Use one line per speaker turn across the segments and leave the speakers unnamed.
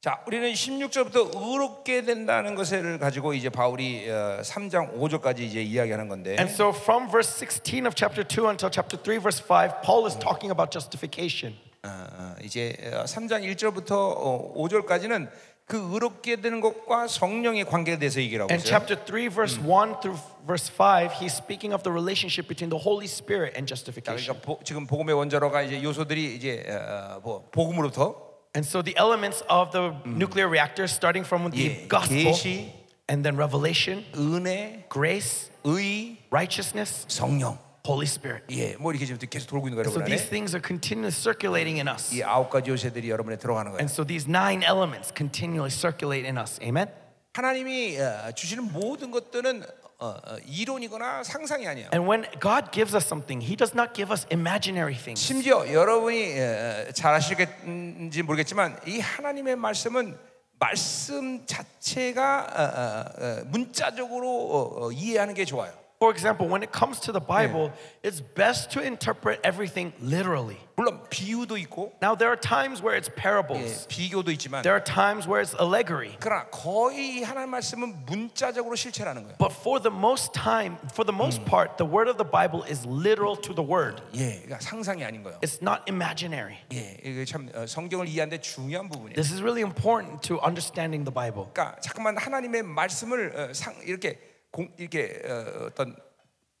자, 우리는 16절부터 의롭게 된다는 것을 가지고 이제 바울이 어, 3장 5절까지 이제 이야기하는 건데
And so from verse 16 of chapter 2 until chapter 3 verse 5 Paul is talking about justification.
어, 어, 이제 어, 3장 1절부터 어, 5절까지는 그 의롭게 되는 것과 성령의 관계에 대해서 얘기를 하고
And
있어요.
chapter 3 verse 1 through verse 5 he's speaking of the relationship between the Holy Spirit and
자,
justification.
그러니까 보- 지금 복음의 원자로가 이제 요소들이 이제 어, 뭐, 복음으로부터
And so the elements of the nuclear reactor starting from the
Yeah.
gospel
계시,
and then revelation,
은혜,
grace,
의,
righteousness,
성령.
Holy Spirit.
예, 뭐 이렇게 지금 계속 돌고 있는
So
거라고 그러네.
these things are continually circulating in us.
이 아홉 가지 요새들이 여러분에 들어가는 거예요.
And so these nine elements continually circulate in us. Amen.
하나님이 어, 주시는 모든 것들은 어, 어, 이론이거나 상상이 아니에요.
And when God gives us something, He does not give us imaginary things.
심지어 여러분이 어, 잘 아시겠는지 모르겠지만 이 하나님의 말씀은 말씀 자체가 어, 어, 어, 문자적으로 어, 어, 이해하는 게 좋아요.
For example, when it comes to the Bible, it's best to interpret everything literally.
물론 비유도 있고
Now, there are times where it's
예,
parables,
비교도 있지만
there are times where it's allegory.
그러나 거의 이 하나님 말씀은 문자적으로 실천하는 거예요.
But for the most time, for the most part, the word of the Bible is literal to the word.
예, 그러니까 상상이 아닌 거예요.
It's not imaginary.
예, 이게 참 어, 성경을 이해하는데 중요한 부분이에요.
This is really important to understanding the Bible.
그러니까 잠깐만 하나님의 말씀을 어, 상, 이렇게 공, 이렇게 어, 어떤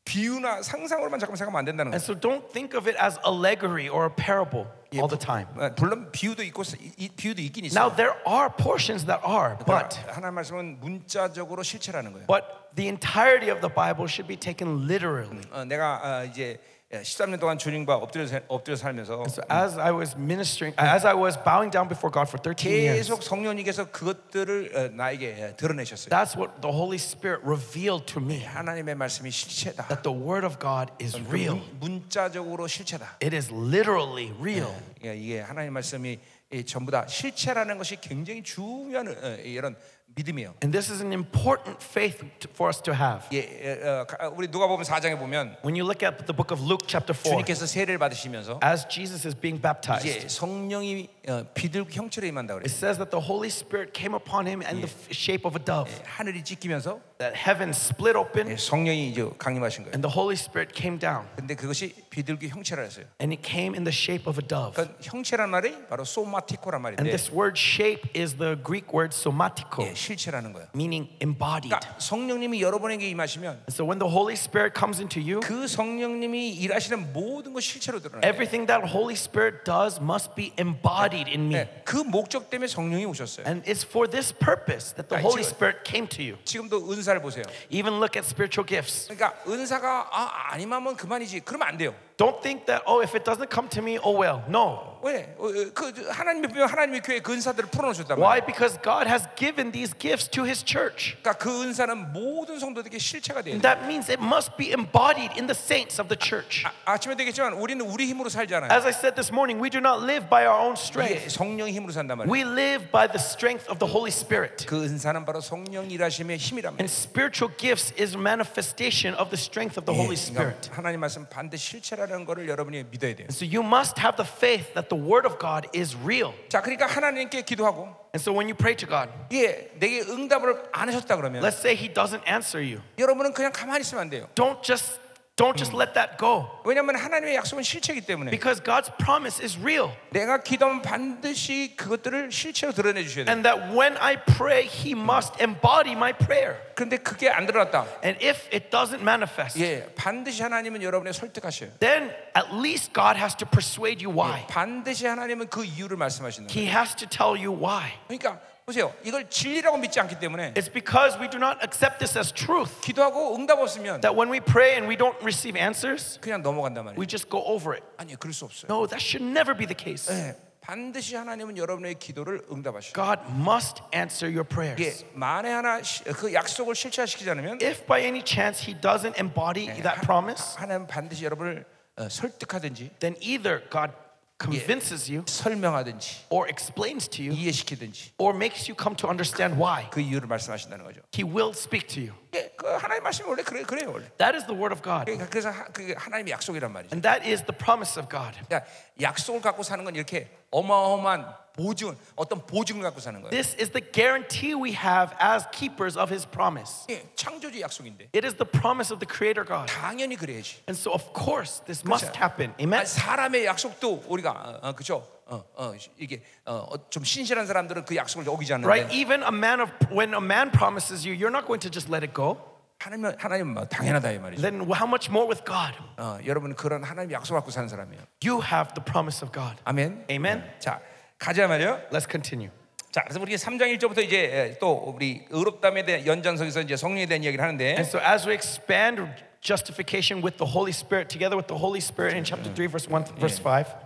비유나 상상으로만 잠깐 생각하면 안 된다는 거예요.
And so don't think of it as allegory or a parable all the time.
어, 물론 비유도 있고 이, 이 비유도 있긴
Now,
있어요.
there are portions that are,
그러나
but
하나님 말씀은 문자적으로 실체라는 거예요.
But the entirety of the Bible should be taken literally.
어, 내가 어, 이제 13년 동안 주님과 엎드려 살- 엎드려 살면서
So as I was ministering, as I was bowing down before God for 13 years,
계속 성령님께서 그것들을 어, 나에게 드러내셨어요.
that's what the Holy Spirit revealed to me
하나님의 말씀이 실체다.
that the Word of God is real.
문- 문자적으로 실체다.
It is literally real.
예, 이게 하나님 말씀이 이 전부 다 실체라는 것이 굉장히 중요한 어, 이런 믿음이에요.
And this is an important faith to- for us to have.
예, 예, 어, 가- 우리 누가 보면 4장에 보면
When you look at the book of Luke, chapter 4,
주님께서 세례를 받으시면서
as Jesus is being
이제
baptized,
성령이 어, 비둘기 형체로 임한다 그래요.
it says that the Holy Spirit came upon him in the f- shape of a dove,
하늘이 찢기면서
that heaven split
예,
open,
성령이 이제 강림하신 거예요.
and the Holy Spirit came down.
근데 그것이 비둘기 형체라 했어요.
And it came in the shape of a dove.
그러니까 형체란 말이 바로 소마티코란
And
말인데
this word shape is the Greek word somatiko,
예, 실체라는 거예요.
meaning embodied.
그러니까 성령님이 여러분에게 임하시면
And so when the Holy Spirit comes into you,
그 성령님이 일하시는 모든 것이 실체로 드러나요.
everything that Holy Spirit does must be embodied in me.
예, 그 목적 때문에 성령이 오셨어요.
And it's for this purpose that the
Right,
Holy
so-
Spirit came to you.
지금도 은사를 보세요.
Even look at spiritual gifts.
그러니까 은사가 아, 아니면 그만이지. 그러면 안 돼요.
Don't think that, oh, if it doesn't come to me, oh well. No.
왜? 어, 어, 그 하나님의 분명 하나님의 교회 그 은사들을 풀어놓으셨단 말이에요.
Why? Because God has given these gifts to His church.
그러니까 그 은사는 모든 성도들에게 실체가 돼요.
And that means it must be embodied in the saints of the church.
아, 아침에 되겠지만 우리는 우리 힘으로 살잖아요.
As I said this morning, we do not live by our own strength.
이게 성령의 힘으로 산단 말이에요.
We live by the strength of the Holy Spirit.
그 은사는 바로 성령 일하심의 힘이랍니다.
And spiritual gifts is a manifestation of the strength of the Holy Spirit.
그러니까 하나님 말씀 반드시 실체라는 것을 여러분이 믿어야 돼요.
And so you must have the faith that the Word of God is real.
자, 그러니까 하나님께 기도하고
And so when you pray to God,
예, 내게 응답을 안 하셨다 그러면
let's say He doesn't answer you.
여러분은 그냥 가만히 있으면 안 돼요.
Don't just don't just let that go
왜냐하면 하나님의 약속은 실체이기 때문에
because God's promise is real.
내가 기도하면 반드시 그것들을 실체로 드러내 주셔야 돼요.
And that when I pray, He must embody my prayer.
그런데 그게 안 드러났다.
And if it doesn't manifest,
예, 반드시 하나님은 여러분을 설득하셔요.
then at least God has to persuade you why.
반드시 하나님은 그 이유를 말씀하시는 거예요.
He has to tell you why.
그러니까 보세요. 이걸 진리라고 믿지 않기 때문에
It's because we do not accept this as truth
기도하고 응답 없으면
that when we pray and we don't receive answers,
그냥 넘어간단 말이에요.
we just go over it.
아니, 그럴 수 없어요.
No, that should never be the case.
예, 반드시 하나님은 여러분의 기도를 응답하셔요.
God must answer
예,
your prayers.
만에 하나 시- 그 약속을 실체화시키지 않으면
If by any chance He doesn't embody that promise,
하나님은 반드시 여러분을 어, 설득하든지
then either God convinces you
설명하든지
or explains to you
이해시키든지
or makes you come to understand why.
그 이유를 말씀하신다는 거죠.
He will speak to you.
예, 그 하나님 말씀이 원래 그래 그래요 원래.
That is the word of God.
그러니까 그래서 하, 그게 하나님의 약속이란 말이죠.
And that is the promise of God.
그러니까 약속을 갖고 사는 건 이렇게 어마어마한 보증, 어떤 보증을 갖고 사는 거예요.
This is the guarantee we have as keepers of his promise.
예, 창조주 약속인데
It is the promise of the creator God.
당연히 그래야지.
And so, of course, this must
그렇죠.
happen.
아니,
Amen.
사람의 약속도 우리가 어, 어, 그죠? 어, 어, 이게 어, 어, 좀 신실한 사람들은 그 약속을 어기지 않는데
Right? Even a man of when a man promises you, you're not going to just let it go.
하나님은 하나님 은뭐 당연하다 이 말이죠.
Then how much more with God?
어, 여러분 그런 하나님 약속 갖고 사는 사람이에요.
You have the promise of God.
아멘.
Amen.
자 가자 말이요.
Let's continue.
자 그래서 우리가 3장 1절부터 이제 에, 또 우리 의롭담에 대한 연장선에서 이제 성령에 대한 얘기를 하는데
And so as we expand justification with the Holy Spirit, together with the Holy Spirit in chapter 3, verse 1 to verse 5.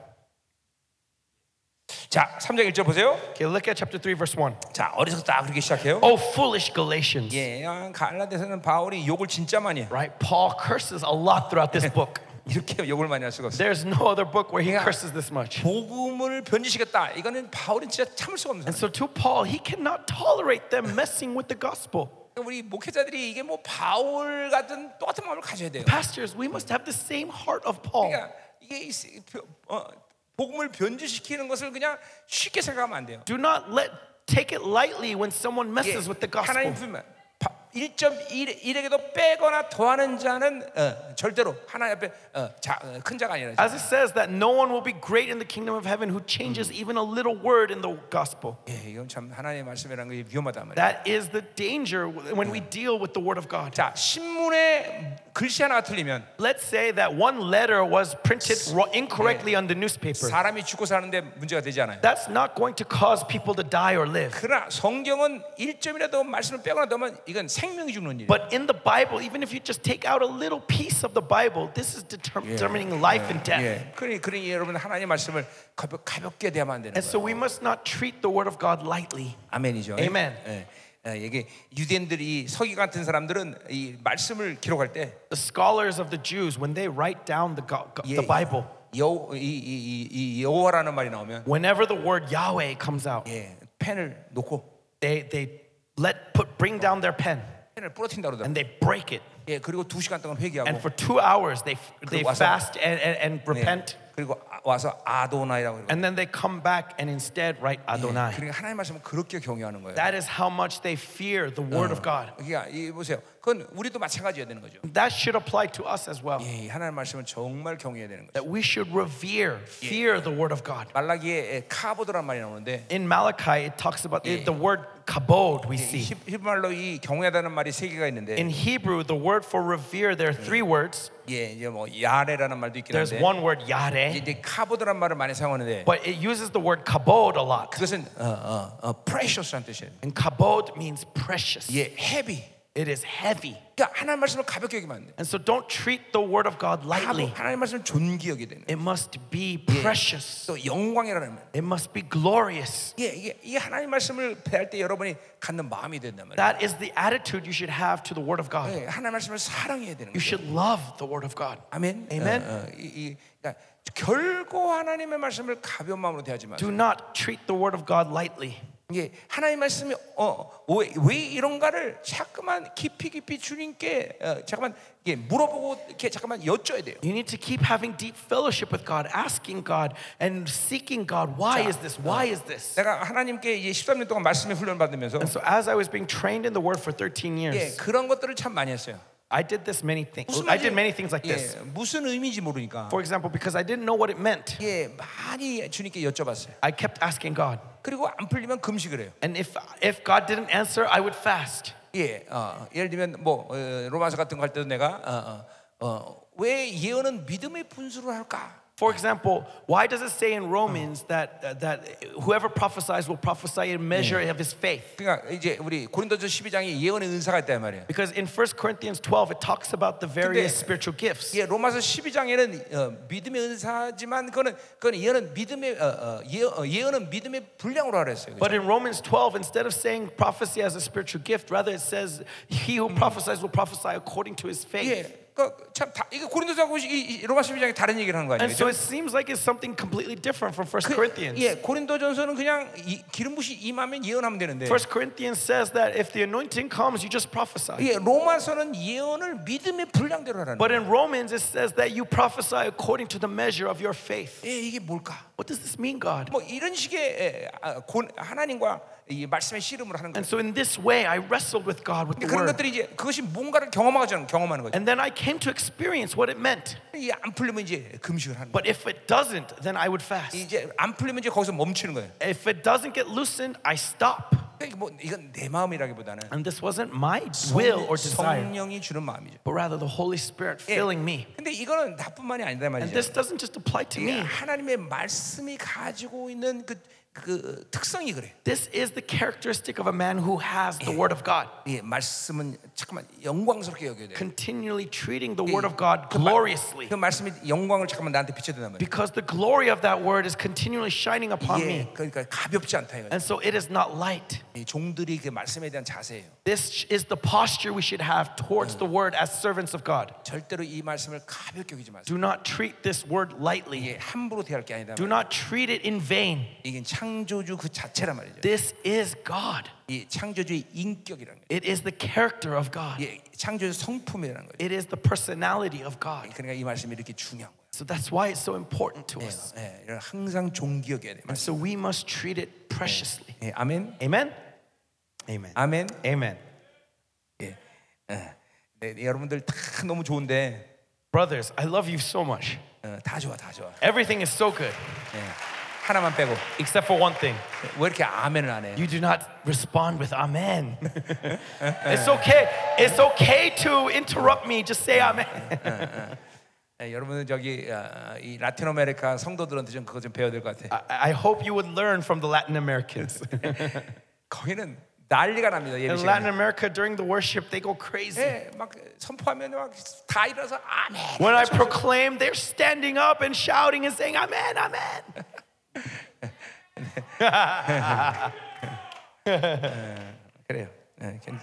자 3장 1절 보세요.
Okay, look at chapter 3, verse 1.
자 어디서 딱 그렇게 시작해요?
Oh, foolish Galatians.
예, 아, 갈라디아서는 바울이 욕을 진짜 많이 해.
Right? Paul curses a lot throughout this book.
이렇게 욕을 많이 할 수가 없어. 요
There's no other book where he
Yeah.
curses this much.
복음을 변지시겠다. 이거는 바울은 진짜 참을 수가 없는 사람.
And so to Paul, he cannot tolerate them messing with the gospel.
우리 목회자들이 이게 뭐 바울 같은 똑같은 마음을 가져야 돼요.
Pastors, we must have the same heart of Paul.
그러니까 이게 이 세- 벼- 어, 복음을 변주시키는 것을 그냥 쉽게 생각하면 안 돼요.
Do not let take it lightly when someone
이게
messes with the
하나님
gospel.
품에 1.1에게도 빼거나 더하는 자는 어, 절대로 하나님 앞에 어, 자, 어, 큰 자가 아니라
As it says that no one will be great in the kingdom of heaven who changes even a little word in the gospel.
예, 이건 참 하나님의 말씀이라는 게 위험하단 말이에요.
That is the danger when we deal with the word of God.
자, 신문에 글씨 하나가 틀리면
Let's say that one letter was printed ro- incorrectly on the newspaper.
사람이 죽고 사는데 문제가 되지 않아요.
That's not going to cause people to die or live.
그러나 성경은 1점이라도 말씀을 빼거나 더하면 이건 생명이 죽는 일이에요.
But in the Bible, even if you just take out a little piece of the Bible, this is determ- determining life and death.
예. 그러니 그러니 여러분 하나님의 말씀을 가볍, 가볍게 대하면 안 되는
And so
거예요.
we must not treat the word of God lightly.
아멘이죠.
Amen.
예. 예, 이게 유대인들이 서기 같은 사람들은 이 말씀을 기록할 때
The scholars of the Jews, when they write down the, go- go- the
예,
Bible,
여호 이, 이, 이, 이 여호와라는 말이 나오면
whenever the word Yahweh comes out,
예, 펜을 놓고
they, they let put bring down their pen
펜을 부러뜨린다 그러더라고.
and they break it.
예, 그리고 두 시간 동안
And
회개하고
for two hours, they, f- they
와서-
fast and, and, and
예,
repent.
그리고 아- 와서 아도나이라고 그러고.
And then they come back and instead write Adonai.
그러니까 하나님 말씀을 그렇게 경외하는 거예요.
That is how much they fear the word of God.
그러니까 이 보세요. 그건 우리도 마찬가지여야 되는 거죠.
That should apply to us as well.
예, 하나님 말씀을 정말 경외해야 되는 거죠.
That we should revere, fear the word of God.
말라기에 예, 카보드란 말이 나오는데
In Malachi, it talks about the- the word kabod we see.
히- 히브리말로 이 경외하다는 말이 세 개가 있는데
In Hebrew, the word for revere, there are three words.
예, 이제 뭐 야레라는 말도 있긴
There's
한데
one word, yare,
이제 카보드란 말을 많이 사용하는데
but it uses the word kabod a lot.
그것은 어, 어, 어, precious란 뜻이에요.
And kabod means precious.
예, heavy.
It is heavy.
그러니까 하나님 말씀을 가볍게 여기면 안 돼.
And so don't treat the word of God lightly.
하나님 말씀을 존귀 여기 되는. 거예요.
It must be precious.
또 영광이라는 말.
It must be glorious.
예, 이게 이 하나님 말씀을 배할 때 여러분이 갖는 마음이 된단 말이에요.
That is the attitude you should have to the word of God.
예, 하나님 말씀을 사랑해야 되는 거예요.
You should love the word of God.
아멘.
Amen.
어, 어, 이, 이, 그러니까 결코 하나님의 말씀을 가벼운 마음으로 대하지 마.
Do not treat the word of God lightly.
이게 예, 하나님 말씀이 어, 왜, 왜 이런가를 자꾸만 깊이 깊이 주님께 어, 잠깐만 이게 물어보고 이렇게 잠깐만 여쭤야 돼요.
You need to keep having deep fellowship with God, asking God and seeking God, why is this? Why is this?
내가 하나님께 이제 13년 동안 말씀의 훈련을 받으면서
And so as I was being trained in the word for 13
예,
years,
그런 것들을 참 많이 했어요.
I did this many things.
무슨
I
말인지-
did many things like
예,
this.
무슨 의미인지 모르니까
For example, because I didn't know what it meant,
예, 많이 주님께 여쭤봤어요.
I kept asking God.
그리고 안 풀리면 금식을 해요.
And if if God didn't answer, I would fast.
예, 어, 예를 들면 뭐 어, 로마서 같은 거 할 때도 내가 어, 어, 어, 왜 예언은 믿음의 분수로 할까?
For example, why does it say in Romans that that whoever prophesies will prophesy in measure of his faith?
그러니까 이제 우리 고린도전 12장에 예언의 은사가 있다 이 말이에요.
Because in 1 Corinthians 12, it talks about the various spiritual gifts.
예, 로마서 12장에는 어, 믿음의 은사지만 그거는 그거는 예언은 믿음의 어, 어, 예, 어, 예언은 믿음의 분량으로 하라 했어요. 그죠?
But in Romans 12, instead of saying prophecy as a spiritual gift, rather it says, He who prophesies will prophesy according to his faith.
예, 그러니까 참 다, 이게 고린도전하고 이- 이 로마서 12장이 다른 얘기를 하는 거 아니에요?
And so
그죠?
it seems like it's something completely different from 1 Corinthians.
예, 고린도전서는 그냥 이, 기름 부시 임하면 예언하면 되는데
1 Corinthians says that if the anointing comes, you just prophesy.
예, 로마서는 예언을 믿음의 분량대로 하라는
But
거예요.
in Romans, it says that you prophesy according to the measure of your faith.
예, 이게 뭘까?
What does this mean, God?
뭐 이런 식의 예, 아, 곤- 하나님과 이 말씀의 씨름을 하는 거예요.
And so in this way, I wrestled with God with the
그런
word.
것들이 이제 그것이 뭔가를 경험하잖아요. 경험하는 거죠.
And then I came to experience what it meant.
이게 안 풀리면 이제 금식을 하는 거예요.
But if it doesn't, then I would fast.
이제 안 풀리면 이제 거기서 멈추는 거예요.
If it doesn't get loosened, I stop.
그러니까 뭐 이건 내 마음이라기보다는
And this wasn't my will or desire,
성령이 주는 마음이죠.
but rather the Holy Spirit
예.
filling me.
근데 이거는 나뿐만이 아니다
And
말이죠.
this doesn't just apply to
이게
me.
하나님의 말씀이 가지고 있는 그, 그 특성이 그래.
This is the characteristic of a man who has the Word of God,
예, 말씀은 잠깐만 영광스럽게 여겨야 돼.
continually treating the Word of God
그 마-
gloriously,
그 말씀이 영광을 잠깐만 나한테 비춰준단 말이야.
because the glory of that Word is continually shining upon me.
예, 그러니까 가볍지 않다 이거.
And so it is not light.
이 종들이 그 말씀에 대한 자세예요.
This is the posture we should have towards the Word as servants of God.
절대로 이 말씀을 가볍게 여기지 마세요.
Do not treat this Word lightly,
이게 함부로 대할 게 아니다.
do not treat it in vain.
이게 창조주 그 자체란 말이죠.
This is God,
이 창조주의 인격이라는 거예요.
it is the character of God,
예, 창조주 성품이라는 거죠.
it is the personality of God.
그러니까 이 말씀이 이렇게 중요한 거예요.
So that's why it's so important to us.
예, 이런 항상 존귀여겨야 돼.
And so we must treat it preciously.
예, 아멘.
Amen? Amen.
아멘.
Amen.
예. 예. 네, 네, 여러분들 다 너무 좋은데
Brothers, I love you so much.
어, 다 좋아, 다 좋아.
Everything is so good,
예. 하나만 빼고
except for one thing.
왜 이렇게 아멘을 안 해?
You do not respond with amen. it's okay. It's okay to interrupt me. Just say amen.
예, 여러분은 저기 어, 이 라틴 아메리카 성도들한테 좀 그거 좀 배워야 될 것 같아.
I, I hope you would learn from the Latin Americans.
거기는 난리가 납니다. 예배
In Latin
시간에.
America, during the worship, they go crazy.
예, 막 선포하면 막 다 일어서 아멘.
When I proclaim, they're standing up and shouting and saying, Amen, Amen.
그래요. 예, 괜찮-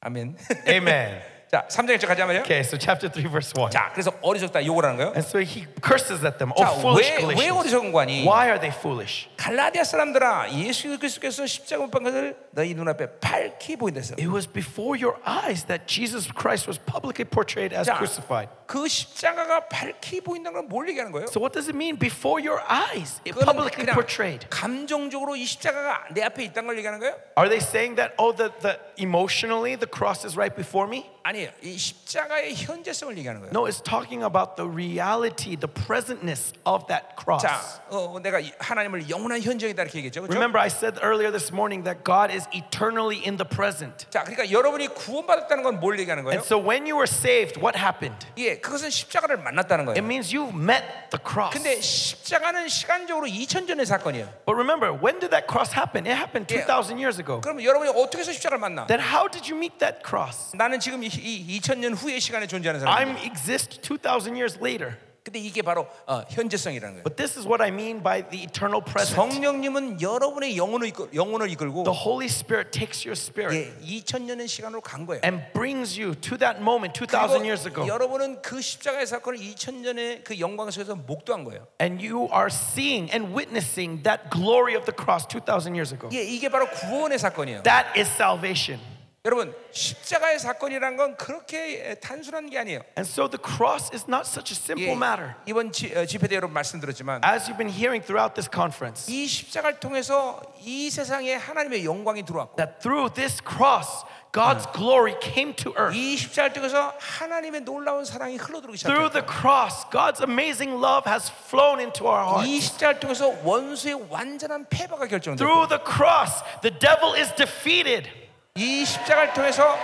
아멘.
Amen.
자, 3장 1절 가자 말이요.
Okay, so chapter 3, verse 1.
자, 그래서 어리석다 욕을 하는 거예요.
And so he curses at them.
자,
Oh, foolish
왜, 왜
Galatians.
어리석은 거니?
Why are they foolish?
갈라디아 사람들아, 예수 그리스도께서 십자가 못 박은 것을 너희 눈앞에 밝히 보인다 했어.
It was before your eyes that Jesus Christ was publicly portrayed as
자,
crucified.
그 십자가가 밝히 보인다는 건 뭘 얘기하는 거예요?
So what does it mean before your eyes? It
그건
publicly
그냥
portrayed.
감정적으로 이 십자가가 내 앞에 있다는 걸 얘기하는 거예요?
Are they saying that oh the, the emotionally the cross is right before me?
아니에요. 이 십자가의 현재성을 얘기하는 거예요.
No, it's talking about the reality, the presentness of that cross.
자, 어, 내가 이- 하나님을 영원한 현재이다 이렇게 얘기했죠. 그렇죠?
Remember I said earlier this morning that God is eternally in the present.
자, 그러니까 여러분이 구원받았다는 건 뭘 얘기하는 거예요?
And so when you were saved, what happened?
예, 그것은 십자가를 만났다는 거예요.
It means you've met the cross.
근데 십자가는 시간적으로 2000년의 사건이에요.
But remember, when did that cross happen? It happened 2,000 years ago.
그럼 여러분이 어떻게 해서 십자가를 만나?
Then how did you meet that cross?
나는 지금 이, 이 2000년 후의 시간에 존재하는 사람이에요.
I'm exist 2,000 years later.
근데 이게 바로 어, 현재성이라는 거예요.
But this is what I mean by the eternal present.
성령님은 여러분의 영혼을, 이끌, 영혼을 이끌고
The Holy Spirit takes your spirit
예, 2000년의 시간으로 간 거예요.
and brings you to that moment 2,000 years
그리고
ago.
여러분은 그 십자가의 사건을 2000년의 그 영광 속에서 목도한 거예요.
And you are seeing and witnessing that glory of the cross 2,000 years ago.
예, 이게 바로 구원의 사건이에요.
That is salvation.
여러분, 십자가의 사건이란 건 그렇게 예, 단순한 게 아니에요.
And so the cross is not such a
예,
simple matter.
이번 지, 어, 집회 때 여러분 말씀드렸지만
As you've been hearing throughout this conference,
이 십자가를 통해서 이 세상에 하나님의 영광이 들어왔고
that through this cross, God's glory came to earth.
이 십자가를 통해서 하나님의 놀라운 사랑이 흘러들어오기
Through
시작해요.
the cross, God's amazing love has flown into our hearts.
이 십자가를 통해서 원수의 완전한 패배가 결정됐고
Through the cross, the devil is defeated.
이 십자가를 통해서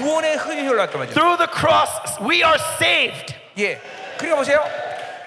구원의 흔이 흘러왔단 말이죠.
Through the cross, we are saved.
예. 그리고 보세요.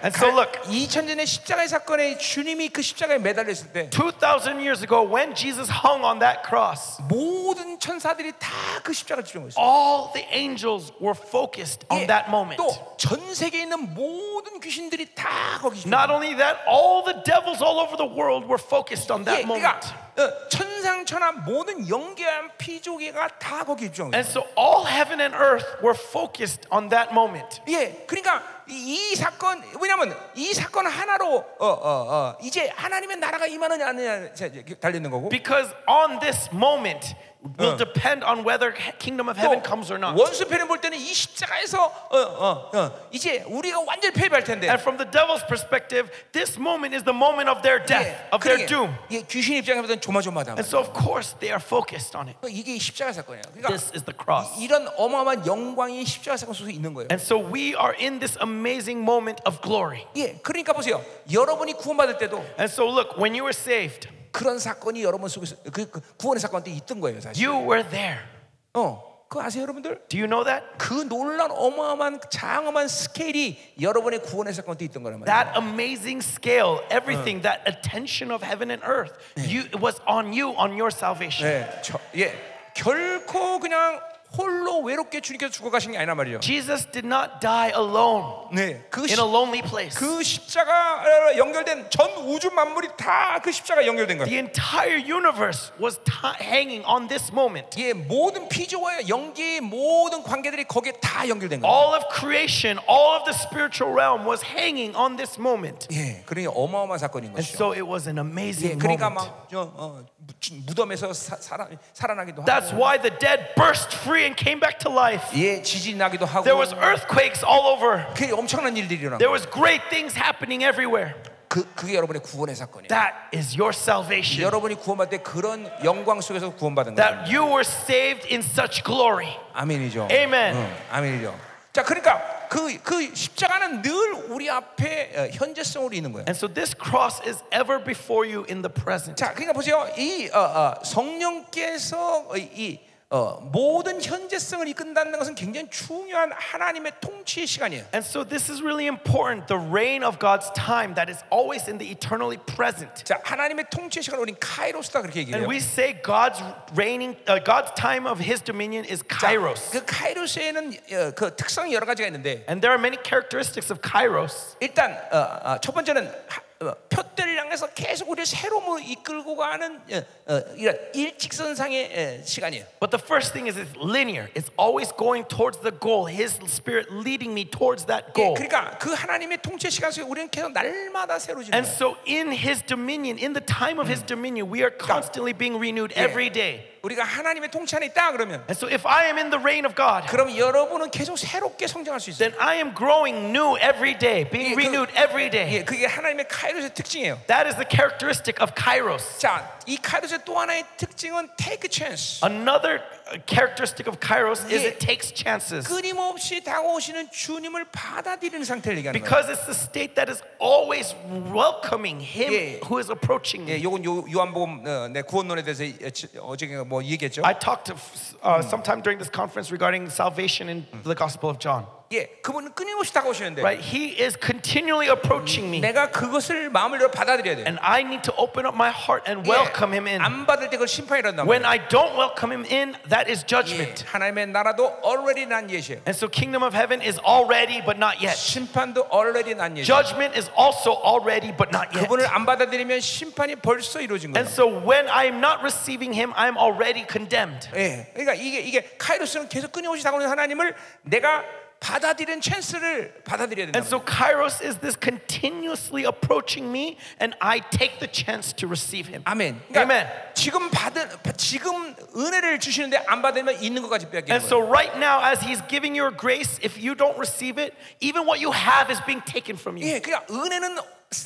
And so, look,
2000년의 십자가의 사건에 주님이 그 십자가에 매달려 있을 때
2,000 years ago, when Jesus hung on that cross,
모든 천사들이 다 그 십자가를 집중하고 있어요. 예.
all the angels were focused on that moment.
또전 세계에 있는 모든 귀신들이 다 거기 집중.
Not only that, all the devils all over the world were focused on
예,
that moment.
그러니까 어, 천상 땅 천하 모든 영계한 피조계가 다 거기에 집중한 거예요.
And so all heaven and earth were focused on that moment.
예, 그러니까 이, 이 사건 왜냐하면 이 사건 하나로 어, 어, 어, 이제 하나님의 나라가 임하느냐 안 하느냐 그 달려 있는 거고
Because on this moment will depend on whether he- kingdom of heaven comes or not.
원수편을 볼 때는 이 십자가에서 어, 어, 어, 이제 우리가 완전히 패배할 텐데
And from the devil's perspective, this moment is the moment of their death,
예,
of
그러게.
their doom.
예, 귀신 입장에서 보면 조마조마하다
And so, of course, they are focused on it.
이게 십자가 사건이야 그러니까
This is the cross.
이런 어마어마한 영광이 십자가 사건 속에 있는 거예요
And so, we are in this amazing moment of glory.
예, 그러니까 보세요 여러분이 구원받을 때도
And so, look, when you were saved,
그런 사건이 여러분 속에서 그, 그 구원의 사건도 있던 거예요 사실
you were there.
어, 그거 아세요 여러분들?
Do you know that?
그 놀란 어마어마한 장엄한 스케일이 여러분의 구원의 사건도 있던 거란 말이에요.
That amazing scale, everything, that attention of heaven and earth, you, it was on you, on your salvation.
예, 저, 예, 결코 그냥 홀로 외롭게 주님께서 죽어가신 게 아니란 말이에요.
Jesus did not die alone
네, 그, 시,
in a lonely place.
그 십자가 어, 연결된 전 우주 만물이 다 그 십자가 연결된 거예요.
The entire universe was ti- hanging on this moment.
예, 모든 피조와 영계의 모든 관계들이 거기에 다 연결된 거예요.
All of creation, all of the spiritual realm was hanging on this moment.
예, 그러니 어마어마한 사건인
And
것이죠.
so it was an
예,
amazing
그러니까
moment.
막 저, 어, 무- 무덤에서 사, 살아, 살아나기도 하고,
That's why the dead burst free and came back to life.
예, 지진이 나기도 하고,
There was earthquakes all over.
그게 엄청난 일들이 일어나.
There was great things happening everywhere.
그 그게 여러분의 구원의 사건이에요.
That is your salvation.
여러분이 구원받을 때 그런 영광 속에서 구원받은 거예요.
That you were saved in such glory.
아멘이죠.
Amen.
응, 아멘이죠. 자, 그러니까 그 그 십자가는 늘 우리 앞에 어, 현재성으로 있는 거예요.
And so this cross is ever before you in the present.
자, 그러니까 보세요. 이 어, 어, 성령께서 어, 이 어, 모든 현재성을 이끈다는 것은 굉장히 중요한 하나님의 통치의 시간이에요.
And so this is really important the reign of God's time that is always in the eternally present.
자, 하나님의 통치의 시간을 우린 카이로스다 그렇게
And
얘기해요.
we say God's reigning uh, God's time of his dominion is kairos.
그 카이로스에는 어, 그 특성이 여러 가지가 있는데
And there are many characteristics of kairos.
일단 어, 어, 첫 번째는 하- 어, 표대를 향해서 계속 우리를 새로움으로 이끌고 가는 어, 어, 이런 일직선상의 에, 시간이에요. 예,
But the first thing is it's linear. It's always going towards the goal. His spirit leading me towards that
예,
goal.
그러니까 그 하나님의 통치 시간 속에 우리는 계속 날마다 새로워지는
And
거예요.
so in his dominion, in the time of his
Mm.
dominion, we are constantly being renewed every day.
우리가 하나님의 통치 안에 있다 그러면
And so if I am in the reign of God,
그럼 여러분은 계속 새롭게 성장할 수 있어요.
then I am growing new every day,
Yeah,
being
그-
renewed every day.
예, 그게 하나님의 카이로스의 특징이에요.
That is the characteristic of Kairos.
자, 이 카이로스의 또 하나의 특징은 take chance.
Another uh, characteristic of Kairos is
Yeah.
it takes chances.
끊임없이 다가오시는 주님을 받아들이는 상태를 얘기하는 거예요.
Because it's the state that is always welcoming him
Yeah.
who is approaching
예,
me.
요건 요, 요한복음 어, 내 구원론에 대해서 이- 지- 어저께 뭐 얘기했죠.
I talked to, f- uh, sometime during this conference regarding salvation in the Gospel of John.
예, 그분은 끊임없이 다가오시는데
Right? He is continually approaching me.
내가 그것을 마음을 열어 받아들여야 돼요.
And I need to open up my heart and
예,
welcome him in.
안 받을 때 그걸 심판이란다.
When I don't welcome him in, that is
예,
judgment.
하나님의 나라도 already 난 예시예요.
And so kingdom of heaven is already but not yet.
심판도 already 난 예시.
Judgment is also already but not yet.
그분을 안 받아들이면 심판이 벌써 이루어진
And
거예요.
so when I am not receiving him, I am already condemned.
예, 그러니까 이게 이게 카이로스는 계속 끊임없이 다가오는 하나님을 내가 받아들이는 찬스를 받아들여야
And
된다.
so Kairos is this continuously approaching me, and I take the chance to receive him.
아멘. 그러니까
Amen.
지금 받은 지금 은혜를 주시는데 안 받으면 있는 것까지 빼앗기는
And
거예요.
so right now, as he's giving you a grace, if you don't receive it, even what you have is being taken from you.
예, 그러니까 은혜는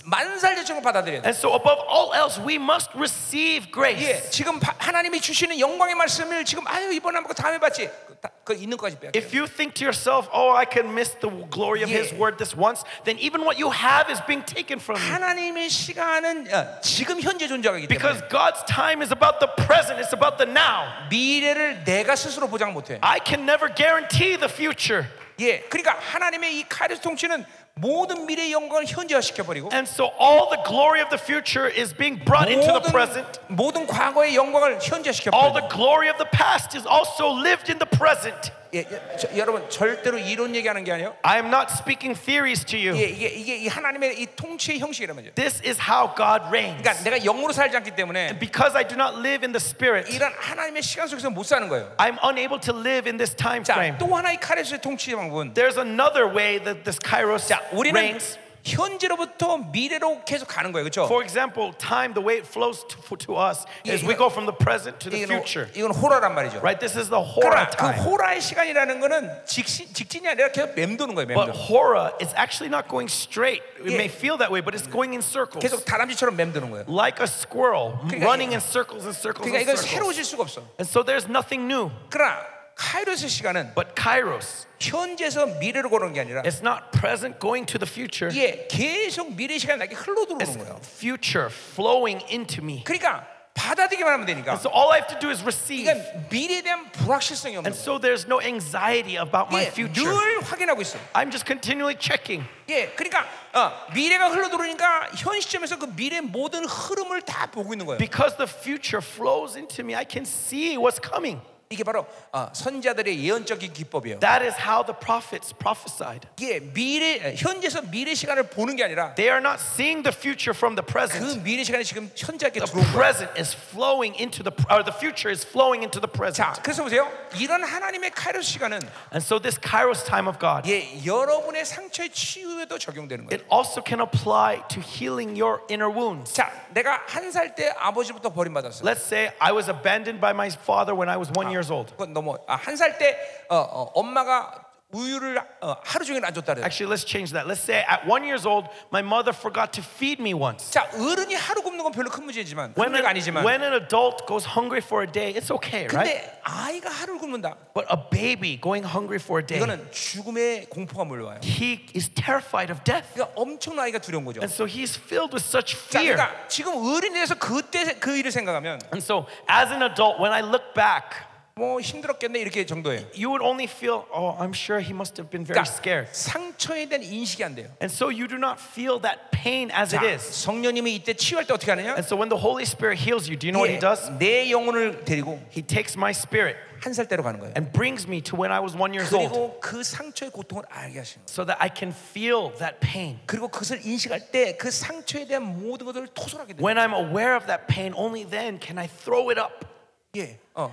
만살자처럼 받아들여야 돼.
And so above all else, we must receive
예,
grace.
지금 바- 하나님이 주시는 영광의 말씀을 지금 아유 이번에 안 받고 다음에 받지. 그, 다- 그 있는 것까지 빼앗겨.
If you think to yourself, oh, I can miss the glory of his
Yeah.
word this once, then even what you have is being taken from you.
하나님의 시간은 어, 지금 현재 존재하기 때문에
Because God's time is about the present, it's about the now.
미래를 내가 스스로 보장 못해.
I can never guarantee the future.
예, 그러니까 하나님의 이 카리스 통치는 모든 미래의 영광을 현재화시켜 버리고
And so all the glory of the future is being brought into
모든,
the present.
모든 과거의 영광을 현재화시켜
All
버리고
the glory of the past is also lived in the present.
예, 예, 저, 여러분 절대로 이론 얘기하는 게 아니에요.
I am not speaking theories to
예,
you.
이게 이게 이 하나님의 이 통치의 형식이란 말이죠.
This is how God reigns.
그러니까 내가 영으로 살지 않기 때문에
And because I do not live in the spirit,
이런 하나님의 시간 속에서 못 사는 거예요.
I'm unable to live in this time
자,
frame.
또 하나의 카레스의 통치의 방법은
There's another way that this kairos
우리는
reigns.
현재로부터 미래로 계속 가는 거예요. 그렇죠?
For example, time, the way it flows to, for- to us,
Yeah,
is we
yeah.
go from the present to the
이건,
future.
이건 호라란 말이죠.
Right? This is the Hora
그러나 그
time.
호라의 시간이라는 거는 직시, 직진이 아니라 계속 맴도는 거예요.
But
맴도.
Hora is actually not going straight. It
Yeah.
may feel that way, but it's going in circles.
계속 다람쥐처럼 맴도는 거예요.
Like a squirrel,
그러니까 이-
running in circles and circles
그러니까
and
이건
circles.
새로워질 수가 없어.
And so there's nothing new.
그러나 카이로스의 시간은
But Kairos,
현재에서 미래로 가는 게 아니라
it's not present going to the future.
예, 계속 미래 시간이 나게 흘러
It's
들어오는 거예요.
future flowing into me.
그러니까 받아들이기만 하면 되니까.
And so all I have to do is receive.
그러니까 미래에 대한 불확실성이 없는
And
거예요.
so there's no anxiety about
예,
my future.
늘 확인하고 있어.
I'm just continually checking.
예, 그러니까 어, 미래가 흘러 들어오니까 현 시점에서 그 미래의 모든 흐름을 다 보고 있는 거예요.
Because the future flows into me, I can see what's coming.
이게 바로 어, 선자들의 예언적인 기법이에요.
That is how the prophets prophesied.
이게 미래 어, 현재에서 미래 시간을 보는 게 아니라
They are not seeing the future from the
그
present.
미래 시간이 지금 현재에
The
들어온 거예요.
present is flowing into the or the future is flowing into the
자,
present.
그래서 보세요. 이런 하나님의 카이로스 시간은
And so this kairos time of God,
예, 여러분의 상처의 치유에도 적용되는 거예요.
it also can apply to healing your inner wounds.
자, 내가 한 살 때 아버지부터 버림받았어.
Let's say I was abandoned by my father when I was
Ah.
1 years old.
그건 너무 아, 한살 때 어, 어, 엄마가 우유를 어, 하루 종일 안 줬다 그래.
Actually, let's change that. Let's say at 1 years old, my mother forgot to feed me once.
자, 어른이 하루 굶는 건 별로 큰 문제지만 큰
When
문제가
an,
아니지만
when an adult goes hungry for a day, it's okay, right?
근데 아이가 하루를 굶는다.
But a baby going hungry for a day,
이거는 죽음의 공포가 몰려와요.
he is terrified of death.
그러니까 엄청난 아이가 두려운 거죠.
And so he's filled with such
자,
fear.
그러니까 지금 어른이라서 그때 그 일을 생각하면
And so, as an adult, when I look back,
뭐 힘들었겠네 이렇게 정도예요.
you would only feel, oh, I'm sure he must have been very scared.
그러니까 상처에 대한 인식이 안 돼요.
And so, you do not feel that pain as it
자,
is.
성령님이 이때 치유할 때 어떻게 하느냐?
And so, when the Holy Spirit heals you, do you know what he
예,
does?
내 영혼을 데리고
He takes my spirit
한 살 때로 가는 거예요.
and brings me to when I was one years old
그리고 그 상처의 고통을 알게 하시는 거예요.
so that I can feel that pain.
그리고 그것을 인식할 때 그 상처에 대한 모든 것을 토설하게 돼요.
When I'm aware of that pain, only then can I throw it up.
예. 어.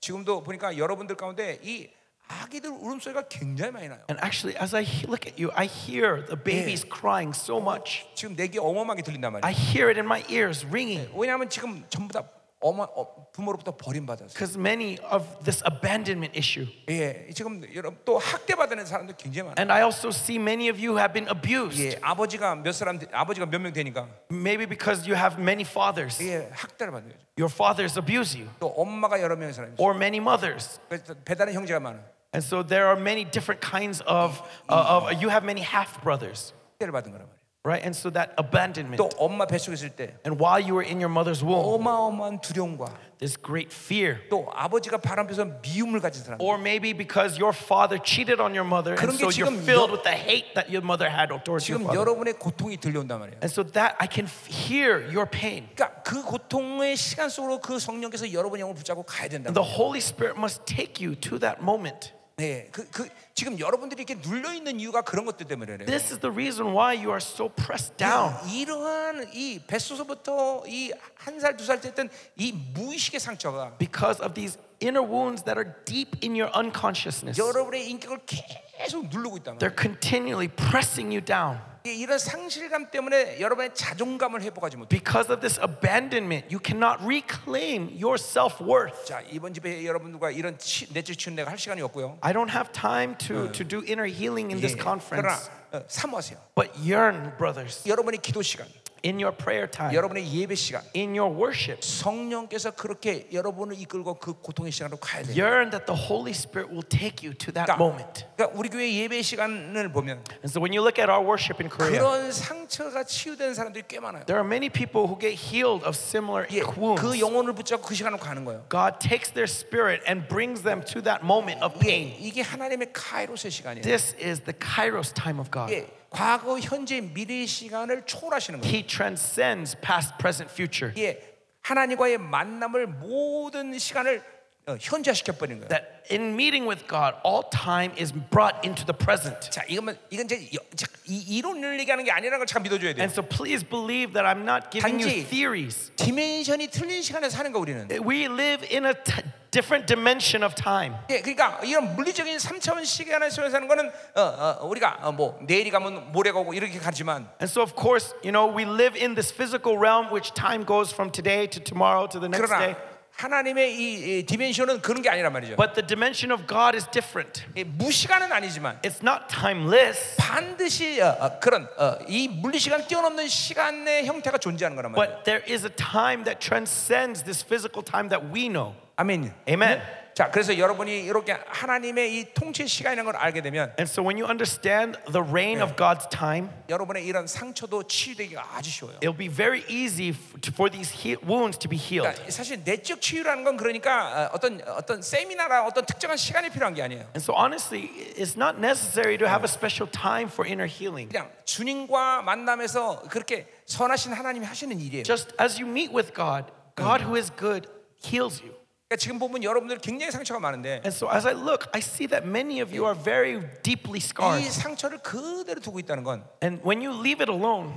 지금도 보니까 여러분들 가운데 이 아기들 울음소리가 굉장히 많이 나요.
And actually, as I he- look at you, I hear the babies crying so much.
지금 내게 어마어마하게 들린단 말이에요.
I hear it in my ears ringing
왜냐하면 지금 전부 다 어마, 어, 부모로부터 버림받았어요.
because many of this abandonment issue.
예, 지금 여러분 또 학대받는 사람들 굉장히 많아요.
And I also see many of you have been abused,
예, 아버지가 몇 사람, 되- 아버지가 몇 명 되니까
maybe because you have many fathers.
예, 학대를 받는 거죠.
Your fathers abuse you,
또 엄마가 여러 명의 사람이 있어요.
or many mothers.
그래서 배다른 형제가 많아요.
And so there are many different kinds of, uh, of you have many half brothers,
학대를 받은 거란 말이에요.
right? And so that abandonment.
또 엄마 뱃속에 있을 때
And while you were in your mother's
Oh.
womb,
어마어마한 두려움과
this great fear.
또 아버지가 바람피서 미움을 가진 사람.
Or maybe because your father cheated on your mother, and
그런 게
so you're
지금
filled
여-
with the hate that your mother had towards your
지금
father.
여러분의 고통이 들려온단 말이에요.
And so that I can f- hear your pain.
그러니까 그 고통의 시간 속으로 그 성령께서 여러분의 영을 붙잡고 가야 된다.
And the Holy Spirit must take you to that moment.
네, 그, 그 지금 여러분들이 이렇게 눌려 있는 이유가 그런 것들 때문이래요.
This is the reason why you are so pressed down.
이러한 이 뱃속에서부터 이 한 살 두 살 때 했던 이 무의식의 상처가
Because of these inner wounds that are deep in your unconsciousness.
여러분의 인격을 계속 누르고 있다면
They're continually pressing you down.
이런 상실감 때문에 여러분의 자존감을 회복하지 못해.
Because of this abandonment, you cannot reclaim your self worth.
자 이번 집에 여러분들과 이런 치, 내적 치유 내가 할 시간이 없고요. 예,
I don't have time to, to do inner healing in this
그러나
conference.
어, 사모하세요.
But yearn, brothers,
여러분의 기도 시간,
in your prayer time,
여러분의 예배 시간,
in your worship.
성령께서 그렇게 여러분을 이끌고 그 고통의 시간으로 가야 돼요.
Yearn that the Holy Spirit will take you to that moment.
그러니까 우리 교회 예배 시간을 보면
And so when you look at our worship in Korea,
그런 상처가 치유된 사람들이 꽤 많아요.
there are many people who get healed of similar
예,
wounds.
그 영혼을 붙잡고 그 시간으로 가는 거예요.
God takes their spirit and brings them to that moment of
예,
pain.
이게 하나님의 카이로스의 시간이에요.
This is the kairos time of God.
예, 과거, 현재, 미래의 시간을 초월하시는 거예요.
He transcends past, present, future.
예, 하나님과의 만남을 모든 시간을 어, 어, 현자시켜버리는 거예요.
That in meeting with God, all time is brought into the present.
자, 이건 이건 이제 여- 자, 이 이론을 얘기하는 게 아니라는 걸참 믿어줘야 돼요.
And so please believe that I'm not giving you
단지-
theories.
디멘션이 틀린 시간에 사는 거 우리는.
We live in a t- different dimension of time.
예, 그러니까 이런 물리적인 3차원 시간에 속에 사는 거는 어, 어, 우리가 어, 뭐 내일이 가면 모레 가고 이렇게 가지만
And so, of course, you know, we live in this physical realm which time goes from today to tomorrow to the next day.
그러나 하나님의 이, 이 디멘션은 그런 게 아니란 말이죠.
But the dimension of God is different.
예, 무시간은 아니지만
It's not timeless,
반드시 어, 어, 그런 어, 이 물리 시간 뛰어넘는 시간의 형태가 존재하는 거란 말이에요.
but there is a time that transcends this physical time that we know.
아멘.
Amen.
자, 그래서 여러분이 이렇게 하나님의 이 통치 시간이라는 걸 알게 되면
And so when you understand the reign of God's time,
여러분의 이런 상처도 치유되기가 아주 쉬워요.
it'll be very easy f- to- for these he- wounds to be healed.
그러니까 사실 내적 치유라는 건 그러니까 어, 어떤 어떤 세미나나 어떤 특정한 시간이 필요한 게 아니에요.
And so honestly, it's not necessary to have a special time for inner healing.
그냥 주님과 만남에서 그렇게 선하신 하나님이 하시는 일이에요.
Just as you meet with God, God who is good heals you.
그러니까 지금 보면 여러분들 굉장히 상처가 많은데
And so as I look, I see that many of you are very deeply scarred.
이 상처를 그대로 두고 있다는 건
And when you leave it alone,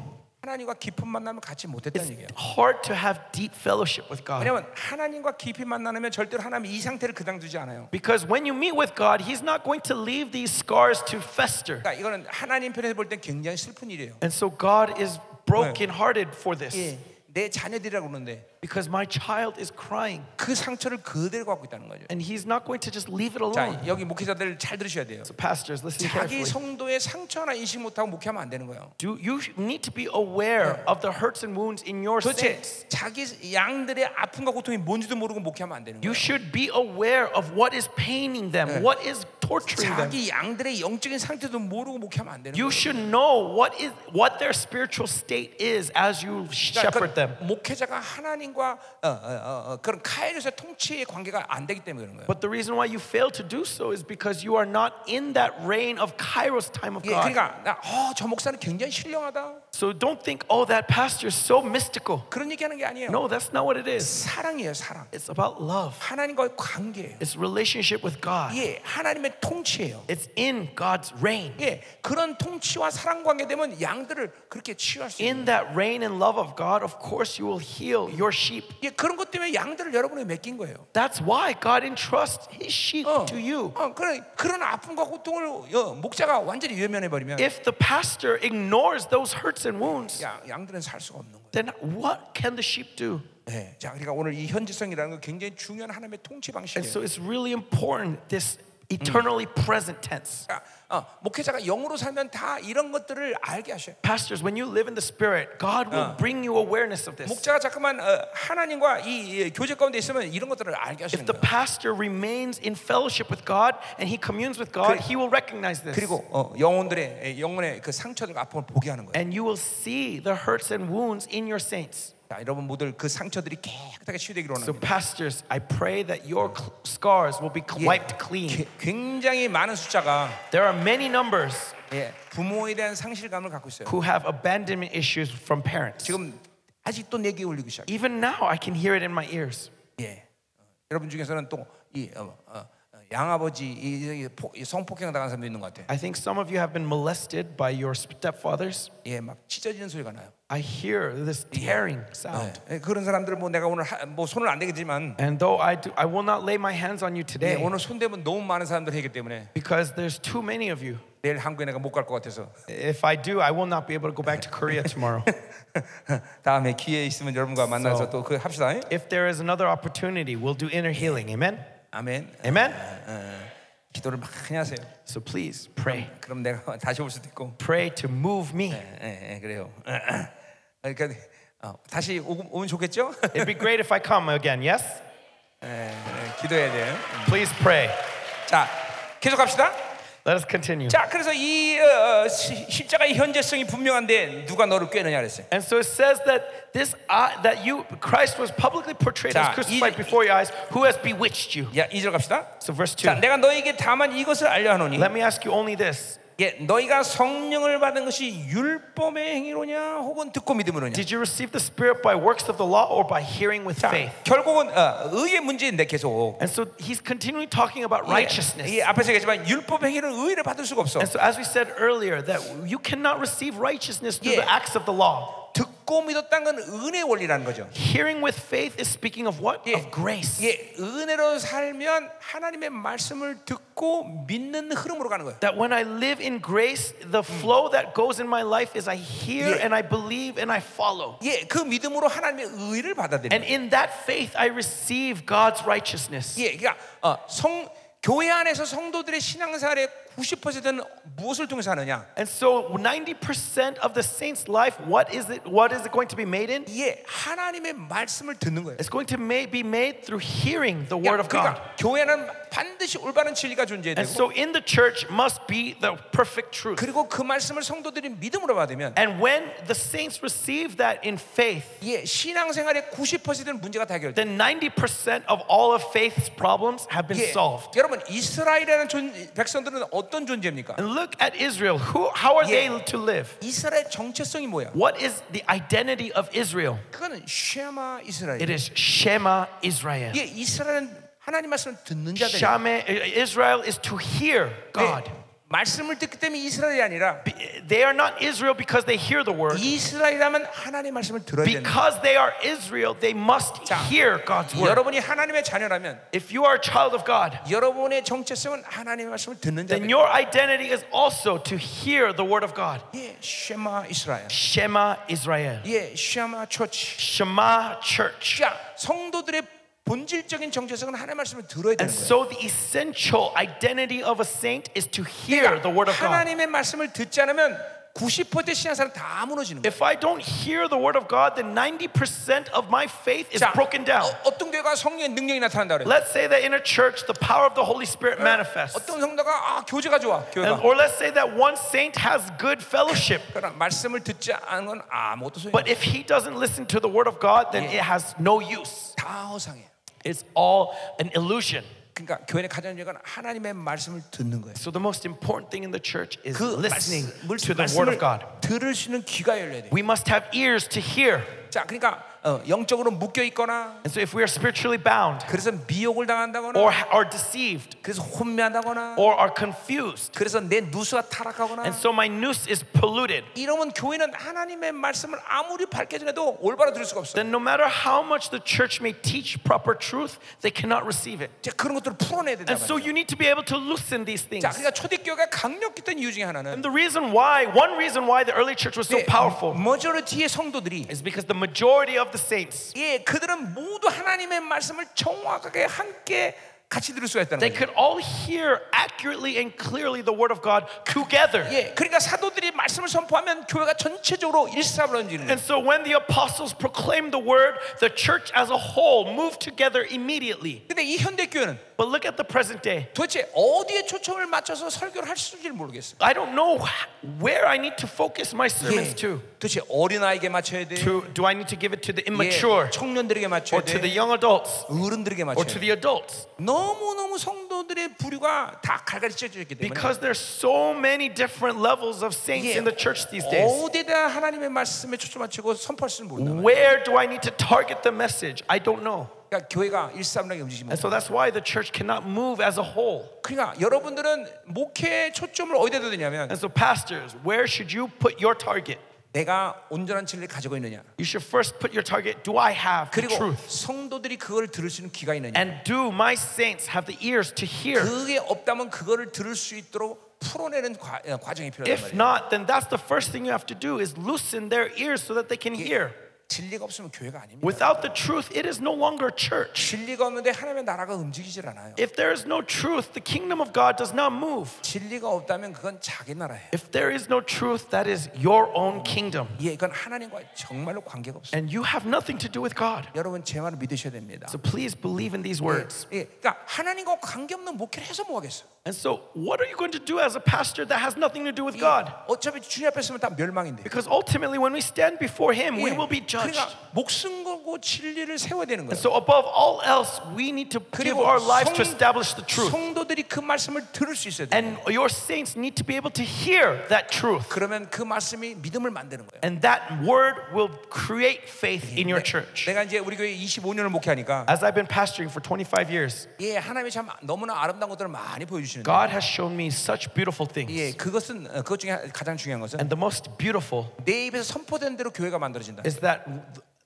하나님과 깊은 만남을 갖지 못했다는 얘기예요.
hard to have deep fellowship with God.
왜냐면 하나님과 깊이 만나면 절대로 하나님이 이 상태를 그냥 두지 않아요.
Because when you meet with God, He's not going to leave these scars to fester.
그러니까 이거는 하나님 편에서 볼 땐 굉장히 슬픈 일이에요.
And so God is brokenhearted for this.
예, 내 자녀들이라고 그러는데
Because my child is crying
그 상처를 그대로 갖고 있다는 거죠.
and He's not going to just leave it alone.
자, 여기 목회자들 잘 들으셔야 돼요.
So, pastors, listen
자기
carefully.
성도의 상처 하나 인식 못하고 목회하면 안 되는 거예요.
Do you sh- need to be aware of the hurts and wounds in your
도대체
saints?
자기 양들의 아픔과 고통이 뭔지도 모르고 목회하면 안 되는
You
거예요.
should be aware of what is paining them, what is torturing them.
자기 양들의 영적인 상태도 모르고 목회하면 안 되는 거예요.
You should know what is what their spiritual state is as you
그러니까
shepherd them.
목회자가 하나님과 어, 어, 어, 어, 그런 카이로스의 통치의 관계가 안 되기 때문에 그런 거예요.
But the reason why you fail to do so is because you are not in that reign of Kairos time of
예,
God.
그러니까 나, 어, 저 목사는 굉장히 신령하다
So don't think, oh, that pastor is so mystical.
그런 얘기하는 게 아니에요.
No, that's not what it is.
사랑이에요, 사랑.
It's about love.
하나님과의 관계예요.
It's relationship with God.
예, 하나님의 통치예요.
It's in God's reign.
예, 그런 통치와 사랑 관계되면 양들을 그렇게 치유할 수 있는.
In that reign and love of God, of course, you will heal your sheep.
예, 그런 것 때문에 양들을 여러분에 맡긴 거예요.
That's why God entrusts His sheep
어,
to you.
어, 그런 그런 아픔과 고통을 어, 목자가 완전히 외면해 버리면
If the pastor ignores those hurts and wounds,
야, 양들은 살 수가 없는 거예요.
then what can the sheep do?
예, 자, 그러니까 오늘 이 현지성이라는 건 굉장히 중요한 하나님의 통치
And
방식이에요.
so it's really important, this eternally present tense.
그러니까 어, 목회자가 영으로 살면 다 이런 것들을 알게 하셔요.
Pastors, when you live in the Spirit, God will bring you awareness of this.
목자가 잠깐만 어, 하나님과 이, 이 교제 가운데 있으면 이런 것들을 알게 하시는
If the
거예요.
pastor remains in fellowship with God and he communes with God, he will recognize this.
그리고 어, 영혼들의 영혼의 그 상처들과 아픔을 보게 하는 거예요.
And you will see the hurts and wounds in your saints.
자, 여러분 모두들 그 상처들이 깨끗하게 치유되기를
So,
원합니다.
pastors, I pray that your cl- scars will be
예,
wiped clean.
게- 굉장히 많은 숫자가
There are many numbers
예, 부모에 대한 상실감을 갖고 있어요.
who have abandonment issues from parents.
지금 아직도 내기 올리고 시작.
Even now, I can hear it in my ears.
예. 어, 여러분 중에서는 또이 어, 어, 어, 양아버지 이, 이 폭- 이 성폭행 당한 사람도 있는 것 같아.
I think some of you have been molested by your stepfathers.
예, 막 찢어지는 소리가 나요.
I hear this tearing sound.
예, 그런 사람들은 뭐 내가 오늘 하, 뭐 손을 안 대겠지만
And though I do, I will not lay my hands on
예,
you today
오늘 손 대면 너무 많은 사람들이 하기 때문에
because there's too many of you.
내일 한국에 내가 못 갈 것 같아서
If I do, I will not be able to go back to Korea tomorrow.
다음에 기회 있으면 여러분과 만나서 또 그 합시다. 예?
if there is another opportunity, we'll do inner healing. Amen.
아멘. 예,
Amen.
기도를 많이 하세요.
So please pray.
그럼 내가 다시 올 수도 있고.
Pray to move me.
예, 예, 그래요. 그러니까 어, 다시 오, 오면 좋겠죠?
It'd be great if I come again. Yes.
예, 예, 기도해야 돼요.
Please pray.
자, 계속 합시다.
Let us continue.
자, 그래서 이 어, 어, 시- 십자가의 현재성이 분명한데 누가 너를 꿰느냐 그랬어요.
And so it says that this eye that you Christ was publicly portrayed
자,
as
이-
crucified before your eyes. Who has bewitched you?
야, 2절 갑시다.
So verse two.
자, 내가 너에게 다만 이것을 알려 하노니
네. Let me ask you only this.
예, 너희가 성령을 받은 것이 율법의 행위로냐 혹은 듣고 믿음으로냐.
Did you receive the Spirit by works of the law or by hearing with
자,
faith?
결국은 어, 의의 문제인데 계속.
And so he's continually talking about
예,
righteousness.
이 앞에서 얘기했지만 율법 행위는 의를 받을 수가 없어.
And so, as we said earlier, that you cannot receive righteousness through
Yeah.
the acts of the law.
듣고 믿었다는 건 은혜 원리라는 거죠.
Hearing with faith is speaking of what?
Yeah.
Of grace.
예, 은혜로 살면 하나님의 말씀을 듣고 믿는 흐름으로 가는 거예요.
That when I live in grace, the flow that goes in my life is I hear
Yeah.
and I believe and I follow.
예, 그 믿음으로 하나님의 의를
And
받아들이는.
in that faith, I receive God's righteousness.
예, 그러니까 어, 성 교회 안에서 성도들의 신앙생활의 90%는 무엇을 통해서 하느냐?
And so 90% of the saint's life, what is it what is it going to be made in?
예, 하나님의 말씀을 듣는 거예요.
It's going to ma- be made through hearing the word of God.
그러니까 교회는 반드시 올바른 진리가 존재해야
And
되고
so in the church must be the perfect truth.
그리고 그 말씀을 성도들이 믿음으로 받으면
And when the saints receive that in faith,
예, 신앙생활의 90%는 문제가 다 해결돼.
then 90% of all of faith's problems have been
예,
solved.
여러분 이스라엘이라는 존, 백성들은 어떤 존재입니까?
And look at Israel. Who, how are
Yeah.
they to live?
이스라엘 정체성이 뭐야?
What is the identity of Israel?
그거는 쉐마
It
이스라엘.
is Shema Israel.
예, 이스라엘은 하나님 말씀을 듣는 자들.
Shema, uh, Israel is to hear God.
말씀을 듣기 때문에 이스라엘이 아니라
Be- They are not Israel because they hear the word.
이스라엘이라면 하나님 말씀을 들어야 된다.
Because they are Israel, they must
자,
hear God's word.
여러분이 하나님의 자녀라면
If you are a child of God,
여러분의 정체성은 하나님의 말씀을 듣는
then
자들.
your identity is also to hear the word of God.
예, 쉐마 이스라엘.
Shema Israel.
예, 쉐마 초치.
Shema Church.
그러니까 성도들의 본질적인 정체성은 하나님의 말씀을 들어야 되는
And
거예요.
so the essential identity of a saint is to hear the word of God.
하나님의 말씀을 듣지 않으면 90%의 신앙사는 다 무너지는 거예요.
If I don't hear the word of God, then 90% of my faith is broken down.
어, 어떤 교회가 성령의 능력이 나타난다 그래요.
Let's say that in a church, the power of the Holy Spirit
Eh,
manifests.
어떤 성도가 아, 교제가 좋아.
And,
교회가.
or let's say that one saint has good fellowship.
그러나 말씀을 듣지 않은 건 아무것도 소용이
But if he doesn't listen to the word of God, then it has no use.
다 허상해.
It's all an illusion.
그러니까 교회의 가장 중요한 건 하나님의 말씀을 듣는 거예요.
So the most important thing in the church is
그
listening
말씀을-
to the word
말씀을
of God.
들을 수 있는 귀가 열려야 돼.
We must have ears to hear.
자, 그러니까 어, 영적으로 묶여 있거나
And so if we are spiritually bound
그래서 미혹을 당한다거나
or are deceived
그래서 혼미하다거나
or are confused,
그래서 내 누수가 타락하거나
and so my noose is polluted,
이러면 교회는 하나님의 말씀을 아무리 밝게 전해도 올바로 들을 수가 없어.
then no matter how much the church may teach proper truth, they cannot receive it.
이제 그런 것들을 풀어내야 된다.
And so you need to be able to loosen these things.
자, 그러니까 초대교회가 강력했던 이유 중에 하나는 네,
And the reason why, one reason why the early church was so powerful
머저리티의 성도들이
is because the majority of the saints,
예, 그들은 모두 하나님의 말씀을 정확하게 함께 같이 들을 수가 있다는
they
거예요.
could all hear accurately and clearly the word of God together.
예, 그러니까 사도들이 말씀을 선포하면 교회가 전체적으로 일사불란지는
And so when the apostles proclaimed the word, the church as a whole moved together immediately.
근데 이 현대 교회는
But look at the present day.
도대체 어디에 초점을 맞춰서 설교를 할 수 있는지 모르겠어요.
I don't know wh- where I need to focus my sermons to.
예, 도대체 어린아이에게 맞춰야 돼.
to. Do I need to give it to the
예,
immature
청년들에게
or
맞춰야
to the
돼.
young adults
어른들에게
or
맞춰야
to
돼.
the adults?
너무너무 성도들의 부류가 다 갈갈이 찢어져 있기 때문에
Because there's so many different levels of saints
예,
in the church these days.
어디에다 하나님의 말씀에 초점 맞추고 선포할 수는 모른다.
Where do I need to target the message? I don't know.
그러니까 교회가 일사불란하게 움직이지
And
못해.
so that's why the church cannot move as a whole.
그러니까 여러분들은 목회 초점을 어디에다 두냐면
And so, pastors, where should you put your target?
내가 온전한 진리를 가지고 있느냐.
You should first put your target do I have the
그리고
truth?
성도들이 그걸 들을 수 있는 귀가 있느냐.
And do my saints have the ears to hear?
그게 없다면 그거를 들을 수 있도록 풀어내는 과, 어, 과정이 필요하단 말이에요.
If not, then that's the first thing you have to do is loosen their ears so that they can hear.
진리가 없으면 교회가 아닙니다.
Without the truth, it is no longer a church.
진리가 없는데 하나님의 나라가 움직이질 않아요.
If there is no truth, the kingdom of God does not move.
진리가 없다면 그건 자기 나라예요.
If there is no truth, that is your own kingdom.
예, 이건 하나님과 정말로 관계가 없어요.
And you have nothing to do with God.
여러분 제 말을 믿으셔야 됩니다.
So please believe in these words.
예, 그러니까 하나님과 관계없는 목회를 해서 뭐 하겠어요?
And so, what are you going to do as a pastor that has nothing to do with God?
어차피 주님 앞에 서면다 멸망인데.
Because ultimately, when we stand before Him, we
예,
will be judged.
그러니까 목숨 걸- 세우고 진리를 세워야 되는 거예요.
So above all else, we need to give
그리고
our lives to
성-
establish the truth.
성도들이 그 말씀을 들을 수 있어야 돼요.
And your saints need to be able to hear that truth.
그러면 그 말씀이 믿음을 만드는 거예요.
And that word will create faith in your church.
내가 이제 우리 교회 25년을 목회하니까
As I've been pastoring for 25 years,
예 하나님이 참 너무나 아름다운 것들을 많이 보여주시는데
God has shown me such beautiful
예
things.
그것은 어, 그것 중에 가장 중요한 것은
And the most beautiful
내 입에서 선포된 대로 교회가 만들어진다.
is that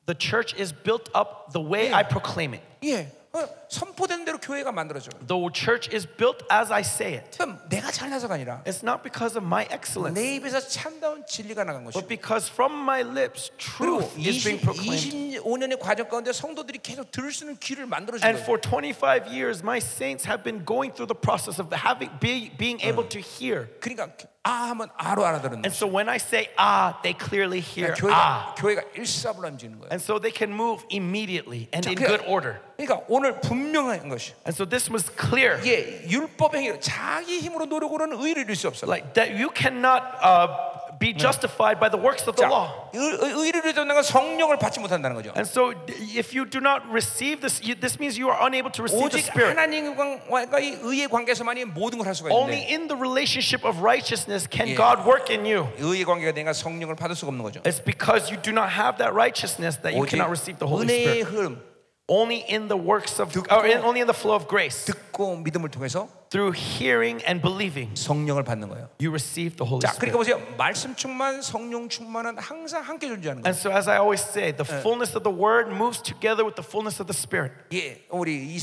the church is built up the way I proclaim it.
예 어, 선포된 대로 교회가 만들어져.
The church is built as I say it.
그럼 내가 잘나서가 아니라
It's not because of my excellence,
내 입에서 참다운 진리가 나간
but
것이고.
because from my lips
그리고
truth is being
20,
proclaimed.
25년의 과정 가운데 성도들이 계속 들을 수 있는 귀를 만들어준
And
거예요.
for 25 years, my saints have been going through the process of having be, being able to hear.
그러니까 아 하면 아로 알아들은
And
거예요.
so when I say ah, they clearly hear
그러니까 교회가
ah.
교회가 일사불란지는 거예요.
And so they can move immediately and
자,
in
그-
good order.
그러니까 오늘 분명한 것이
And so this was clear.
예, 율법 행위 자기 힘으로 노력으로는 의를 이룰 수 없어.
Like that you cannot uh, be justified by the works of the law.
자, 의- 의- 의를 이루자는 건 성령을 받지 못한다는 거죠.
And so d- if you do not receive this, you, this means you are unable to receive
오직
the Spirit.
하나님과 이 의의 관계에서만이 모든 걸 할 수가
Only
있는데
in the relationship of righteousness can
Yeah.
God work in you.
의의 관계가 되니까 성령을 받을 수가 없는 거죠.
It's because you do not have that righteousness that you
오직
cannot receive the Holy
은혜의
Spirit.
흐름
Only in the works of, or in, only in the flow of grace,
듣고 믿음을 통해서
through hearing and believing,
성령을 받는 거예요.
you receive the Holy
자,
Spirit.
그러니까 보세요. 말씀 충만, 성령 충만은 항상 함께 존재하는 거예요.
And so, as I always say, the fullness of the Word moves together with the fullness of the Spirit,
예, 우리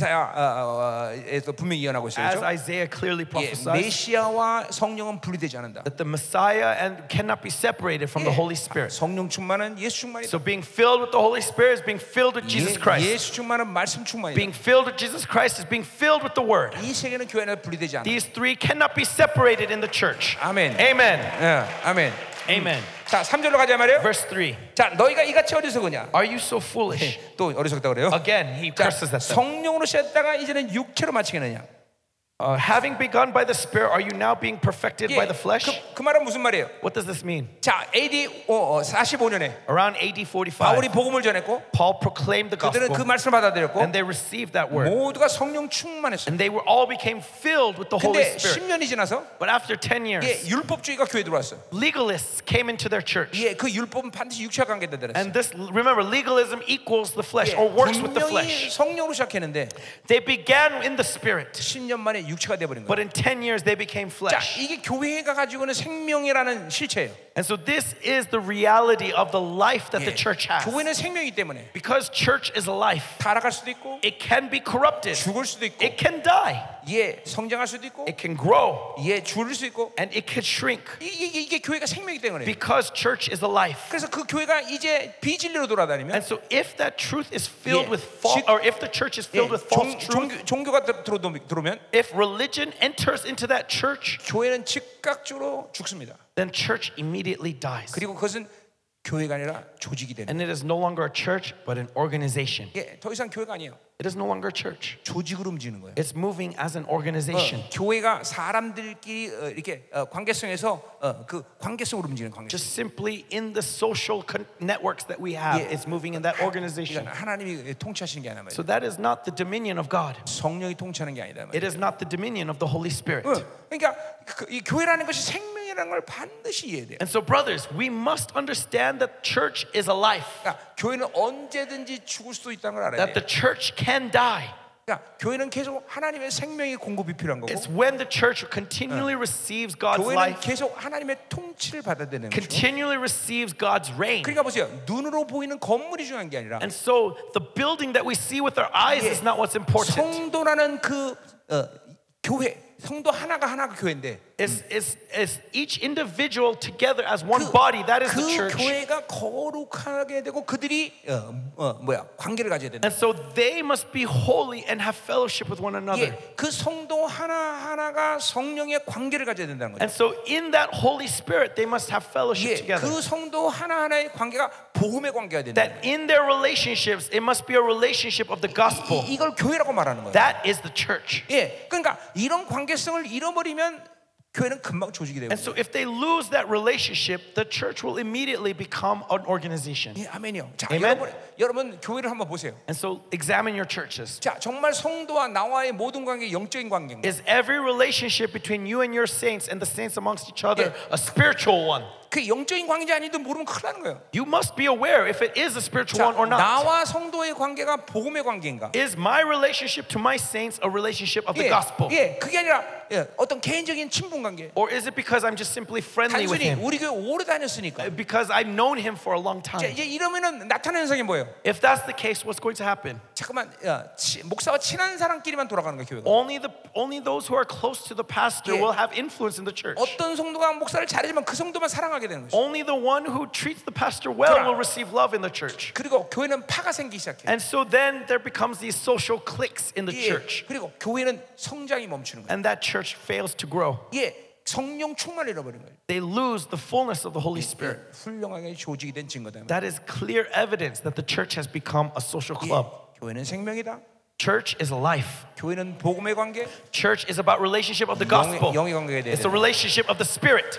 이사야에서 분명히 예언하고 어, 있어요.
as
그렇죠?
Isaiah clearly
예,
prophesies
메시아와 성령은 분리되지 않는다.
that the Messiah and cannot be separated from the
예,
Holy Spirit.
성령 충만은 예수 충만이다.
So, being filled with the Holy Spirit is being filled with Jesus
예,
Christ.
예수 충만은 말씀 충만이다.
Being filled with Jesus Christ is being filled with the Word.
이 세계는 교회나 분리되지 않아.
These three cannot be separated in the church.
Amen.
Amen.
예, 아멘.
Amen.
자, 3절로 가자 말이에요.
Verse 3.
자, 너희가 이같이 어리석으냐?
Are you so foolish?
또 어리석다 그래요?
Again, he
자,
curses at them.
성령으로 시작다가 이제는 육체로 마치겠느냐?
Uh, having begun by the Spirit, are you now being perfected
예,
by the flesh?
그, 그 말은 무슨 말이에요?
What does this mean?
자, AD 어, 어, 45년에
Around AD 45,
바울이 복음을 전했고
Paul proclaimed the
그들은 그
gospel,
말씀을 받아들였고
and they received that word,
모두가 성령 충만했어요.
and they were all became filled with the Holy
근데
Spirit.
10년이 지나서
But after 10 years,
예, 율법주의가 교회에 들어왔어요.
legalists came into their church,
예, 그 율법은 반드시 육체와 관계된다 그랬어요.
and this remember, legalism equals the
예,
flesh or works with the
분명히
flesh.
성령으로 시작했는데
They began in the spirit,
10년 만에 육체가 돼버린 거예요.
but in 10 years they became
자,
flesh.
이게 교회가 가지고 있는 생명이라는 실체예요.
And so this is the reality of the life that
예,
the church has.
교회는 생명이기 때문에
Because church is life,
타락할 수도 있고
it can be corrupted.
죽을 수도 있고
It can die.
예, 성장할 수도 있고
It can grow
예, 줄일 수 있고
and it can shrink
이- 이- 이게, 교회가 생명이기 때문에
because church is a life.
그래서 그 교회가 이제 비진리로 돌아다니면
And so if that truth is filled
Yeah.
with false
Sh-
or if the church is
예,
filled with false
종-
truth,
종교, 종교가 들- 들어, 들어오면
if religion enters into that church,
교회는 즉각적으로 죽습니다.
then church immediately dies.
그리고 그것은 교회가 아니라 조직이 되는
And it is no longer a church but an organization.
예, 더 이상 교회가 아니에요.
It is no longer a church.
조직으로 움직이는 거예요.
It's moving as an
어,
organization.
교회가 사람들끼리 어, 이렇게 어, 관계성에서 어, 그 관계성으로 움직이는 관계.
Just simply in the social con- networks that we have,
Yeah.
it's moving in that organization.
그러니까 하나님이 통치하시는 게 아니라 말이에요.
So that is not the dominion of God.
성령이 통치하는 게 아니다
It
말이에요.
is not the dominion of the Holy Spirit.
어, 그러니까 그, 이 교회라는 것이 생명이라는 걸 반드시 이해해야 돼요.
And so, brothers, we must understand that church is a life,
그러니까 교회는 언제든지 죽을 수도 있다는 걸 알아야
that
돼요.
the church can die.
그러니까 교회는 계속 하나님의 생명의 공급이 필요한 거고
It's when the church continually receives God's
교회는
life,
계속 하나님의 통치를 받아들이는 거죠.
continually receives God's reign.
그러니까 보세요. 눈으로 보이는 건물이 중요한 게 아니라
And so, the building that we see with our eyes is not what's important.
성도라는 그 어, 교회 성도 하나가 하나가 교회인데
It's, it's, it's each individual together as one
그,
body. That is the
그
church.
교회가 거룩하게 되고 그들이 어, 어, 뭐야 관계를 가져야 된다.
And so, they must be holy and have fellowship with one another.
예, 그 성도 하나 하나가 성령의 관계를 가져야 된다는 거죠.
And so, in that Holy Spirit, they must have fellowship
예,
together.
그 성도 하나 하나의 관계가 복음의 관계가 된다.
that in their relationships it must be a relationship of the gospel
이, 이걸 교회라고 말하는 거예요.
that is the church
예, 그러니까 이런 관계성을 잃어버리면 교회는 금방 조직이 되고
And so if they lose that relationship, the church will immediately become an organization.
예, 아멘이요. 자,
Amen.
여러분, 여러분 교회를 한번 보세요.
And so examine your churches.
자, 정말 성도와 나와의 모든 관계 영적인 관계인가?
Is every relationship between you and your saints and the saints amongst each other
Yeah.
a spiritual one?
그 영적인 관계 아니도 모르면 큰일 나는 거예요.
You must be aware if it is a spiritual
자,
one or not.
나와 성도의 관계가 복음의 관계인가?
Is my relationship to my saints a relationship of
예,
the gospel?
예, 그게 아니라 예, 어떤 개인적인 친분 관계.
Or is it because I'm just simply friendly with
단순히
him?
우리 교회 오래 다녔으니까.
Because I've known him for a long
자,
time.
이제 이러면은 나타나는 현상이 뭐예요?
If that's the case, what's going to happen?
잠깐만, 야, 치- 목사와 친한 사람끼리만 돌아가는 거예요, 교회가.
Only the only those who are close to the pastor
Yeah.
will have influence in the church.
어떤 성도가 목사를 잘하지만 그 성도만 사랑하게 되는 거죠.
Only the one who treats the pastor
Come
well
on.
will receive love in the church.
그리고 교회는 파가 생기기 시작해요.
And so then there becomes these social cliques in the
예,
church,
그리고 교회는 성장이 멈추는 거예요.
and that church fails to grow.
예, 성령 충만을 잃어버린 거예요.
They lose the fullness of the Holy Spirit.
훌륭하게 조직이 된 증거다.
That is clear evidence that the church has become a social
예,
club.
교회는 생명이다.
Church is life.
교회는 복음의 관계.
Church is about relationship of the
영의-
gospel.
영의 관계에 대해.
It's a relationship of the spirit.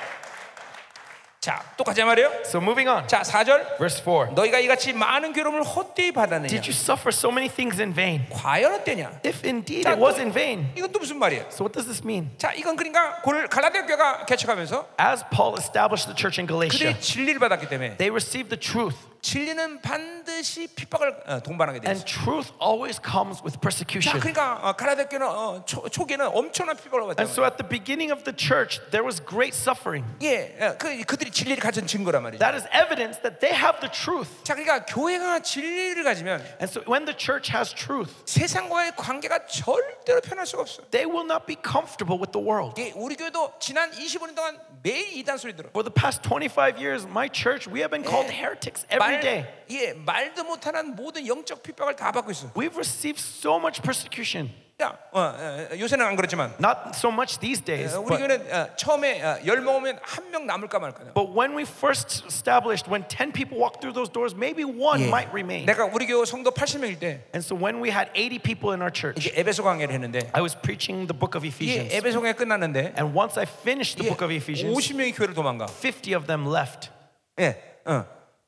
자, 또 가자 말이에요.
So moving on.
자, 4절.
Verse 4.
너희가 이같이 많은 괴로움을 헛되이 받았느냐?
Did you suffer so many things in vain?
과연 어때냐?
If indeed
자,
it was
또-
in vain.
이건 또 무슨 말이에요?
So what does this mean?
자, 이건 그러니까 골- 갈라디아 교회가 개척하면서
As Paul established the church in Galatia,
그들이 진리를 받았기 때문에
they received the truth,
진리는 반드시 핍박을 어, 동반하게 돼 있어요.
and truth always comes with
자,
persecution.
그러니까 어, 갈라디아 교회는 어, 초, 초기에는 엄청난 핍박을
And
받았어요.
so at the beginning of the church, there was great suffering.
예, 예, 그 그들이 진리를 가진 증거란 말이죠.
That is evidence that they have the truth.
자, 그러니까 교회가 진리를 가지면
And so when the church has truth,
세상과의 관계가 절대로 편할 수가 없어요.
they will not be comfortable with the world.
예, 우리 교회도 지난 25년 동안 매일 이단 소리 들어.
For the past 25 years, my church, we have been called heretics every day.
말, 예, 말도 못하는 모든 영적 핍박을 다 받고 있어.
We've received so much persecution.
야, 어, 어, 어, 요새는 안 그렇지만
Not so much these days,
어, 우리
but,
교회는 어, 처음에 어, 열 먹으면 한 명 남을까 말까.
but when we first established, when 10 people walked through those doors, maybe one might remain.
예. 내가 우리 교회 성도 80명일 때
And so when we had 80 people in our church,
이제 에베소 강의를 했는데
I was preaching the book of
이게
Ephesians.
에베소 강의 끝났는데
And once I finished
이게
the book of Ephesians,
50명이 교회를 도망가.
50 of them left.
예, 어,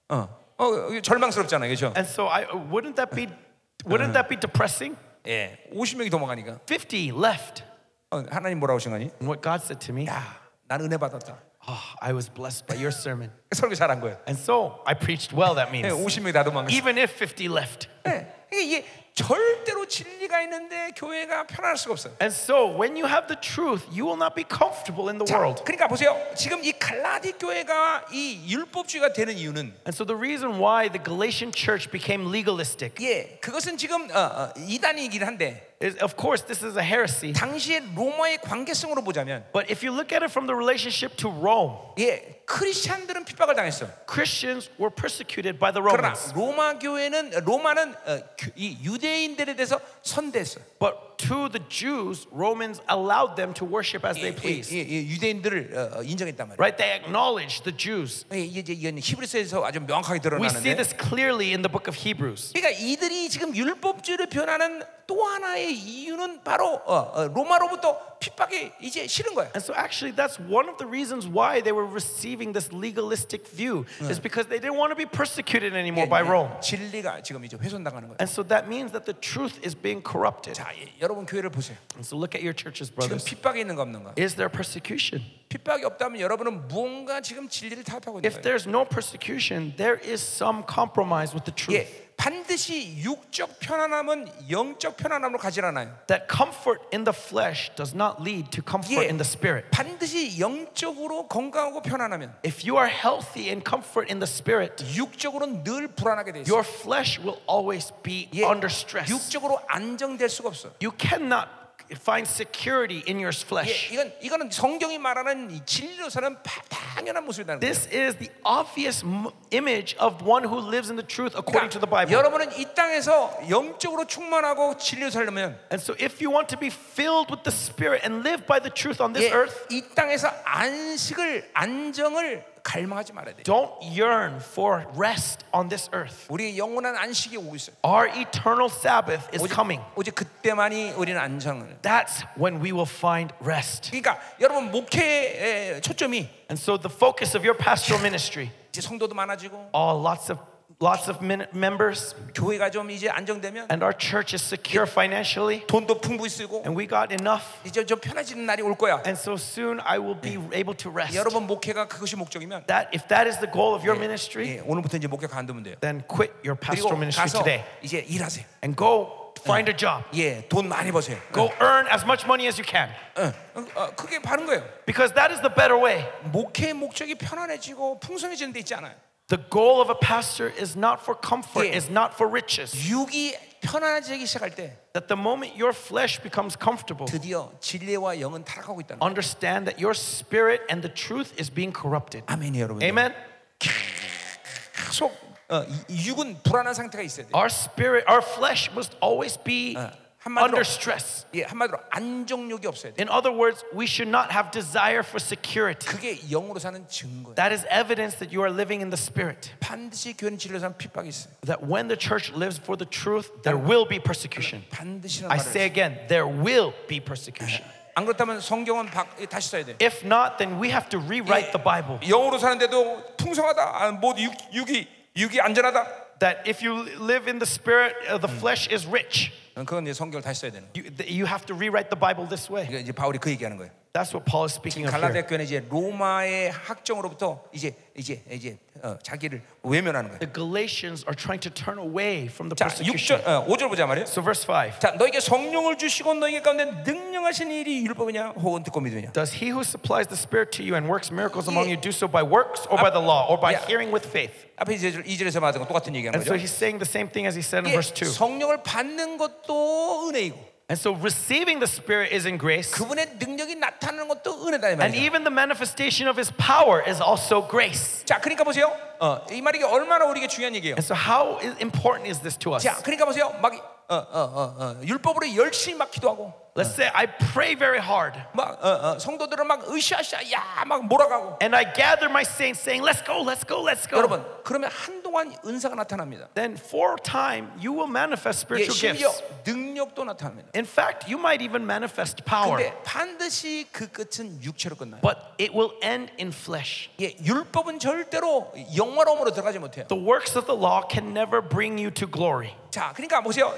어, 어, 어, 절망스럽잖아요, 그렇죠?
And so I wouldn't that be wouldn't that be depressing?
예, 50명이 도망가니까
50 left.
어, 하나님 뭐라고 하신 거니?
And what God said to me,
야, 난 은혜 받았다.
"Ah, I was blessed by your sermon.
설교 잘한 거예요.
And so I preached well,
예,
that means.
50명이 다 도망가.
Even if 50 left.
예, 그러니까 이게 절대로 진리가 있는데 교회가 편안할 수가 없어요.
And so when you have the truth, you will not be comfortable in the
자,
world.
그러니까 보세요. 지금 이 갈라디 교회가 이 율법주의가 되는 이유는
And so the reason why the Galatian church became legalistic
예, 그것은 지금 어, 어, 이단이긴 한데
is, of course, this is a heresy.
당시에 로마의 관계성으로 보자면
But if you look at it from the relationship to Rome,
예, 크리스천들은 핍박을 당했어.
Christians were persecuted by the
그러나
Romans.
로마 교회는 로마는 어, 교- 이 유대인들에 대해서 선대했어.
But to the Jews, Romans allowed them to worship as they pleased.
예, 예, 유대인들을 어, 어, 인정했단 말이야.
Right? They acknowledged the Jews.
예, 이게 이제 이건 히브리서에서 아주 명확하게
We
드러나는데.
see this clearly in the book of Hebrews.
그러니까 이들이 지금 율법주의를 변하는 또 하나의 이유는 바로 어, 어, 로마로부터 핍박이 이제 싫은 거야.
And so actually that's one of the reasons why they were receiving this legalistic view is because they didn't want to be persecuted anymore by Rome.
예, 진리가 지금 이제 훼손당하는 거예요.
And so that means that the truth is being corrupted.
자, 예, 여러분 교회를 보세요.
And so look at your churches,
지금
brothers.
핍박이 있는가 없는가?
Is there persecution?
핍박이 없다면 여러분은 무언가 지금 진리를 타협하고 있는
If
거예요.
there's no persecution, there is some compromise with the truth.
예, 반드시 육적 편안함은 영적 편안함으로 가질 않아요.
That comfort in the flesh does not lead to comfort
Yeah.
in the spirit.
반드시 영적으로 건강하고 편안하면
If you are healthy and comfort in the spirit,
육적으로는 늘 불안하게 돼 있어.
your flesh will always be
예,
under stress.
육적으로 안정될 수가 없어.
You cannot find security in your
예,
flesh.
이건 이거는 성경이 말하는 이 진리로서는 파- 당연한 모습이라는 거예요.
This is the obvious m- image of one who lives in the truth according to the
그러니까
Bible.
여러분은 이 땅에서 영적으로 충만하고 진리로 살려면
And so, if you want to be filled with the Spirit and live by the truth on this
예,
earth,
이 땅에서 안식을 안정을 갈망하지 말아야 돼.
Don't yearn for rest on this earth.
우리의 영원한 안식이 오고 있어요.
Our eternal Sabbath is
오직,
coming.
오직 그때만이 우리는 안정을.
That's when we will find rest.
그러니까 여러분 목회의 초점이
And so the focus of your pastoral ministry,
이제 성도도 많아지고
all Oh, lots of lots of min- members,
교회가 좀 이제 안정되면
and our church is secure financially,
돈도 풍부히 쓰고
and we got enough.
이제 좀 편해지는 날이 올 거야.
And so soon I will be able to rest.
여러분 목회가 그것이 목적이면
That if that is the goal of your
예,
ministry,
오늘부터 이제 목회 관두면 돼요.
then quit your
그리고
pastoral ministry
가서
today
이제 일하세요.
and go find a job.
예, 돈 많이 버세요.
Go earn as much money as you can
어, 어, 어, 그게 바른 거예요.
because that is the better way.
목회의 목적이 편안해지고 풍성해지는 데 있지 않아요.
The goal of a pastor is not for comfort,
Yeah.
is not for riches.
육이 편안해지기 시작할 때
That the moment your flesh becomes comfortable,
드디어 진리와 영은 타락하고 있다는 거예요.
understand that your spirit and the truth is being corrupted.
아멘 여러분.
Amen.
계속 어, 이- 이 육은 불안한 상태가 있어야 돼요.
Our spirit, our flesh must always be
한마디로-
under stress.
예, 한마디로 안정욕이 없어야 돼요.
In other words, we should not have desire for security.
그게 영으로 사는 증거예요.
That is evidence that you are living in the spirit.
반드시 교회는 진리로 사는 핍박이 있어요.
That when the church lives for the truth, there will be persecution.
반드시라는
I
말을
say
했어요.
again, there will be persecution.
안 그렇다면 성경은 바, 예, 다시 써야 돼요.
If not, then we have to rewrite the Bible.
영으로 사는데도 풍성하다. 아, 뭐 육, 육이 육이 안전하다.
That if you live in the spirit, uh, the flesh is rich.
어, 그건 이제 성경을 다시 써야 되는. 거예요.
You, th- you have to rewrite the Bible this way.
이게 이제 바울이 그 얘기하는 거예요.
That's what Paul is speaking of here.
갈라디아 교회는 이제 로마의 학정으로부터 이제 이제 이제 어, 자기를 외면하는 거예요.
The Galatians are trying to turn away from the
자, 6절
persecution.
어, 5절 보자 말이에요.
So, verse 5
자, 너에게 성령을 주시고 너에게 가운데 능력하신 일이 율법이냐 혹은 듣고 믿음이냐?
Does he who supplies the Spirit to you and works miracles among you do so by works or by the law or by
Yeah.
hearing with faith?
앞에 이제 2절에서 말했던 거 똑같은 얘기하는
And so
거죠.
he's saying the same thing as he said in
이게
verse 2.
성령을 받는 것도 은혜이고
And so receiving the Spirit is in grace.
그분의 능력이 나타나는 것도 은혜다 이
And
말이에요.
even the manifestation of his power is also grace.
자, 그러니까 보세요. 어, 이 말이 얼마나 우리에게 중요한 얘기예요.
And so, how i- important is this to us?
자, 그러니까 보세요. 막 어, 어, 어, 어, 율법으로 열심히 막 기도하고
Let's say I pray very hard
막 어, 어, 성도들은 막 으쌰으쌰 야막 몰아가고
and I gather my saints saying, Let's go, let's go, let's go.
여러분 그러면 한동안 은사가 나타납니다.
Then, for a time, you will manifest
예,
spiritual
심지어
gifts.
능력도 나타납니다.
In fact, you might even manifest power,
근데 반드시 그 끝은 육체로 끝나요.
but it will end in flesh.
예, 율법은 절대로 영화로움으로 들어가지 못해요.
The works of the law can never bring you to glory.
자, 그러니까 보세요.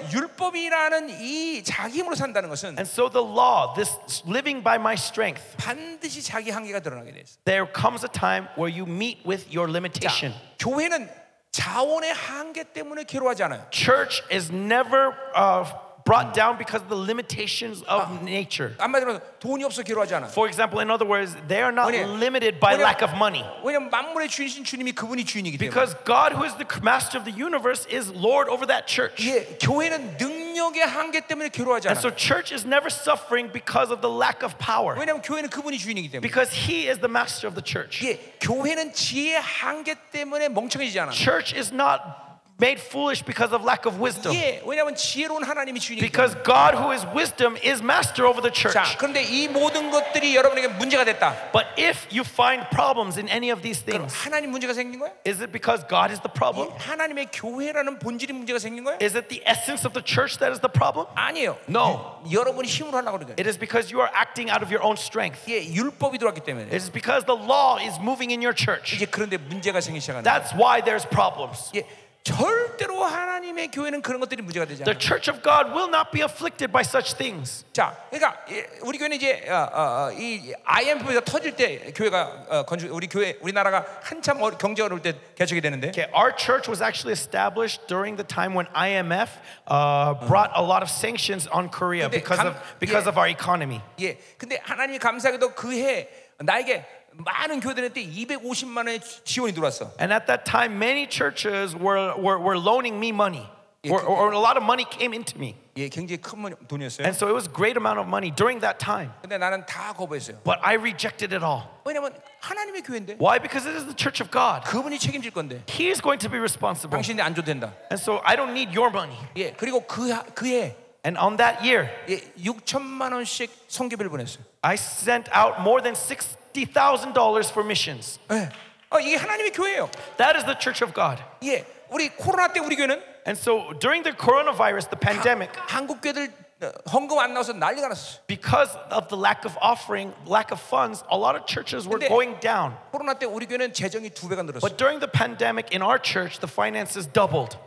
율법이라는 이 자기 힘으로 산다는 것은
And so, the law, this living by my strength,
반드시 자기 한계가 드러나게 돼 있어요.
there comes a time where you meet with your limitation.
교회는 자원의 한계 때문에 괴로워하지 않아요.
Church is never uh, brought down because of the limitations of nature.
한마디로 돈이 없어 괴로워하지 않아요.
For example, in other words, they are not
왜냐-
limited by
왜냐-
lack of money.
왜냐면 만물의 주인이신 주님이 그분이 주인이기 때문에.
Because God, who is the master of the universe, is Lord over that church.
예, 교회는 능력의 한계 때문에 괴로워하지
And so,
않아요.
church is never suffering because of the lack of power,
왜냐면 교회는 그분이 주인이기 때문에.
because He is the master of the church.
예, 교회는 지혜의 한계 때문에 멍청해지지 않아요.
Church is not made foolish because of lack of wisdom,
예, 왜냐면 지혜로운 하나님이 주인이기 때문에.
because God, who is wisdom, is master over the church.
자, 그런데 이 모든 것들이 여러분에게 문제가 됐다.
But if you find problems in any of these
그럼
things,
하나님 문제가 생긴 거야?
is it because God is the problem?
하나님의 교회라는 본질이 문제가 생긴 거야?
Is it the essence of the church that is the problem?
아니에요.
No.
여러분이 힘으로 하려고 그러는 거예요.
It is because you are acting out of your own strength.
이게 율법이 들어왔기 때문에
It is because the law is moving in your church.
이제 그런데 문제가 생기기 시작하는 거예요.
That's why there's problems.
예, 절대로 하나님의 교회는 그런 것들이 문제가 되지
The
않아요.
church of God will not be afflicted by such things.
자, 그러니까 예, 우리 교회는 이제 어, 어, 어, 이 IMF에서 터질 때 교회가 어, 건축 우리 교회 우리나라가 한참 어, 경제 어려울 때 개척이 되는데
Okay, our church was actually established during the time when IMF uh, brought a lot of sanctions on Korea
근데
because
감-
of because
예.
of our economy.
예, 근데 하나님이 감사하게도 그 해 나에게 많은 교회들한테 250만 원의 지- 지원이 들어왔어.
And at that time, many churches were were, were loaning me money, or,
그-
or a lot of money came into me,
예, 굉장히 큰 문- 돈이었어요.
and so it was a great amount of money during that time.
근데 나는 다 거부했어요.
But I rejected it all.
왜냐면 하나님의 교회인데
Why? Because it is the church of God.
그분이 책임질 건데
He is going to be responsible.
당신이 안 줘도 된다.
And so I don't need your money.
예, 그리고 그 그해
And on that year,
예, 6천만 원씩 성교비를 보냈어요.
I sent out more than $60,000 for missions.
예, 어, 이게 하나님의 교회예요.
That is the church of God.
예, 우리 코로나 때 우리 교회는
And so during the coronavirus, the pandemic,
한국 교회들 어, 헌금 안 나와서 난리가 났어.
because of the lack of offering, lack of funds, a lot of churches were
근데-
going down.
코로나 때 우리 교회는 재정이 두 배가 늘었어.
But during the pandemic in our church, the finances doubled.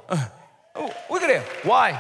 어, 왜 그래요?
Why?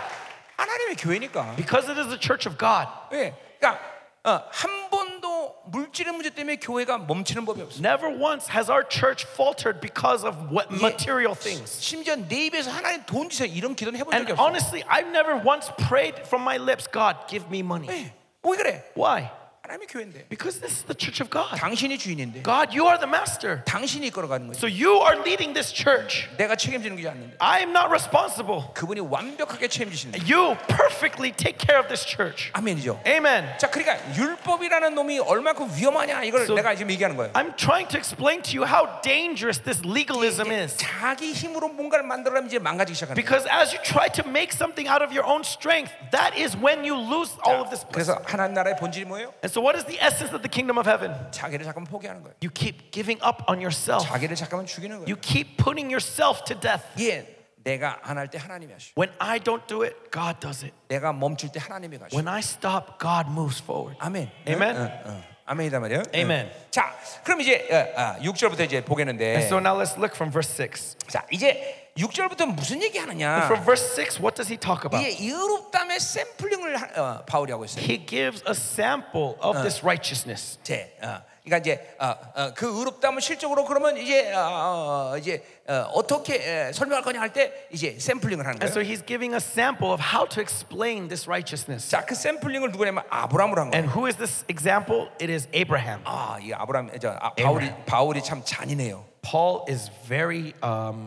하나님의 교회니까.
Because it is the church of God.
예, 그러니까 어, 한 번도 물질의 문제 때문에 교회가 멈추는 법이 없어.
Never once has our church faltered because of what material things.
심지어 내 입에서 하나님 돈 주세요 이런 기도는 해본
And
적이 없어.
honestly, I've never once prayed from my lips, God, give me money.
예, 왜 그래?
Why?
하나님의 교회인데.
Because this is the church of God.
당신이 주인인데.
God, you are the master.
당신이 이끌어가는 거지.
So you are leading this church.
내가 책임지는 게 아닌데.
I am not responsible.
그분이 완벽하게 책임지시는.
You perfectly take care of this church.
아멘이죠.
Amen.
자, 그러니까 율법이라는 놈이 얼마큼 위험하냐 이걸 내가 지금 얘기하는 거예요.
I'm trying to explain to you how dangerous this legalism is.
자기 힘으로 뭔가를 만들려면 이제 망가지기 시작하는 거예요.
Because as you try to make something out of your own strength, that is when you lose all of this.
그래서 하나님 나라의 본질이 뭐예요?
And so, what is the essence of the kingdom of heaven?
자기를 잠깐 포기하는 거예요.
You keep giving up on yourself.
자기를 잠깐만 죽이는 거예요.
Oh. You keep putting yourself to death.
예, 내가 안 할 때 하나님이 하시고,
When I don't do it, God does it.
내가 멈출 때 하나님이 가시고.
When I stop, God moves forward.
아멘.
Amen.
응, 응, 응. 아멘이다 말이에요. 응.
Amen.
자, 그럼 이제 어, 아, 6절부터 이제
And
보겠는데,
so now let's look from verse 6.
자, 이제 6절부터 무슨
From
얘기하느냐?
verse 6, what does he talk about?
이게 의롭다의 샘플링을 하- 어, 바울이 하고 있어요.
He gives a sample of this righteousness.
제, 어, 그러니까 이제 어, 어, 그 의롭다면 실적으로 그러면 이제 어, 어, 이제 어, 떻게 설명할 거냐 할 때 이제 샘플링을 하는 거예요.
And so he's giving a sample of how to explain this righteousness.
자, 그 샘플링을 누구냐면 아브라함으로 한 거예요.
And who is this example? It is Abraham.
아, 이 아브라함, 저 아,
네.
바울이 바울이 참 잔인해요.
Paul is very, um,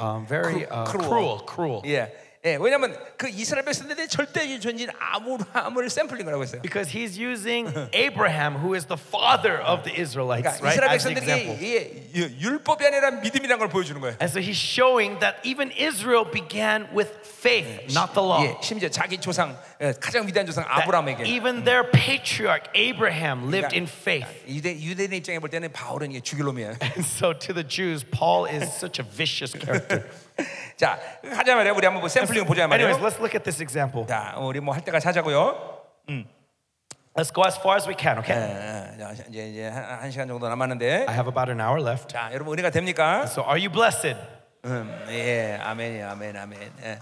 um, very uh,
Cru-
cruel, cruel.
예, 예, 왜냐면 그 이스라엘 백성들의 절대 유전진 아브라함을 샘플링을 하고 있어요.
Because he's using Abraham, who is the father of the Israelites,
그러니까
right,
이스라엘
as an example.
백성들이 이게 유- 율법이 아니라 믿음이라는 걸 보여주는 거예요.
And so he's showing that even Israel began with faith, not the law.
예, 심지어 자기 조상 예, 가장 위대한 조상
That
아브라함에게
Even their patriarch Abraham lived in faith.
유대 유대인 입장에 볼 때는 바울은 이게 죽일 놈이에요.
And so to the Jews, Paul is 수ch a vicious character.
자, 하자 말이야. 우리 한번 뭐 샘플링 보자
Anyways,
말이에요.
let's look at this example.
자, 우리 뭐 할 때까지 하자고요.
Let's go as far as we can, okay?
어, 자, 이제 이제 한, 한 시간 정도 남았는데.
Uh, I have about an hour left.
자, 여러분 은혜가 됩니까?
So are you blessed?
음, 예, 아멘, 아멘, 아멘. 예.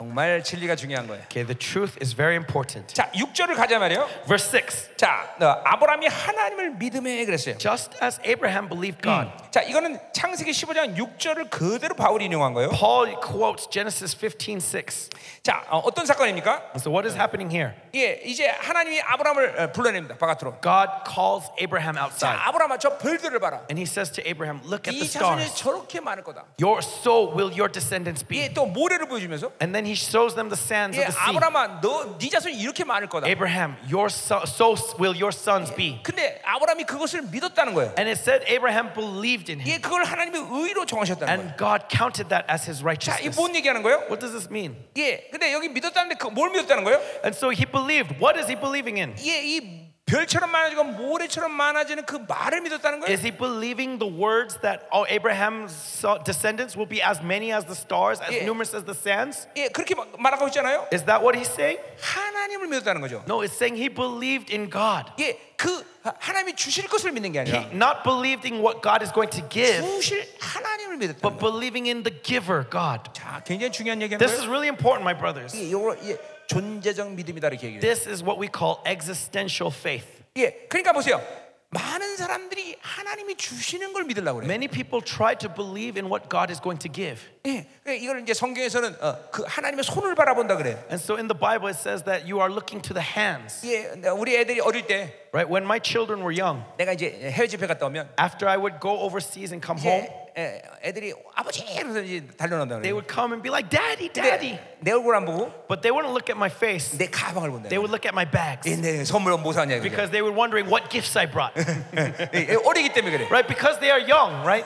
정말 진리가 중요한 거예요.
Okay, the truth is very important.
자, 6절을 가자 말이에요.
Verse 6.
자, 어, 아브라함이 하나님을 믿음에 그랬어요.
Just as Abraham believed God,
자, 이거는 창세기 15장 6절을 그대로 바울이 인용한 거예요.
Paul quotes Genesis 15, 6.
자, 어, 떤 사건입니까?
And so what is happening here?
예, 이제 하나님이 아브라함을 어, 불러냅니다. 바깥으로.
God calls Abraham
자,
outside.
아브라함아, 저 별들을 봐라.
And he says to Abraham, Look at the
이 자손이
stars.
저렇게 많을 거다.
Your so will your descendants be.
예, 또 모래를 보여주면서
And then he shows them the sands
예,
of the sea.
아브라함아, 너네 자손이 이렇게 많을 거다.
Abraham, your so, so will your sons be.
근데 아브라함이 그것을 믿었다는 거예요.
And it said Abraham believed in
예,
him.
그걸 하나님이 의로 정하셨다는 거예요.
And God counted that as his
자,
righteousness.
이뭔 얘기하는 거예요?
What does this mean?
예, 근데 여기 믿었다는데 그 뭘 믿었다는 거예요?
And so he believed. What is he believing in?
예, 이 별처럼 많아지고 모래처럼 많아지는 그 말을 믿었다는 거예요.
Is he believing the words that oh, Abraham's so- descendants will be as many as the stars, as
Yeah.
numerous as the sands?
예, 그렇게 마- 말하고 있잖아요.
Is that what he's saying?
하나님을 믿었다는 거죠.
No, it's saying he believed in God.
예, 그 하- 하나님이 주실 것을 믿는 게 아니라
He not believing what God is going to give,
주실 하나님을 믿었다는
but
거예요.
believing in the giver, God.
자, 굉장히 중요한 얘기하는
This
거예요.
is really important, my brothers.
예, 요거 예, 존재적 믿음이다 이렇게 얘기해요.
This is what we call existential faith.
예, 그러니까 보세요. 많은 사람들이 하나님이 주시는 걸 믿으려고 그래요.
Many people try to believe in what God is going to give.
예, 그러니까 이걸 이제 성경에서는 어, 그 하나님의 손을 바라본다 그래요.
And so in the Bible, it says that you are looking to the hands,
예, 우리 애들이 어릴 때
right? When my children were young,
내가 이제 해외 집회 갔다 오면
after I would go overseas and come home,
이제 예, 애들이 아버지 그래서 이제 달려난다
They
그래요.
would come and be like, Daddy, Daddy.
근데 내 얼굴 안 보고
But they wouldn't lo내 my face.
내 가방을 본다.
They would look at my bags
예, 내 선물은 뭐 사냐 이거죠.
because they were wondering what gifts I brought.
예, 예, 어리기 때문에 그래.
right? Because they are young, right?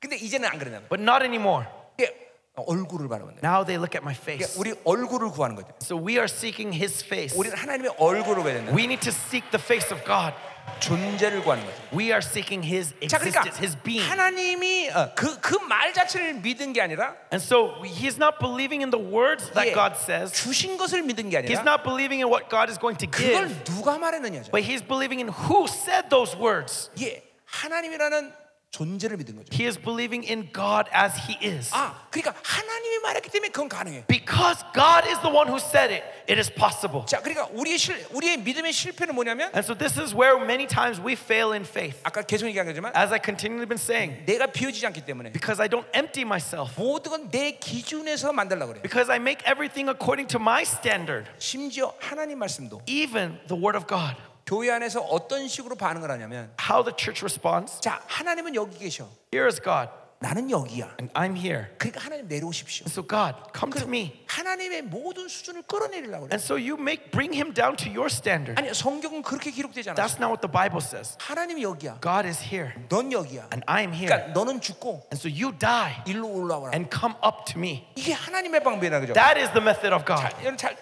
근데 이제는 안 그러나 봐.
But not anymore.
예, 얼굴을 바라본다.
Now they look at my
그러니까
face.
우리 얼굴을 구하는 거죠.
So we are seeking his face.
우리는 하나님의 얼굴을 봐야 된다.
We need to seek the face of God.
존재를 구하는 거죠.
We are seeking his
자, 그러니까
existence, his being.
하나님이 어, 그그 말 자체를 믿은 게 아니라
And so he's not believing in the words that
예,
God says.
주신 것을 믿은 게
He's
아니라
not believing in what God is going to
그걸
give,
누가 말했느냐죠.
but he's believing in who said those words.
예, 하나님이라는 존재를 믿은 거죠.
He is believing in God as he is.
아, 그러니까 하나님이 말했기 때문에 그건 가능해.
Because God is the one who said it, it is possible.
자, 그러니까 우리의 실 우리의 믿음의 실패는 뭐냐면
And so this is where many times we fail in faith.
아까 계속 얘기한 거지만
As I continually been saying,
내가 비워지지 않기 때문에
because I don't empty myself,
모든 건 내 기준에서 만들려고 그래.
because I make everything according to my standard,
심지어 하나님 말씀도
even the word of God.
교회 안에서 어떤 식으로 반응을 하냐면
How the church responds,
자, 하나님은 여기 계셔.
here is God,
나는 여기야.
and I'm here.
그러니까 하나님 내려오십시오.
And so God, come to me.
하나님의 모든 수준을 끌어내리려고 그래.
And so you make bring him down to your standard.
아니, 성경은 그렇게 기록되지 않아.
That's not what the Bible says.
하나님이 여기야.
God is here,
넌 여기야.
and I'm here.
그러니까 너는 죽고
And so you die
일로 올라와라.
and come up to me.
이게 하나님의 방법이라 그죠?
That is the method of God.
여러분 잘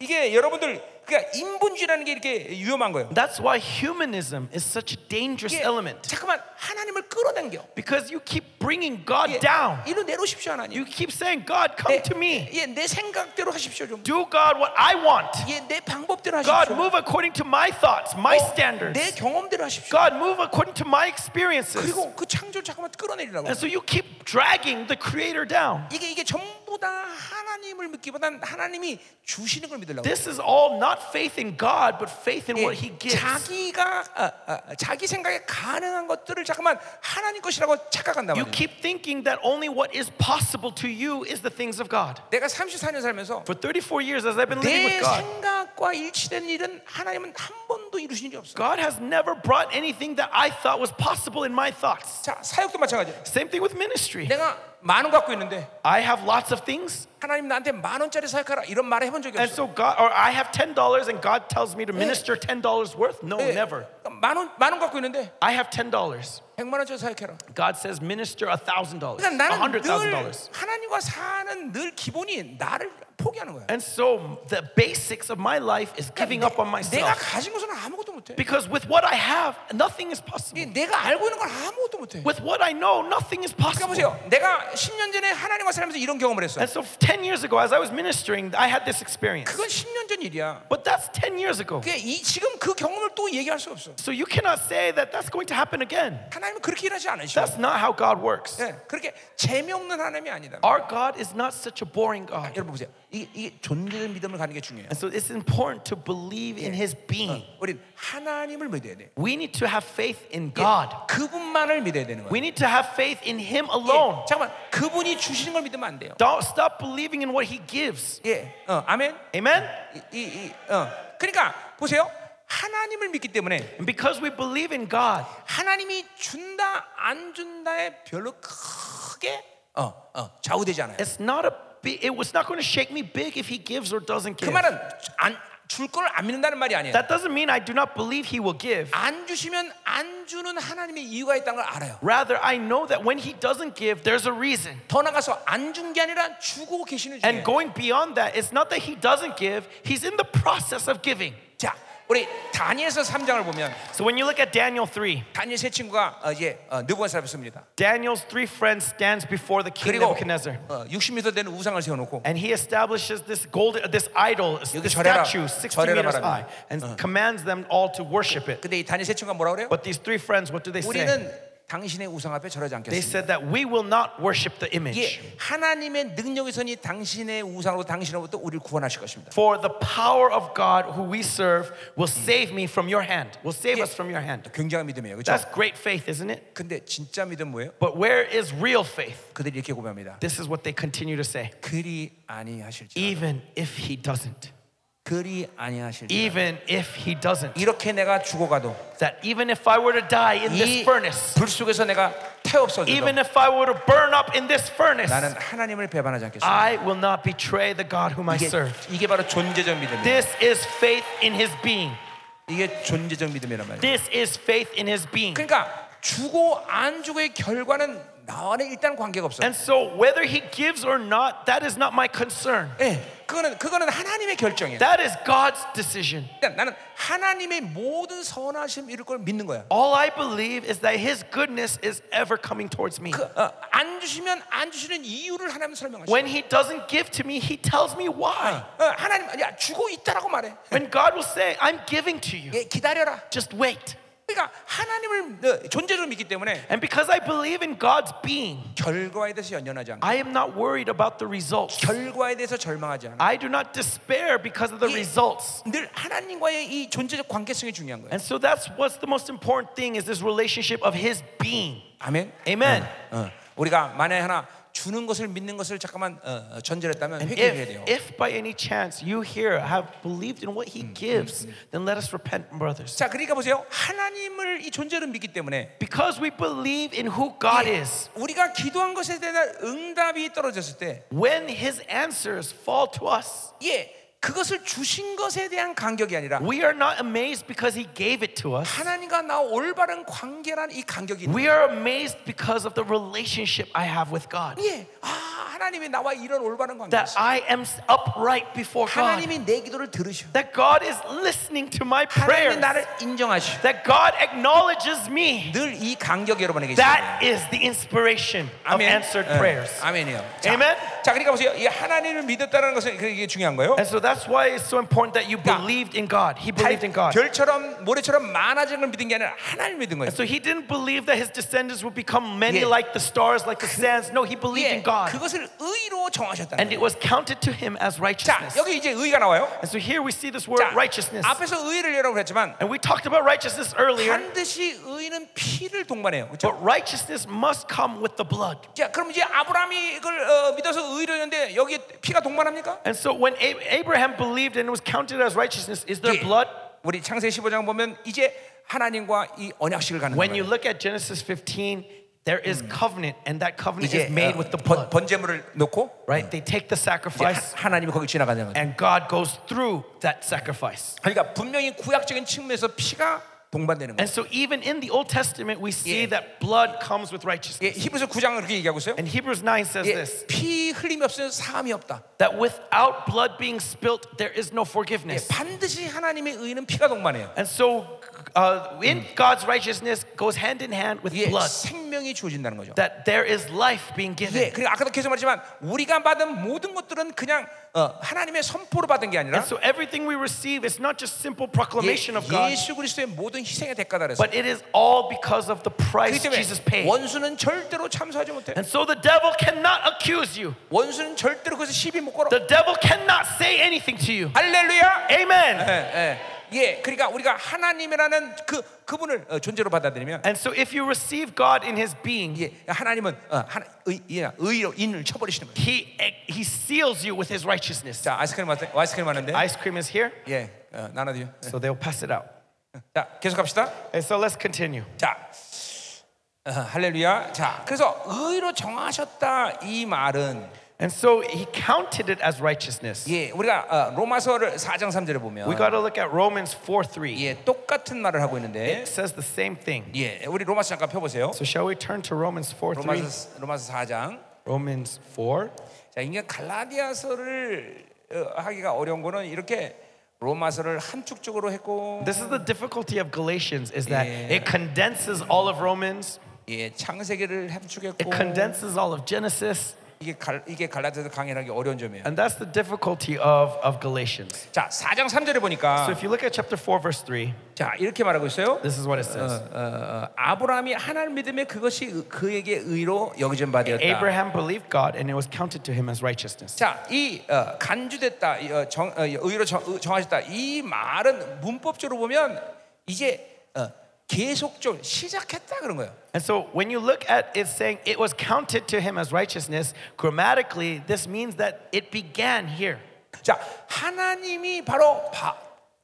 이게 여러분들 그러니까 인본주의라는 게 이렇게 위험한 거예요.
That's why humanism is such a dangerous
이게
element
잠깐만 하나님을 끌어당겨.
because you keep bringing God
예,
down.
이로 내려오십시오 하나님.
You keep saying, God,
내-
come to me.
예, 내 생각대로 하십시오 좀.
Do, God, what I want.
예, 내 방법대로
God,
하십시오.
move according to my thoughts, my
Oh,
standards.
내 경험대로 하십시오.
God, move according to my experiences.
그리고 그 창조를 잠깐만 끌어내리라고.
And so you keep dragging the Creator down.
이게 이게 전부 다 하나님을 믿기보단 하나님이 주시는 걸 믿으려고.
This is all not faith in God, but faith in
예,
what He gives.
자기가 아, 아, 자기 생각에 가능한 것들을 잠깐만 하나님 것이라고 착각한단
You
말이에요.
keep thinking that only what is possible to you is the things of God.
내가 34년 살면서
For 34 years, as I've been living
내
with God,
생각과 일치된 일은 하나님은 한 번도 이루신 적이 없어.
God has never brought anything that I thought was possible in my thoughts.
자 사역도 마찬가지야.
Same thing with ministry.
내가 만 원 갖고 있는데
I have lots of things,
하나님 나한테 만 원짜리 사역하라 이런 말을 해본 적이
and
없어.
so God, or I have $10 and God tells me to minister $10 worth? No, never.
그러니까 만원만 원 갖고 있는데
I have $10.
백만 원짜리 사역해라.
God says, minister $1,000,
그러니까 나는 늘
$100,000.
하나님과 사는 늘 기본이 나를 포기하는 거야.
And so the basics of my life is giving up on
내가
myself.
가진 것은 아무것도 못해.
Because with what I have, nothing is
이
possible.
내가 알고 있는 건 아무것도 못해.
With what I know, nothing is
그러니까
possible.
보세요. 내가 10년 전에 하나님과 살면서 이런 경험을 했어.
And so 10 years ago, as I was ministering, I had this experience.
그건 10년 전 일이야.
But that's 10 years ago.
그게 이, 지금 그 경험을 또 얘기할 수 없어.
So you cannot say that that's going to happen again.
하나님은 그렇게 일하지 않으셔.
That's not how God works.
예, 그렇게 재미없는 하나님이 아니다. 아,
Our God is not such a boring God.
여러분 보세요. 이게, 이게 존재의 믿음을 가는 게 중요해요. 어,
And so it's important to believe in His being.
우린 하나님을 믿어야 돼. 예,
We need to have faith in God.
그분만을 믿어야 되는
We
거야.
need to have faith in Him
예,
alone.
잠깐만. 그분이 주시는 걸 믿으면 안 돼요.
Don't stop believing in what He gives.
예. 어, 아멘.
Amen?
이, 이, 이, 어. 그러니까 보세요. 하나님을 믿기 때문에
And because we believe in God,
하나님이 준다 안 준다에 별로 크게 어, 어, 좌우되지 않아요.
it's not a big, it was not going to shake me big if He gives or doesn't
그
give.
말은 안줄 걸 안 믿는다는 말이 아니에요.
That doesn't mean I do not believe He will give.
안 주시면 안 주는 하나님의 이유가 있다는 걸 알아요.
Rather, I know that when He doesn't give, there's a reason.
더 나가서 안 준 게 아니라 주고 계시는
And
주님.
going beyond that, it's not that he doesn't give, he's in the process of giving.
자, 우리 다니엘서 3장을 보면
So when you look at Daniel 3,
다니엘 세 친구가 어, 이제 어, 느부갓네살입니다.
Daniel's three friends stands before the king
그리고
Nebuchadnezzar.
어, 60m 되는 우상을 세워놓고
And he establishes this golden, this idol, this
여기 절해라.
statue, 60
절해라
meters
말하는
high, and commands them all to worship it.
근데 이 다니엘 세 친구가 뭐라 그래요?
But these three friends, what do they say?
우리는 당신의 우상 앞에 절하지
They
않겠습니다.
said that we will not worship the image,
이게 하나님의 능력의 선이 당신의 우상으로 당신으로부터 우리를 구원하실 것입니다.
for the power of God who we serve will save me from your hand, will save us from your hand.
굉장한 믿음이에요. 그렇죠?
That's great faith, isn't it?
근데 진짜 믿음 뭐예요?
But where is real faith?
그들이 이렇게 고백합니다.
This is what they continue to say.
그리 아니하실지
Even if he doesn't,
그리 아니하실지
even if he doesn't,
이렇게 내가 죽어가도
that even if I were to die in
이
this furnace,
불 속에서 내가 태없어져도
even if I were to burn up in this furnace,
나는 하나님을 배반하지 않겠습니다.
I will not betray the God whom I
이게,
serve. 네.
이게 바로 존재적 믿음이에요.
This is faith in his being.
이게 존재적 믿음이란 말이에요.
This is faith in his being.
그러니까 주고 안 주고의 결과는 나와는 일단 관계가 없어.
And so, whether he gives or not, that is not my concern.
예, 그거는 그거는 하나님의 결정이야.
That is God's decision.
일단 그러니까 나는 하나님의 모든 선하심 이룰 걸 믿는 거야.
All I believe is that his goodness is ever coming towards me.
그, 어, 안 주시면 안 주시는 이유를 하나님 설명하시죠.
When he doesn't give to me, he tells me why.
어, 하나님 야 주고 있다라고 말해.
When God will say, I'm giving to you,
예, 기다려라.
just wait.
그러니까 하나님을 어, 존재로 믿기 때문에
And because I believe in God's being,
결과에 대해서 연연하지 않고
I am not worried about the results.
결과에 대해서 절망하지 않아.
I do not despair because of the
Yeah.
results.
늘 하나님과의 이 존재적 관계성이 중요한 거예요.
And so that's what's the most important thing is this relationship of his being.
아멘.
Amen.
어, 우리가 만약 에 하나 주는 것을 믿는 것을 잠깐만 어, 어, 전제했다면 회개해야 돼요.
If, if by any chance you here have believed in what he gives, then let us repent, brothers.
자, 그러니까 보세요. 하나님을 이 존재로 믿기 때문에
Because we believe in who God is,
우리가 기도한 것에 대한 응답이 떨어졌을 때,
when his answers fall to us,
예, 그것을 주신 것에 대한 간격이 아니라
we are not amazed because he gave it to us.
하나님과 나 올바른 관계란 이 간격이. 있다.
We are amazed because of the relationship I have with God.
예, 아 하나님이 나와 이런 올바른 관계.
That I am upright before God.
하나님이 내 기도를 들으셔.
That God is listening to my
하나님이
prayers.
나를 인정하셔.
That God acknowledges me.
늘 이 간격이 여러분에게 있습니다.
That is the inspiration of answered
예,
prayers.
아멘이요.
Amen?
자, 그러니까 보세요. 이 하나님을 믿었다는 것은 그게 이게 중요한 거예요.
And so that's why it's so important that you believed in God. He believed in God.
별처럼 모래처럼 많아지는 걸 믿은 게 아니라 하나님을 믿은 거예요.
And so he didn't believe that his descendants would become many
Yeah.
like the stars, like the sands. No, he believed
예,
in God.
그것을 의로 정하셨다는
And it
거예요.
was counted to him as
자,
righteousness.
여기 이제 의가 나와요.
And so here we see this word
자,
righteousness.
앞에서 의를 여러분 했지만
And we talked about righteousness earlier.
반드시 의는 피를 동반해요. 그렇죠?
But righteousness must come with the blood.
자, 그럼 이제 아브라함이 이걸 어, 믿어서 의로 했는데 여기 피가 동반합니까?
And so when A- Abraham believed and it was counted as righteousness, is there
예.
blood?
우리 창세 15장 보면 이제 하나님과 이 언약식을 갖는
When you
거예요.
look at Genesis 15, there is covenant, and that covenant
이제
is made
어,
with the
번-
blood.
번제물을 놓고
Right? They take the
이제
sacrifice,
하- 하나님이 거기 지나가는 거예요.
and God goes through that sacrifice.
그러니까 분명히 구약적인 측면에서 피가 동반되는 거예요.
And so even in the Old Testament, we see
Yeah.
that blood comes with
예,
righteousness.
히브리서 9장은 그렇게 얘기하고 있어요.
And Hebrews 9 says
예,
this
피 흘림이 없으면 사함이 없다.
that without blood being spilt, there is
예,
no forgiveness.
반드시 하나님의 의는 피가 동반해요.
And so uh, in God's righteousness goes hand in hand with
예,
blood.
생명이 주어진다는 거죠.
that there is life being
예,
given.
그리고 아까도 계속 말했지만 우리가 받은 모든 것들은 그냥 어, 하나님의 선포로 받은 게 아니라
And so everything we receive is not just simple
예,
proclamation of God,
예수 그리스도의 모든 희생의 대가다 그랬어요.
but it is all because of the price Jesus
그렇기 때문에
paid.
원수는 절대로 참소하지 못해.
And so the devil cannot accuse you.
원수는 절대로 그래서 시비 못 걸어.
The devil cannot say anything to you.
할렐루야. 예,
Amen.
예, 예, 그러니까 우리가 하나님이라는 그 그분을 어, 존재로 받아들이면
And so if you receive God in his being,
예, 하나님은 어, 하나, 의, 예, 의로 인을 쳐버리시는 거예요.
he he seals you with his righteousness.
자, 아이스크림 왔, 아이스크림 왔는데.
Ice cream is here,
예, 어, 나눠드려.
so they'll pass it out.
자, 계속 합시다.
And so let's continue.
자, 어, 할렐루야. 자, 그래서 의로 정하셨다 이 말은
And so he counted it as righteousness.
예, 우리가 어, 로마서를 4장 3절에 보면
We got to look at Romans 4 3.
예, 똑같은 말을 하고 있는데
It says the same thing.
예, 우리 로마서 잠깐 펴보세요.
So shall we turn to Romans 4 3?
로마서 로마서 4장.
Romans 4.
자, 이게 갈라디아서를 어, 하기가 어려운 거는 이렇게 로마서를 한축적으로 했고
This is the difficulty of Galatians is that
Yeah.
it condenses all of Romans,
예, 창세기를
it
함축했고
condenses all of Genesis,
이게 갈 이게 갈라디아서 강의하기 어려운 점이에요.
and that's the difficulty of, of Galatians.
자, 4장 3절에
So
보니까
if you look at chapter 4 verse 3,
자, 이렇게 말하고 있어요.
this is what it says.
어, 어, 아브라함이 하나님을 믿음에 그것이 의- 그에게 의로 여겨진 바 되었다.
Abraham believed God and it was counted to him as righteousness.
자, 이 어, 간주됐다, 이, 어, 정, 어, 의로 정, 의- 정하셨다. 이 말은 문법적으로 보면 이제 어, 계속적 시작했다 그런 거예요.
And so when you look at it saying it was counted to him as righteousness, grammatically this means that it began here.
자, 하나님이 바로 바,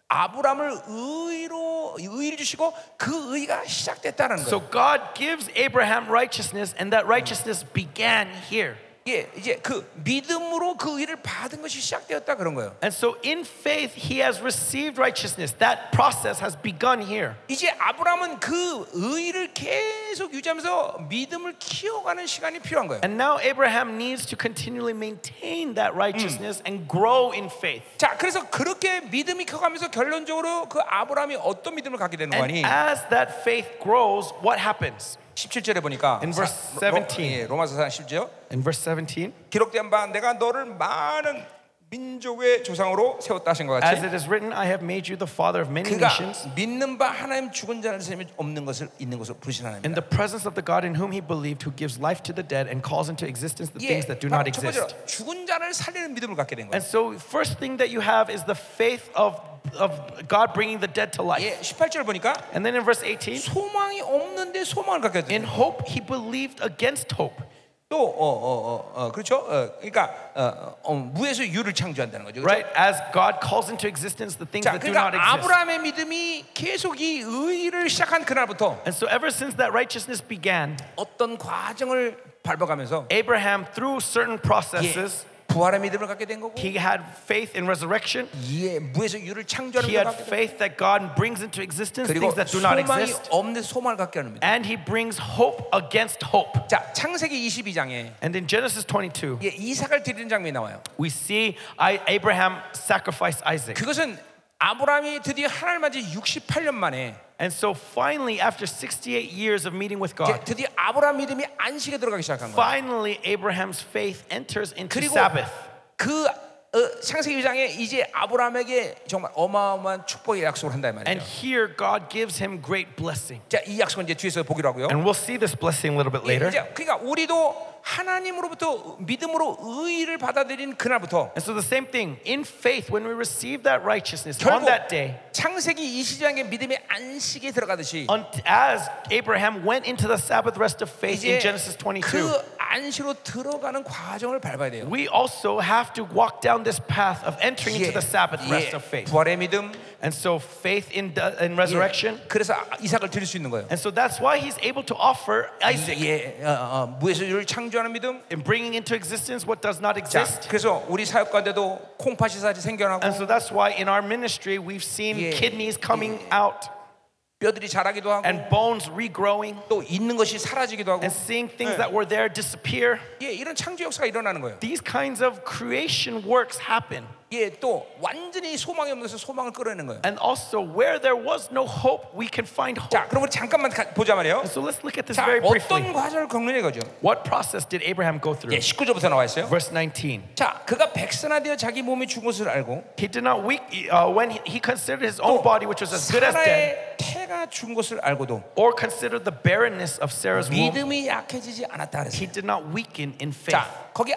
아브라함을 의로 의를 주시고 그 의가 시작됐다는 거예요.
So God gives Abraham righteousness and that righteousness began here.
예, 이제 그 믿음으로 그 일을 받은 것이 시작되었다 그런 거예요.
And so in faith, he has received righteousness. That process has begun here.
이제 아브라함은 그 의를 계속 유지하면서 믿음을 키워가는 시간이 필요한 거예요.
And now Abraham needs to continually maintain that righteousness and grow in faith.
자, 그래서 그렇게 믿음이 커가면서 결론적으로 그 아브라함이 어떤 믿음을 갖게 되는
And uh,
거니?
as that faith grows, what happens?
17절에 보니까
In verse
사- 로-
17.
예, 로마서 17절
In verse 17,
기록된 바 내가 너를 많은 민족의 조상으로 세웠다 하신 것
as
같이
it is written, I have made you the father of many
그가
nations.
믿는 바 하나님 죽은 자를 세면 없는 것을 있는 것으로 부르신
In
하나님이다.
the presence of the God in whom he believed, who gives life to the dead and calls into existence the
예,
things that do not
바로 첫 번째로
exist.
죽은 자를 살리는 믿음을 갖게 된 거예요.
And so, first thing that you have is the faith of, of God bringing the dead to life.
예, 18절 보니까
And then in verse 18,
소망이 없는데 소망을 갖게 된.
in hope, he believed against hope.
또어어어 어, 어, 그렇죠. 어, 그러니까 어, 어, 무에서 유를 창조한다는 거죠. 그렇죠?
Right? As God calls into existence the things
자,
that do not
그러니까
exist.
아브라함의 믿음이 계속 이 의를 시작한 그날부터
And so, ever since that righteousness began,
어떤 과정을 밟아가면서
Abraham, through certain
예,
processes,
부활의 믿음을 갖게 된 거고
he had faith in resurrection.
예, 무에서 유를 창조하는
He
믿음을
had
갖게 되고
faith that God brings into existence
그리고
things that do not
소망이
exist.
없는 소망을 갖게 하는 믿음.
And he brings hope against hope.
자, 창세기 22장에
And in Genesis 22,
예, 이삭을 드리는 장면이 나와요.
we see I, Abraham sacrifice Isaac.
그것은 아브라함이 드디어 하나님 만지 68년 만에
And so finally, after 68 years of meeting with
이제
God,
드디어 아브라함 믿음이 안식에 들어가기 시작한 거예요.
finally Abraham's faith enters into
그리고
Sabbath.
그 어, 창세기 2장에 이제 아브라함에게 정말 어마어마한 축복의 약속을 한다 이
And
말이에요.
here God gives him great blessing.
자, 이 약속은 이제 뒤에서 보기로 하고요.
And we'll see this blessing a little bit later.
이제 그러니까 우리도 하나님으로부터 믿음으로 의를 받아들인 그날부터
And so the same thing, in faith, when we receive that righteousness on
결국
that day,
창세기 20장의 믿음의 안식에 들어가듯이
on, as Abraham went into the Sabbath rest of faith
이제
in Genesis 22,
그 안식으로 들어가는 과정을 밟아야 돼요.
we also have to walk down this path of entering into the Sabbath
예,
rest of faith.
부활의 믿음,
And so faith in, the- in
예.
resurrection.
그래서 이삭을 드릴 수 있는 거예요.
And so that's why he's able to offer Isaac
예, 어, 어, 무에서 유를 창조하는 믿음.
in bringing into existence what does not
자,
exist.
그래서 우리 사역 가운데도 콩팥이살이
And
생겨나고
so that's why in our ministry we've seen
Yeah.
kidneys coming out
뼈들이 자라기도 하고
and bones regrowing
또 있는 것이 사라지기도 하고
and seeing things that were there disappear.
예, 이런 창조 역사가 일어나는 거예요.
These kinds of creation works happen.
예, 또 완전히 소망이 없는 것은 소망을 끌어내는 거예요.
And also where there was no hope, we can find hope.
자, 그럼 우리 잠깐만 가- 보자 말이에요.
And so let's look at this
자,
very briefly.
어떤 과정을 겪는 이거죠.
What process did Abraham go through?
예, 19절부터 나와 있어요.
Verse 19.
자, 그가 백선화되어 자기 몸이 죽은 것을 알고
He did not weak uh, when he, he considered his own body, which was as good as dead, 음.
사라의 태가 죽은 것을 알고도
or considered the barrenness of Sarah's womb.
믿음이 약해지지 않았다 그랬어요.
He did not weaken in faith.
자, 거기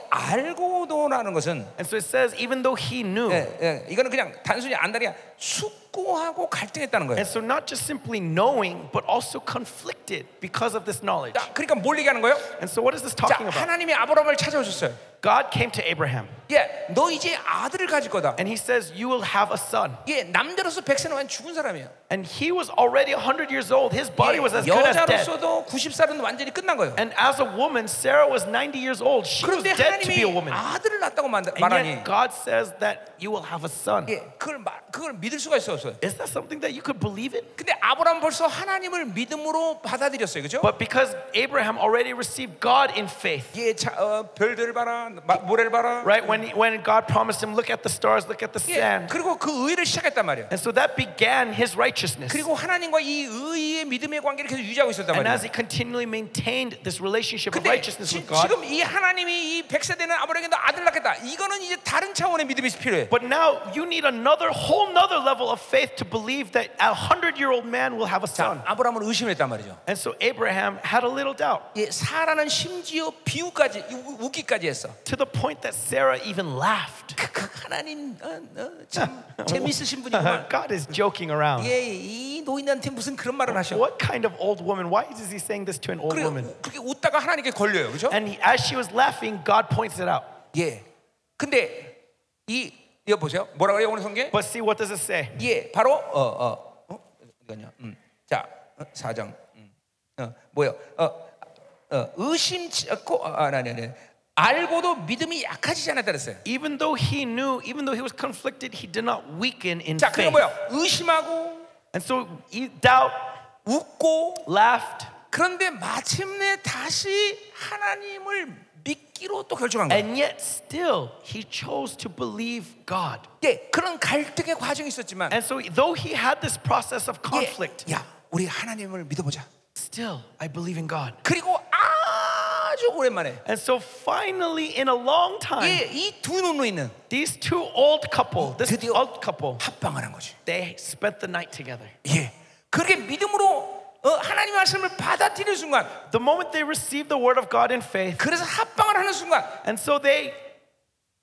알고도라는 것은
And so it says, even though he knew,
예, 예, 이거는 그냥 단순히 안다리야 숙고하고 갈등했다는 거예요.
and so not just simply knowing, but also conflicted because of this knowledge.
자, 그러니까 뭘 얘기하는 거예요?
And so what is this
자,
talking about?
하나님이 아브라함을 찾아오셨어요.
God came to Abraham
예, 너 이제 아들을 가질 거다.
and he says, You will have a son.
예, 남자로서 백세는 완전 죽은 사람이에요.
And he was already 100 years old. His body was as
예,
good as dead.
여자로서도 90살은 완전히 끝난 거예요.
And as a woman, Sarah was 90 years old. She was
그런데
dead to be a
하나님이
woman.
아들을 낳았다고 만-
And
말하니
yet God says that you will have a son.
예, 그걸 말, 그걸 믿을 수가 있었어요.
Is that something that you could believe in?
근데 아브라함 벌써 하나님을 믿음으로 받아들였어요, 그렇죠?
But because Abraham already received God in faith,
예, 자, 어, 별들을 봐라, 마- 모래를 봐라.
Right? When, when God promised him, look at the stars, look at the
예,
sand.
그리고 그 의를 시작했단 말이에요.
And so that began his righteousness.
그리고 하나님과 이 의의 믿음의 관계를 계속 유지하고 있었단
And
말이에요.
as he continually maintained this relationship of
근데
righteousness
지,
with God,
금이 하나님이 이 백세대는 아브라함에게도 아들 낳겠다. 이거는 이제 다른 차원의 믿음이 필요해.
but now you need another, whole nother level of faith to believe that a hundred year old man will have a son.
자, 아브라함은 의심했단 말이죠.
And so Abraham had a little doubt
예, 사라는 심지어 비유까지 우- 웃기까지 했어.
to the point that Sarah even laughed.
그, 그 하나님 어, 어, 참 재밌으신 분이구만.
God is joking around.
예, 이 노인한테 무슨 그런 말을 하셔.
What kind of old woman? Why is he saying this to an old
그리고
woman?
그렇게 웃다가 하나님께 걸려요, 그렇죠?
And he, as she was laughing, God points it out.
예. 근데 이 이거 보세요. 뭐라 그래요 오늘 성경?
But see, what does it say?
예, 바로 어어 어, 어, 이거냐? 음. 자, 어, 사장. 음. 어, 뭐요? 어, 어, 의심, 어, 고, 아, 아니, 아니, 아니. 알고도 믿음이 약해지지 않았다 그랬어요.
Even though he knew, even though he was conflicted, he did not weaken in
자, 그게
faith.
뭐야? 의심하고
And so he doubt,
웃고
laughed,
그런데 마침내 다시 하나님을 믿기로 또 결정한 거예요.
and yet still he chose to believe God.
예, 그런 갈등의 과정이 있었지만
And so though he had this process of conflict,
예, 야, 우리 하나님을 믿어보자.
still I believe in God.
그리고 아주 오랜만에
And so finally, in a long time,
예, 이두 눈으로 있는
these two old couple, this
드디어-
old couple,
합방을 한 거지.
they spent the night together.
예, 그렇게 믿음으로 어, 하나님의 말씀을 받아들이는 순간,
The moment they received the word of God in faith,
그래서 합방을 하는 순간,
and so they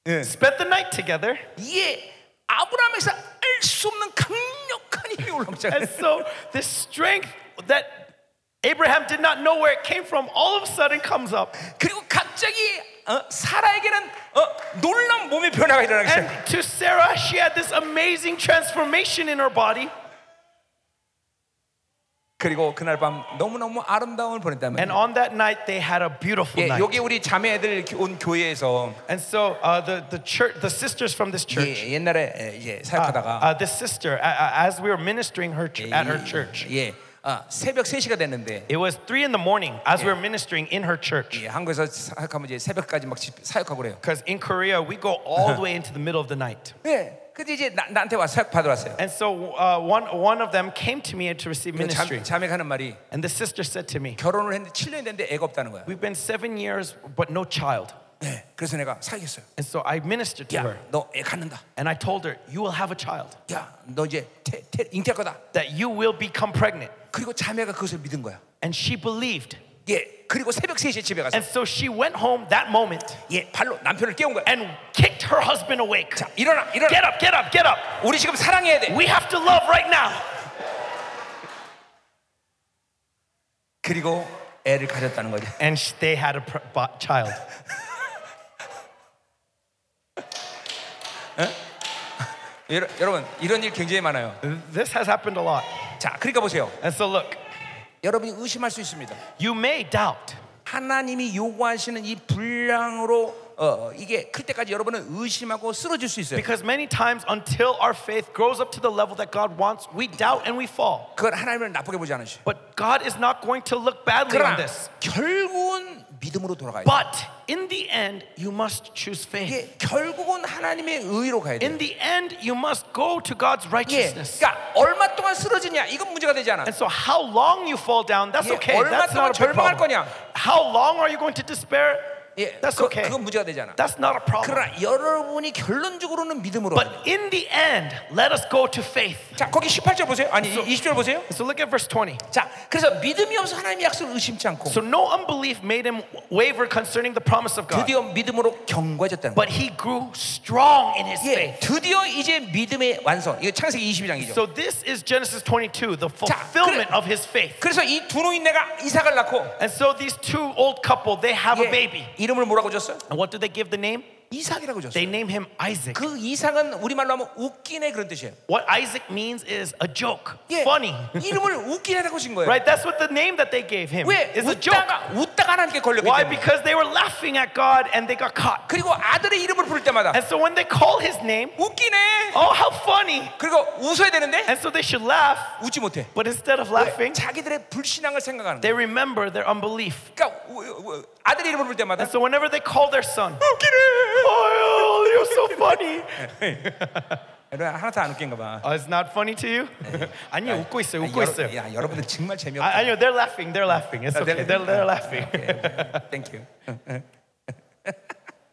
예,
spent the night together.
예 아브라함에서 알 수 없는 강력한 힘이 올라오잖아요.
And so this strength that Abraham did not know where it came from all of a sudden comes up.
그리고 갑자기 어, 사라에게는 어, 놀라운 몸의 변화가 일어나기 시작.
And to Sarah, she had this amazing transformation in her body.
그리고 그날 밤 너무너무 아름다움을
And
보냈다면
on that night, they had a beautiful
예,
night.
여기 우리 자매들 온 교회에서
And so uh, the, the church, the sisters from this church,
예, 옛날에 예, 이제
uh,
사역하다가
uh, this sister, uh, uh, as we were ministering her ch- 아, at her church,
예, 아, 새벽 3시가 됐는데
it was three in the morning as we were ministering in her church.
예, 한국에서 사역하면 이제 새벽까지 막 집- 사역하고 그래요.
Because in Korea, we go all the way into the middle of the night.
예, 근데 이제 나, 나한테 와 사역 받으러 왔어요.
And so uh, one, one of them came to me to receive
그
ministry.
자, 매가 하는 말이
And the sister said to me,
결혼을 했는데 7년이 됐는데 애가 없다는 거야.
We've been seven years, but no child.
예, 그래서 내가 사귀었어요.
And so I ministered to her.
야, 너 애 갖는다.
And I told her, You will have a child,
야, 너 이제 태, 태, 잉태할 거다.
that you will become pregnant.
그리고 자매가 그것을 믿은 거야.
And she believed.
예, 그리고 새벽 3시에 집에 가서
And so she went home that moment
예, 발로 남편을 깨운 거야.
and kicked her husband awake.
자, 일어나, 일어나.
Get up, get up, get up.
우리 지금 사랑해야 돼.
We have to love right now.
그리고 애를 가졌다는 거죠.
And sh- they had a pr- bo- child.
여러- 여러분 이런 일 굉장히 많아요.
This has happened a lot.
자, 그러니까 보세요.
And so look,
여러분이 의심할 수 있습니다.
you may doubt.
하나님이 요구하시는 이 분량으로 어, 이게 클 때까지 여러분은 의심하고 쓰러질 수 있어요.
Because many times, until our faith grows up to the level that God wants, we doubt and we fall.
그걸 하나님을 나쁘게 보지 않으시고.
But God is not going to look badly on
그러나
this.
결국은 믿음으로 돌아가요.
But in the end, you must choose faith.
이게 결국은 하나님의 의로 가야 돼요.
In the end, you must go to God's
예,
righteousness.
그러니까 얼마 동안 쓰러지냐 이건 문제가 되지 않아.
And so, how long you fall down, that's
예,
okay.
얼마
That's not a
동안
big
절망할 거냐?
problem. How long are you going to despair?
예,
That's
그-
okay.
그건 문제가 되지 않아.
That's not a problem.
그러나 여러분이 결론적으로는 믿음으로.
But in the end, let us go to faith.
자, 거기 18절 보세요. 아니 20절 보세요.
So, look at verse 20.
자, 그래서 믿음이 없어 하나님의 약속을 의심치 않고
So, no unbelief made him waver concerning the promise of God.
드디어 믿음으로 경고해졌다는 거예요.
But he grew strong in his
예,
faith.
드디어 이제 믿음의 완성. 이거 창세기 22장이죠.
So, this is Genesis 22, the fulfillment of his faith.
그래서 이 두 노인네가 이삭을 낳고
And so, these two old couple, they have a baby.
예, 이름을 뭐라고 줬어?
And what do they give the name?
이삭이라고 줬어.
They name him Isaac.
그 이삭은 우리말로 하면 웃기네 그런 뜻이에요.
What Isaac means is a joke,
예,
funny.
이름을 웃기네라고 준 거예요.
Right? That's what the name that they gave him
왜
is a joke.
웃다가 웃다가 하나님께 걸렸기
Why?
때문에.
Because they were laughing at God and they got caught.
그리고 아들의 이름을 부를 때마다
And so when they call his name,
웃기네.
oh, how funny.
그리고 웃어야 되는데
And so they should laugh,
웃지 못해.
but instead of
왜?
laughing,
자기들의 불신앙을 생각하는. 거예요.
they remember their unbelief.
그러니까 우- 우- 아들의 이름을 부를 때마다
And so whenever they call their son,
웃기네.
oh, you're so funny.
여러분 하나도 안 웃긴가 봐.
Oh, it's not funny to you? 아니요, 웃고 있어요,
아니,
웃고
여러,
있어요.
야, 여러분들 정말 재미없다.
아, 아니요, they're laughing, they're laughing. It's
아,
okay, they're, they're laughing. 아.
Thank you.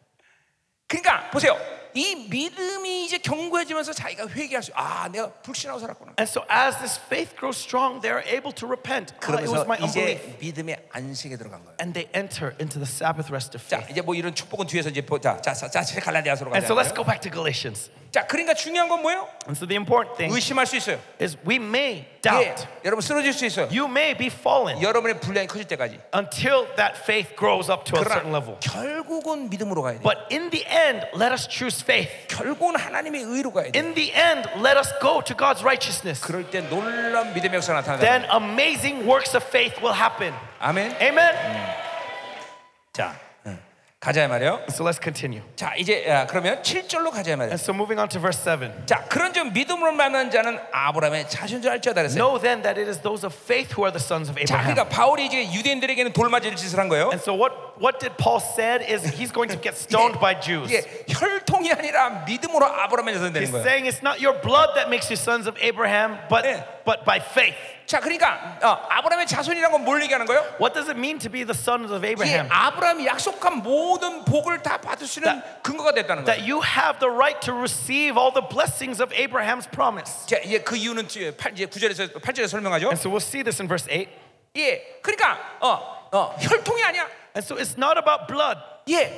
그러니까 보세요. 이 믿음이 이제 견고해지면서 자기가 회개할 수. 아, 내가 불신하고 살았구나.
And so as this faith grows strong, they are able to repent. Ah, it
그러면서
was my unbelief.
이제 믿음의 안식에 들어간 거예요.
And they enter into the Sabbath rest of
자,
faith.
이제 뭐 이런 축복은 뒤에서 이제 보- 자, 자, 자, 자 갈라디아서로
And so let's
가자.
go back to Galatians.
자, 그러니까 중요한 건 뭐예요?
And so the important thing
의심할 수 있어요.
is we may
예,
doubt.
여러분 쓰러질 수 있어요.
You may be fallen
여러분의 분량이 커질 때까지.
until that faith grows up to a certain
그러나
level.
결국은 믿음으로 가야 돼. 요
But in the end, let us choose faith.
결국은 하나님의 의로 가야 돼. 요
In the end, let us go to God's righteousness.
그럴 때 놀라운 믿음의 역사가 나타난다.
Then amazing works of faith will happen.
아멘.
Amen.
자, 응. 가자 이 말이요.
So let's continue.
자 이제 아, 그러면 7절로 가자 이 말이요.
And so moving on to verse 7.
자 그런 즉 믿음으로 만난 자는 아브라함의 자신 줄 알지어다 그랬어요.
Know then that it is those of faith who are the sons of
자
Abraham.
그러니까 바울이 이제 유대인들에게는 돌맞이를 짓을 한 거예요.
And so what, what did Paul said is he's going to get stoned by Jews.
이게 혈통이 아니라 믿음으로 아브라함의 자손 되는
He's
거예요.
saying it's not your blood that makes you sons of Abraham,
Yeah.
but, but by faith.
자 그러니까 어, 아브라함의 자손이란 건 뭘 얘기하는 거예요?
What does it mean to be the sons of
이게
Abraham?
아브라함이 약속한 모든 복을 다 받을 수 있는 근거가 됐다는 거예요.
That you have the right to receive all the blessings of Abraham's promise.
자, 이제 그 이유는 뒤에 팔- 이제 9절에서 8절에 설명하죠.
And so we'll see this in verse 8.
예. 그러니까 어, 어, 혈통이 아니야.
And so it's not about blood,
예.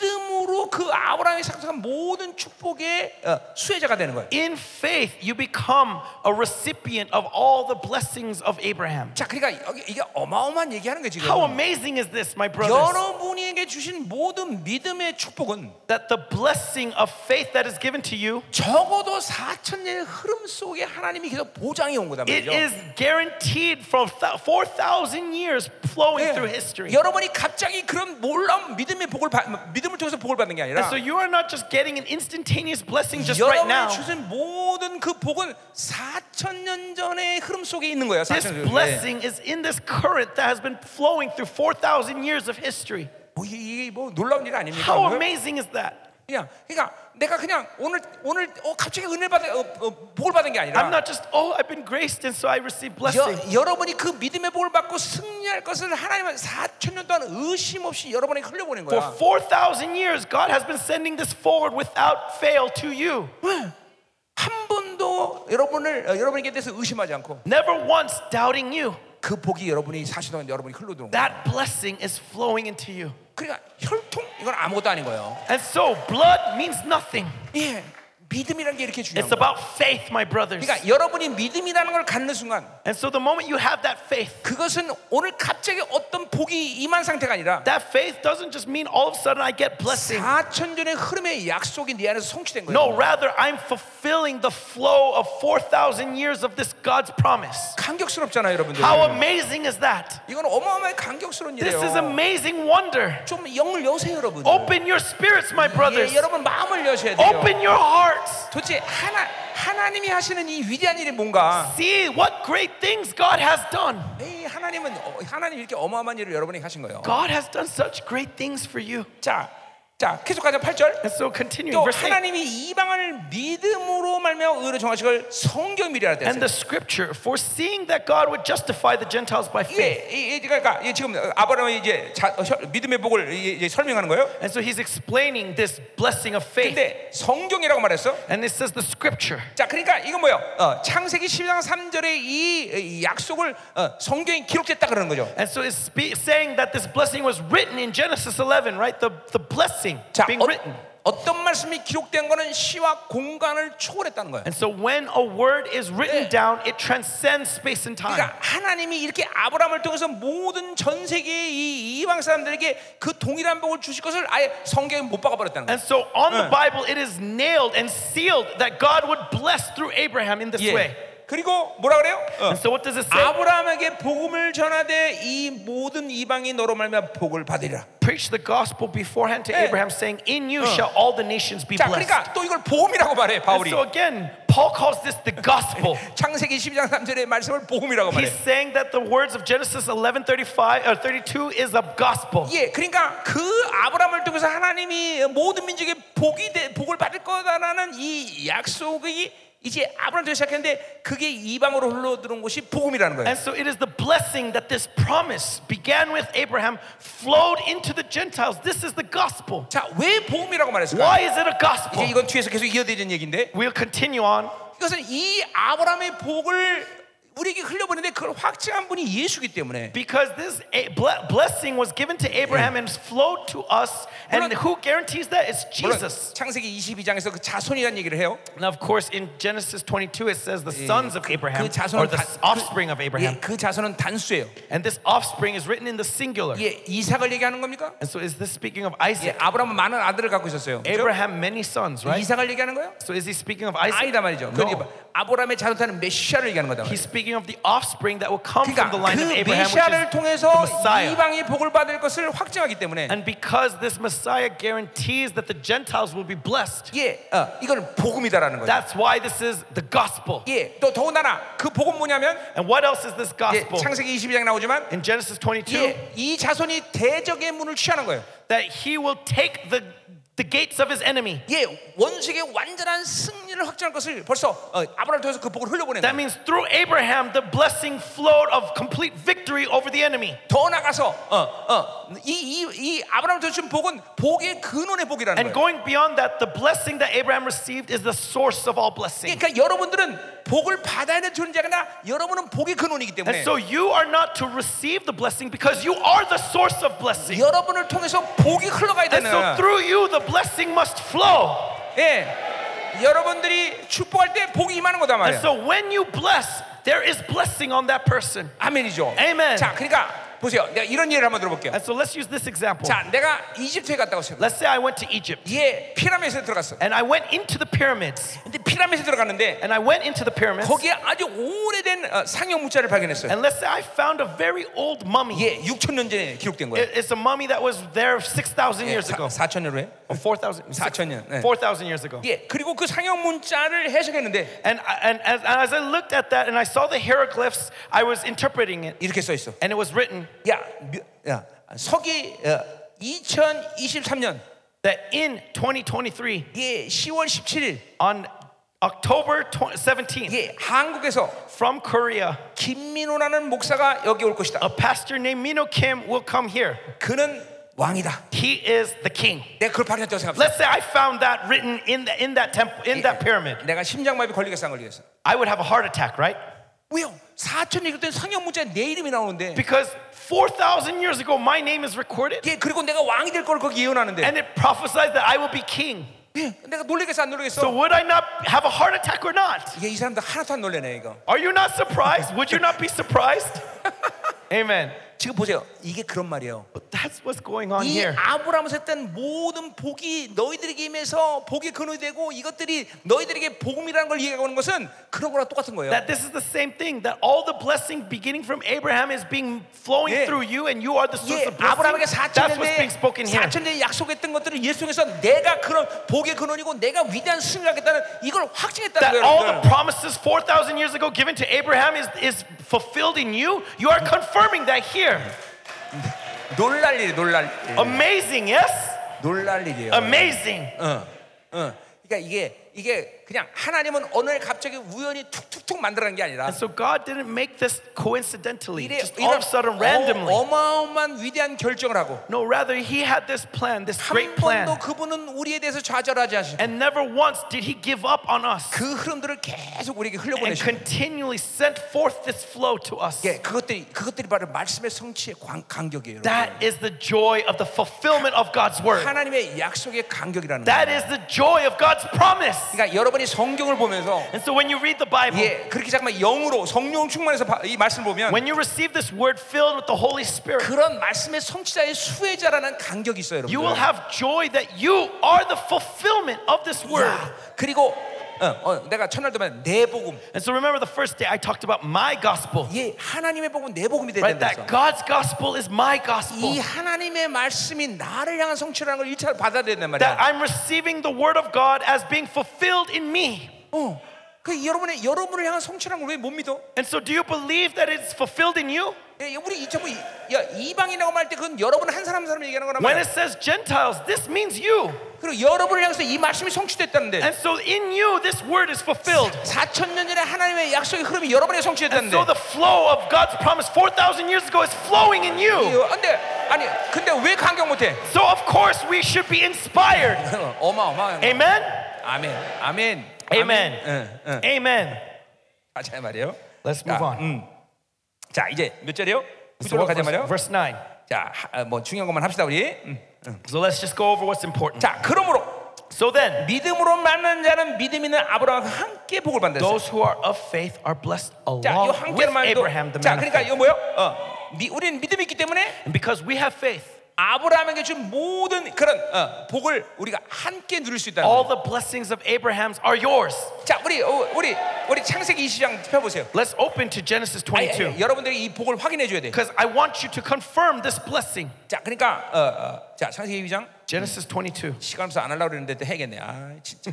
믿음으로 그 아브라함이 상속한 모든 축복의 어, 수혜자가 되는 거예요.
In faith, you become a recipient of all the blessings of Abraham.
자, 그러니까 여기 이게 어마어마한 얘기하는 게 지금.
How amazing is this, my brothers?
여러분에게 주신 모든 믿음의 축복은
That the blessing of faith that is given to you,
적어도 4천 년의 흐름 속에 하나님이 계속 보장해 온 거다
it
말이죠.
is guaranteed from thou- 4,000 years flowing
예.
through history.
여러분이 갑자기 그런 놀라운 믿음의 복을 받, 믿음을 통해서 복을 받는 게 아니라
And so you are not just getting an instantaneous blessing just right
여러분이
now.
주신 모든 그 복은 4천 년 전의 흐름 속에 있는 거예요.
This
4,000년 전에.
blessing is in this current that has been flowing through 4,000 years of history.
뭐 이- 이게 뭐 놀라운 일 아닙니까?
How
오늘?
amazing is that?
그냥 그러니까 내가 그냥 오늘 오늘 어, 갑자기 은혜 받은 어, 어, 복을 받은 게 아니라
I'm not just, oh, I've been graced and so I receive blessing.
여, 여러분이 그 믿음의 복을 받고 승리할 것을 하나님은 4천 년 동안 의심 없이 여러분에게 흘려보낸
For
거야.
4,000 years, God has been sending this forward without fail to you.
한 번도 여러분을 어, 여러분에게 대해서 의심하지 않고
Never once doubting you.
그 복이 여러분이 4천 동안 여러분이 흘러들어온 거야.
That blessing is flowing into you.
그러니까 혈통 이건 아무것도 아닌 거예요.
And so, blood means nothing.
예, 믿음이라는 게 이렇게 중요한
It's
거예요.
about faith, my brothers.
그러니까 여러분이 믿음이라는 걸 갖는 순간
And so, the moment you have that faith,
그것은 오늘 갑자기 어떤 복이 임한 상태가 아니라
that faith doesn't just mean all of a sudden I get blessing.
4천 년의 흐름의 약속이 네 안에서 성취된 거예요.
No, rather, I'm fulfilling the flow of 4,000 years of this God's promise.
감격스럽잖아요, 여러분들.
How amazing is that?
이건 어마어마하게 감격스러운
This is
일이에요.
amazing wonder.
좀 영을 여세요, 여러분.
Open your spirits, my brothers.
예, 여러분 마음을 여셔야 돼요.
Open your hearts.
도대체 하나 하나님이 하시는 이 위대한 일이 뭔가?
see what great things God has done.
에이, 하나님은 어, 하나님 이렇게 어마어마한 일을 여러분에게 하신 거예요.
God has done such great things for you.
자, 자 계속 가자 8절.
And so continuing
또
네, verse 8.
하나님이 이방을 믿음으로 말며 의로 정하신 걸 성경 미래라
And
됐어요.
the scripture, foreseeing that God would justify the Gentiles by faith.
이게 이- 이- 그러니까 이게 지금 아브라함이 이제 자, 어, 혀- 믿음의 복을 이제 이제 설명하는 거예요.
And so he's explaining this blessing of faith.
근데 성경이라고 말했어.
And it says the scripture.
자, 그러니까 이건 뭐예요? 어, 창세기 10장 3절의 이, 이 약속을 어, 성경이 기록됐다 그러는 거죠.
And so it's spe- saying that this blessing was written in Genesis 11, right? The, the blessing
자,
being written.
어, 어떤 말씀이 기록된 거는 시와 공간을 초월했다는 거예요.
And so when a word is
Yeah.
written down, it transcends space and time.
그러니까 하나님이 이렇게 아브라함을 통해서 모든 전 세계의 이 이방 사람들에게 그 동일한 복을 주실 것을 아예 성경에 못 박아버렸다는 거예요.
And so on
Uh.
the Bible, it is nailed and sealed that God would bless through Abraham in this way.
예. 그리고 뭐라 그래요? 어.
And so what does it say?
아브라함에게 복음을 전하되 이 모든 이방이 너로 말미암아 복을 받으리라.
Preach the gospel beforehand to
Yeah. Uh.
Abraham, saying, In you shall all the nations be
자,
blessed.
그러니까 또 이걸 복음이라고 말해
And
바울이.
so again, Paul calls this the gospel.
창세기 12장 3절의 말씀을 복음이라고 말해.
He's saying that the words of Genesis 11, 35, or 32 is a gospel.
예, 그러니까 그 아브라함을 통해서 하나님이 모든 민족의 복이 돼- 복을 받을 거다라는 이 약속이 이제 아브라함 통해 시작했는데 그게 이방으로 흘러들어온 것이 복음이라는 거예요.
And so it is the blessing that this promise began with Abraham flowed into the Gentiles. This is the gospel.
자, 왜 복음이라고 말했을까?
Why is it a
이제
gospel?
이건 뒤에서 계속 이어지는 얘기인데
We'll continue on.
이것은 이 아브라함의 복을 우리에게 흘려보는데 그걸 확증한 분이 예수기 때문에
Because this a- ble- blessing was given to Abraham and flowed to us, and
Mulak-
who guarantees that? It's
물론
Jesus.
창세기 22장에서 그 자손이라는 얘기를 해요.
And of course, in Genesis 22, it says the sons of
그
Abraham,
자손은
or the
다-
s- offspring of
예,
Abraham.
그 자손은 단수예요.
And this offspring is written in the singular.
예, 이삭을 얘기하는 겁니까?
And so, is this speaking of
예,
Isaac?
아브라함은 많은 아들을 갖고 있었어요. 그죠?
Abraham, many sons, right?
이삭을 얘기하는 거예요?
So, is he speaking of Isaac?
아니다 말이죠.
No.
그러니까 아브라함의 자손 타는 메시아를 얘기하는 거다. 말이에요.
He's speaking speaking of the offspring that will come from the
그러니까 그
line of Abraham, which
메시아를
is the
통해서
Messiah.
이방이 복을 받을 것을 확증하기 때문에
And because this Messiah guarantees that the Gentiles will be blessed,
예, 어, 이거는 복음이다라는 거예요.
that's why this is the gospel.
예, 또 더군다나 그 복음 뭐냐면
And what else is
예,
this gospel?
창세기 22장 나오지만
In Genesis 22,
예, 이 자손이 대적의 문을 취하는 거예요.
that he will take the, the gates of his enemy.
예, 원수에게 완전한 승리를 확정할 것을 벌써 어, 아브라함을 통해서 그 복을 흘려보낸
That
거예요.
means through Abraham, the blessing flowed of complete victory over the enemy.
더 나가서 어, 어, 이, 이, 이 아브라함을 통해서 준 복은 복의 근원의 복이라는 거예요.
And going beyond that, the blessing that Abraham received is the source of all blessing.
그러니까 여러분들은 복을 받아야 되는 존재가나 여러분은 복의 근원이기
And
때문에
so you are not to receive the blessing because you are the source of blessing.
여러분을 통해서 복이 흘러가야
And
되는
so through you, the blessing must flow.
예, 여러분들이 축복할 때 복이 임하는 거다
And
말이야.
so when you bless, there is blessing on that person.
아멘이죠.
Amen.
자, 그러니까 보세요. 내가 이런 예를 한번 들어볼게요.
And so let's use this example.
자, 내가 이집트에 갔다고 생각.
Let's say I went to Egypt
예, 피라미드에 들어갔어.
and I went into the pyramids.
근데 피라미드에 들어갔는데
And I went into the pyramids.
거기에 아주 오래된 어, 상형 문자를 발견했어요.
And let's say I found a very old mummy.
예, 6천 년 전에 기록된 거예요.
It- It's a mummy that was there 6,000
예,
years ago.
4천 년 후에.
Or 4,000 six-
4,000 년, 예.
4,000 years ago.
예, 그리고 그 상형 문자를 해석했는데
And, I- and as, and as I looked at that and I saw the hieroglyphs, I was interpreting it.
이렇게 써 있어.
And it was written
야, 미- 야 서기 어, 2023년
that in 2023,
예, 10월 17일
on October 20, 17th,
예, 한국에서
from Korea,
김민호라는 목사가 여기 올 것이다.
a pastor named Mino Kim will come here.
그는 왕이다.
He is the king.
내가 그걸 발견했다고 생각합니다.
Let's say I found that written in, the, in that temple, in that pyramid.
내가 심장마비 걸리겠어 안 걸리겠어?
I would have a heart attack, right?
왜요? 4천 년 그때 상형 문자에 내 이름이 나오는데
Because 4,000 years ago, my name is recorded.
예, 그리고 내가 왕이 될 걸 거기 예언하는데
and it prophesies that I will be king.
예, 내가 놀리겠어 안
So
놀리겠어?
would I not have a heart attack or not?
이게 이 사람들 하나도 안 놀래네 이거.
Are you not surprised? Would you not be surprised? Amen.
지금 보세요. 이게 그런 말이에요.
But that's what's going on
이
here.
아브라함에서 했던 모든 복이 너희들에게 임해서 복이 근원이 되고 이것들이 너희들에게 복음이라는 걸 이해하고 있는 것은 그런 거랑 똑같은 거예요.
That this is the same thing. That all the blessing beginning from Abraham is being flowing
Yeah.
through you, and you are the
예,
source of
아브라함에게
blessing.
4천
That's what's
년에
being spoken here.
4천 년에 약속했던 것들을 예수 통해서 내가 그런 복의 근원이고 내가 위대한 승리를 하겠다는 이걸 확증했다는
That
거예요.
all
여러분들.
the promises 4,000 years ago given to Abraham is, is fulfilled in you. You are confirming that here.
놀랄 일이 놀랄 일.
Amazing, yes?
어, 놀랄 일이에요.
Um, Amazing.
어, 어. 그러니까 이게 이게 그냥 하나님은 어느 날 갑자기 우연히 툭툭툭 만들어낸 게 아니라
And so God didn't make this coincidentally,
이래
just all
이런
of a sudden, randomly.
어, 어마어마한 위대한 결정을 하고
No, rather, he had this plan, this
한
great
번도
plan.
그분은 우리에 대해서 좌절하지 않으시고
And never once did he give up on us
그 흐름들을 계속 우리에게
and
흘려보내시고
continually sent forth this flow to us.
예, 그것들이 그것들이 바로 말씀의 성취의 광- 간격이에요. 여러분.
That is the joy of the fulfillment of God's word.
하나님의 약속의 간격이라는 거예요.
That is the joy of God's promise.
그러니까 여러분이 성경을 보면서
And so when you read the Bible,
예 그렇게 잠깐만 영으로 성령 충만해서 바- 이 말씀을 보면
when you receive this word filled with the Holy Spirit,
그런 말씀의 성취자의 수혜자라는 간격이 있어요, 여러분.
you will have joy that you are the fulfillment of this word.
그리고 어, 어, 내가 첫날도 말내 복음.
And so remember the first day I talked about my gospel,
예, 하나님의 복음 내 복음이 되야
right?
된다.
That God's gospel is my gospel.
이 하나님의 말씀이 나를 향한 성취라는 걸 일차로 받아야 된단 말이야.
that I'm receiving the word of God as being fulfilled in me.
어. 그 여러분의 여러분을 향한 성취라는 걸 왜 못 믿어?
And so, do you believe that it's fulfilled in you?
예, 우리 이 전부 이- 야, 이방이라고 말할 때 그건 여러분 한 사람 한 사람 얘기하는 거란
When
말이야.
it says Gentiles, this means you.
그리고 여러분을 향해서 이 말씀이 성취됐다는데.
And so, in you, this word is fulfilled.
4천 년 전에 하나님의 약속의 흐름이 여러분의
And
성취됐다는데.
so, the flow of God's promise 4,000 years ago is flowing in you.
이거- 예, 근데 아니 근데 왜 강경 못해?
So, of course, we should be inspired.
어마어마한. 거.
Amen?
예. 아멘. 아멘.
Amen.
응, 응.
Amen.
가자 말이에요.
Let's move
자,
on.
자 이제 몇 절이요?
So
9절로
Mm. what-
가자
verse,
말이요.
verse 9.
자, 하- 어, 뭐 중요한 것만 합시다 우리. 음.
So, let's just go over what's important.
자, 그러므로
So, then,
믿음으로 만난 자는 믿음 있는 아브라함과 함께 복을 받는다.
those who are of faith are blessed
자, 이
along with
함께만도
Abraham, the
자,
man of
그러니까
faith.
이거 뭐요? 어, 미, 우리는 믿음이 있기 때문에
And because we have faith,
아브라함에게 준 모든 그런 어, 복을 우리가 함께 누릴 수 있다는
All
거예요.
the blessings of Abraham's are yours.
자, 우리 어, 우리 우리 창세기 20장 펴보세요.
Let's open to Genesis
아니, 아니,
22
여러분들이 이 복을 확인해 줘야 돼.
because I want you to confirm this blessing.
자, 그러니까 어, 어, 자 창세기 2장
Genesis 22.
시간 없어 안 하려고 그랬는데 또 해야겠네. 아, 진짜.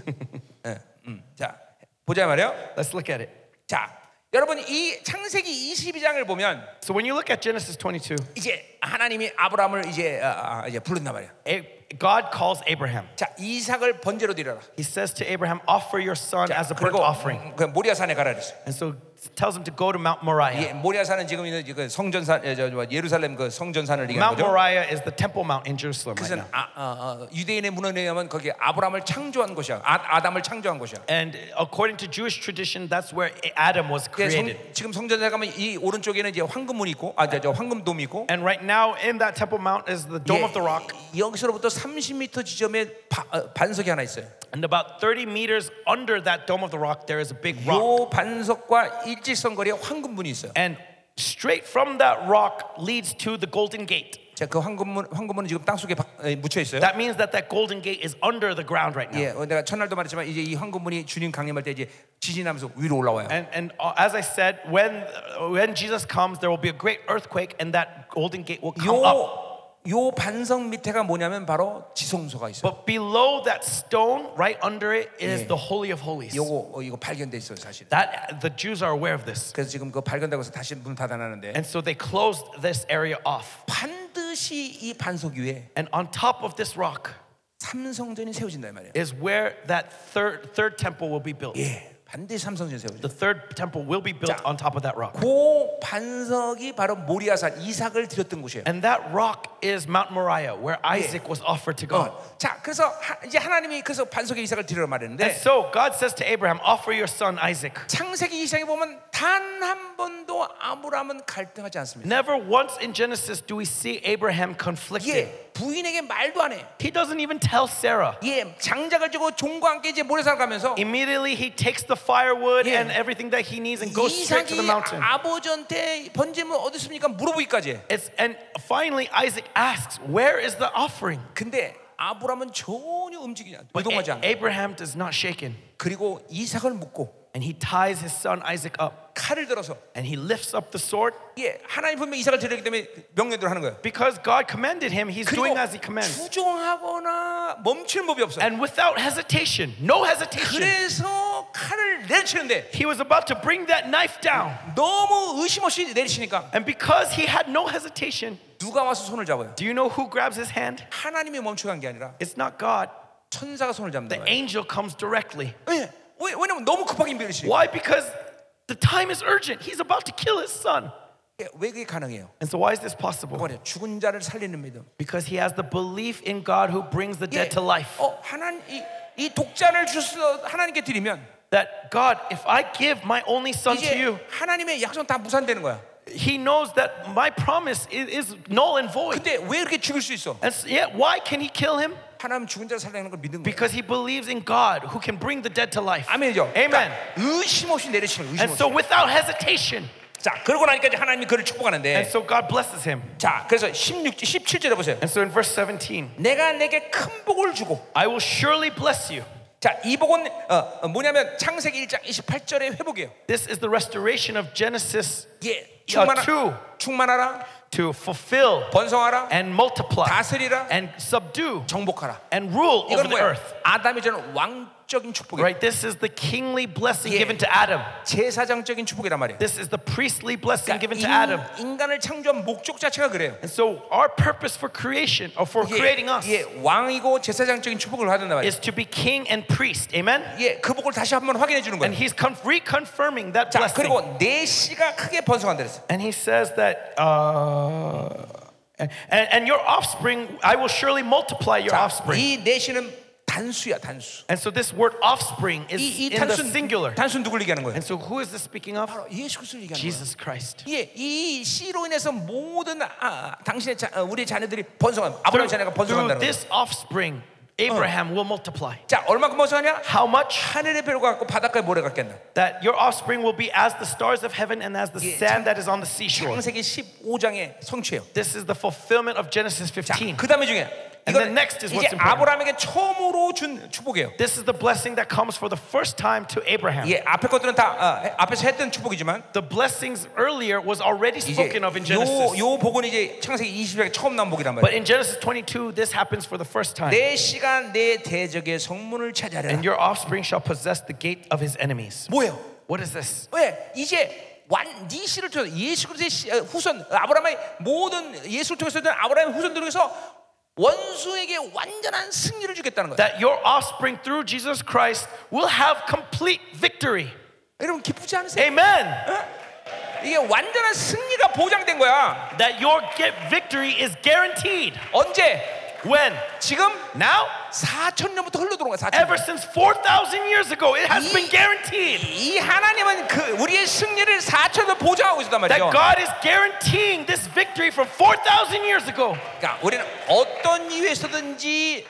예, 음. 자, 보자 말이요.
Let's look at it.
자, 여러분 이 창세기 22장을 보면
So when you look at Genesis 22,
이제 하나님이 아브라함을 이제 아, 아, 이제 부른단 말이야.
A- God calls Abraham.
자, 이삭을 번제로 드려라.
He says to Abraham, "Offer your son as a burnt
그리고
offering."
그 모리아산에 가라 그랬어.
And so tells him to go to Mount Moriah.
예, 모리아산은 지금 있는 그 성전산 예, 저, 저, 예루살렘 그 성전산을 얘기하는
Mount
거죠.
Moriah is the temple mount in Jerusalem right
그것은
now.
아, 어, 어, 유대인의 문헌에 의하면 거기 아브라함을 창조한 곳이야. 아, 아담을 창조한 곳이야.
And according to Jewish tradition, that's where Adam was
근데 성-
created.
지금 성전에 가면 이 오른쪽에는 이제 황금문이 있고, 아, 저, 저 황금돔이 있고.
And right now in that temple mount is the Dome
예,
of the Rock.
이- 여기서로부터 30m 지점에 바- 어, 반석이 하나 있어요.
And about 30 meters under that Dome of the Rock, there is a big rock.
요 반석과 일직선 거리에 황금문이 있어요.
And straight from that rock leads to the Golden Gate.
자, 그 황금문 황금문은 지금 땅속에 박- 에, 묻혀 있어요.
That means that that Golden Gate is under the ground right now.
예, 어, 내가 첫날도 말했지만 이제 이 황금문이 주님 강림할 때 이제 지진하면서 위로 올라와요.
And, and uh, as I said, when, when Jesus comes, there will be a great earthquake, and that golden gate will come up.
요, 요 반석 밑에가 뭐냐면 바로 지성소가 있어요.
But below that stone, right under it, is
Yeah.
the Holy of Holies.
요거 어, 이거 발견돼 있어요, 사실.
That the Jews are aware of this,
그래서 지금 그 발견되고 서 다시 문 닫아놨는데
and so they closed this area off.
반드시 이 반석 위에
And on top of this rock
삼성전이 세워진다 이 말이에요.
is where that third third temple will be built.
예, 반드시 삼성전이 세워져.
The third temple will be built
자.
on top of that rock.
그 반석이 바로 모리아산 이삭을 드렸던 곳이에요.
And that rock is Mount Moriah, where Isaac was offered to God.
어. 자, 그래서 하, 이제 하나님이 그래서 반석에 이삭을 드리라 말했는데
And so God says to Abraham, "Offer your son Isaac."
창세기 2장에 보면 단 한 번도 아브라함은 갈등하지 않습니다.
Never once in Genesis do we see Abraham conflicted.
예, 부인에게 말도 안 해.
He doesn't even tell Sarah.
예, 장작을 지고 종과 함께 이제 모래사장 가면서
Immediately he takes the firewood
Yeah. ah,
and everything that he needs and goes straight to
이삭이
the mountain.
아버지한테 번제물 어딨습니까? 물어보기까지 해.
It's, and finally Isaac asks, "Where is the offering?"
근데 아브라함은 전혀 움직이지 않아.
But
이동하지
A-
않아.
Abraham does not shaken,
그리고 이삭을 묶고
and he ties his son Isaac up,
칼을 들어서
and he lifts up the sword
예, 하나님 분명 이삭을 드렸기 때문에 명령대로 하는 거예요.
because God commanded him. He's
그리고
doing as he commands,
추종하거나 멈추는 법이 없어.
and without hesitation, no hesitation.
그래서 칼을 내리치는데
He was about to bring that knife down,
너무 의심 없이 내리치니까
and because he had no hesitation,
누가 와서 손을 잡아요?
do you know who grabs his hand?
하나님이 멈추간 게 아니라
It's not God.
천사가 손을 잡는다.
The angel comes directly.
예. 왜, 왜냐면 너무 급하게 임별이시.
Why? Because the time is urgent. He's about to kill his son.
예, 왜 그게 가능해요?
And so, why is this possible?
뭐냐? 죽은 자를 살리는 믿음.
Because he has the belief in God who brings the dead to life.
어, 하나님 이, 이 독자를 주셔서 하나님께 드리면
That God, if I give my only son to
이제
you,
하나님의 약속 다 무산되는 거야.
he knows that my promise i- is null and void.
근데 왜 이렇게 죽일 수 있어?
And so, yet, why can he kill him?
하나님 죽은 자를 살리는 걸 믿는 거야.
Because he believes in God who can bring the dead to life.
아멘이죠.
Amen.
그러니까 의심 없이 내리치는 거야,
And
의심 없이.
so, without hesitation,
자, 그러고 나니까 이제 하나님이 그를
and
축복하는데.
so God blesses him.
자, 그래서 16 17절에 보세요.
And so, in verse 17,
내가 내게 큰 복을 주고
I will surely bless you.
자, 이 복은 어, 어, 뭐냐면 창세기 1장 28절의 회복이에요.
This is the restoration of Genesis
예,
야,
충만하,
two.
충만하라,
to fulfill
번성하라,
and multiply
다스리라,
and subdue
정복하라.
and rule over
이건
the
뭐야?
earth.
아담이 저는 왕적인 축복이에요.
Right? This is the kingly blessing
Yeah.
given to Adam.
제사장적인 축복이란 말이에요.
This is the priestly blessing given to Adam.
그러니까 인, 인간을 창조한 목적 자체가 그래요.
And so our purpose for creation or for creating us
예, 왕이고 제사장적인 축복을 하던단 말이에요.
is to be king and priest. Amen.
예, 그 복을 다시 한번 확인해 주는
And
거예요.
he's con- reconfirming that
자,
blessing.
그리고 내 씨가 크게 번성한다 그랬어요.
And he says that uh, and, and your offspring, I will surely multiply your
자,
offspring.
이내 씨는 단수야, 단수.
And so this word offspring is
이, 이
in the
단수
singular.
단수 누굴 얘기하는 거예요?
And so who is this speaking of?
바로 예수 그리스도를 얘기하는 거예요.
Jesus Christ.
예, 이 씨로 인해서 모든 아, 아, 당신의 자, 어, 우리 자녀들이 번성한 아브라함 자녀가
through
번성한다는 거예요.
this offspring, Abraham will multiply.
자, 얼마큼 어서하냐?
How much?
하늘의 별과 같고 바닷가의 모래 같겠나?
That your offspring will be as the stars of heaven and as the
Yeah,
sand that is on the seashore.
창세기 15장의 성취예요.
This is the fulfillment of Genesis
자,
15.
그 다음에 중요해.
And
이건
then next
이제
is what's important.
아브라함에게 처음으로 준 축복이에요.
This is the blessing that comes for the first time to Abraham.
예, 앞에 것들은 다 어, 해- 앞에서 했던 축복이지만
The blessings earlier was already
이제
spoken of in
요,
Genesis.
요 복은 이제 창세기 20장에 처음 나온 복이란 말이에요.
But in Genesis 22, this happens for the first time.
내 시간 내 대적의 성문을 차지하라.
And your offspring shall possess the gate of his enemies.
뭐예요?
What is this?
왜 이제 완네 씨를 통해 서 예수 그리스도의 씨- 어, 후손 아브라함의 모든 예수를 통해서 된 아브라함의 후손들 중에서 원수에게 완전한 승리를 주겠다는 거예요.
That your offspring through Jesus Christ will have complete victory.
여러분 기쁘지 않으세요?
Amen. 네.
이게 완전한 승리가 보장된 거야.
That your get victory is guaranteed.
언제?
When?
지금
Now?
4천 년부터 흘러 들어온 거야. 4천
Ever
년.
since 4,000 years ago, it has been guaranteed.
이 하나님은 그 우리의 승리를 4천 년 보장하고 있단
That
말이죠.
God is guaranteeing this victory from 4,000 years ago.
그러니까 우리는 어떤 이유에서든지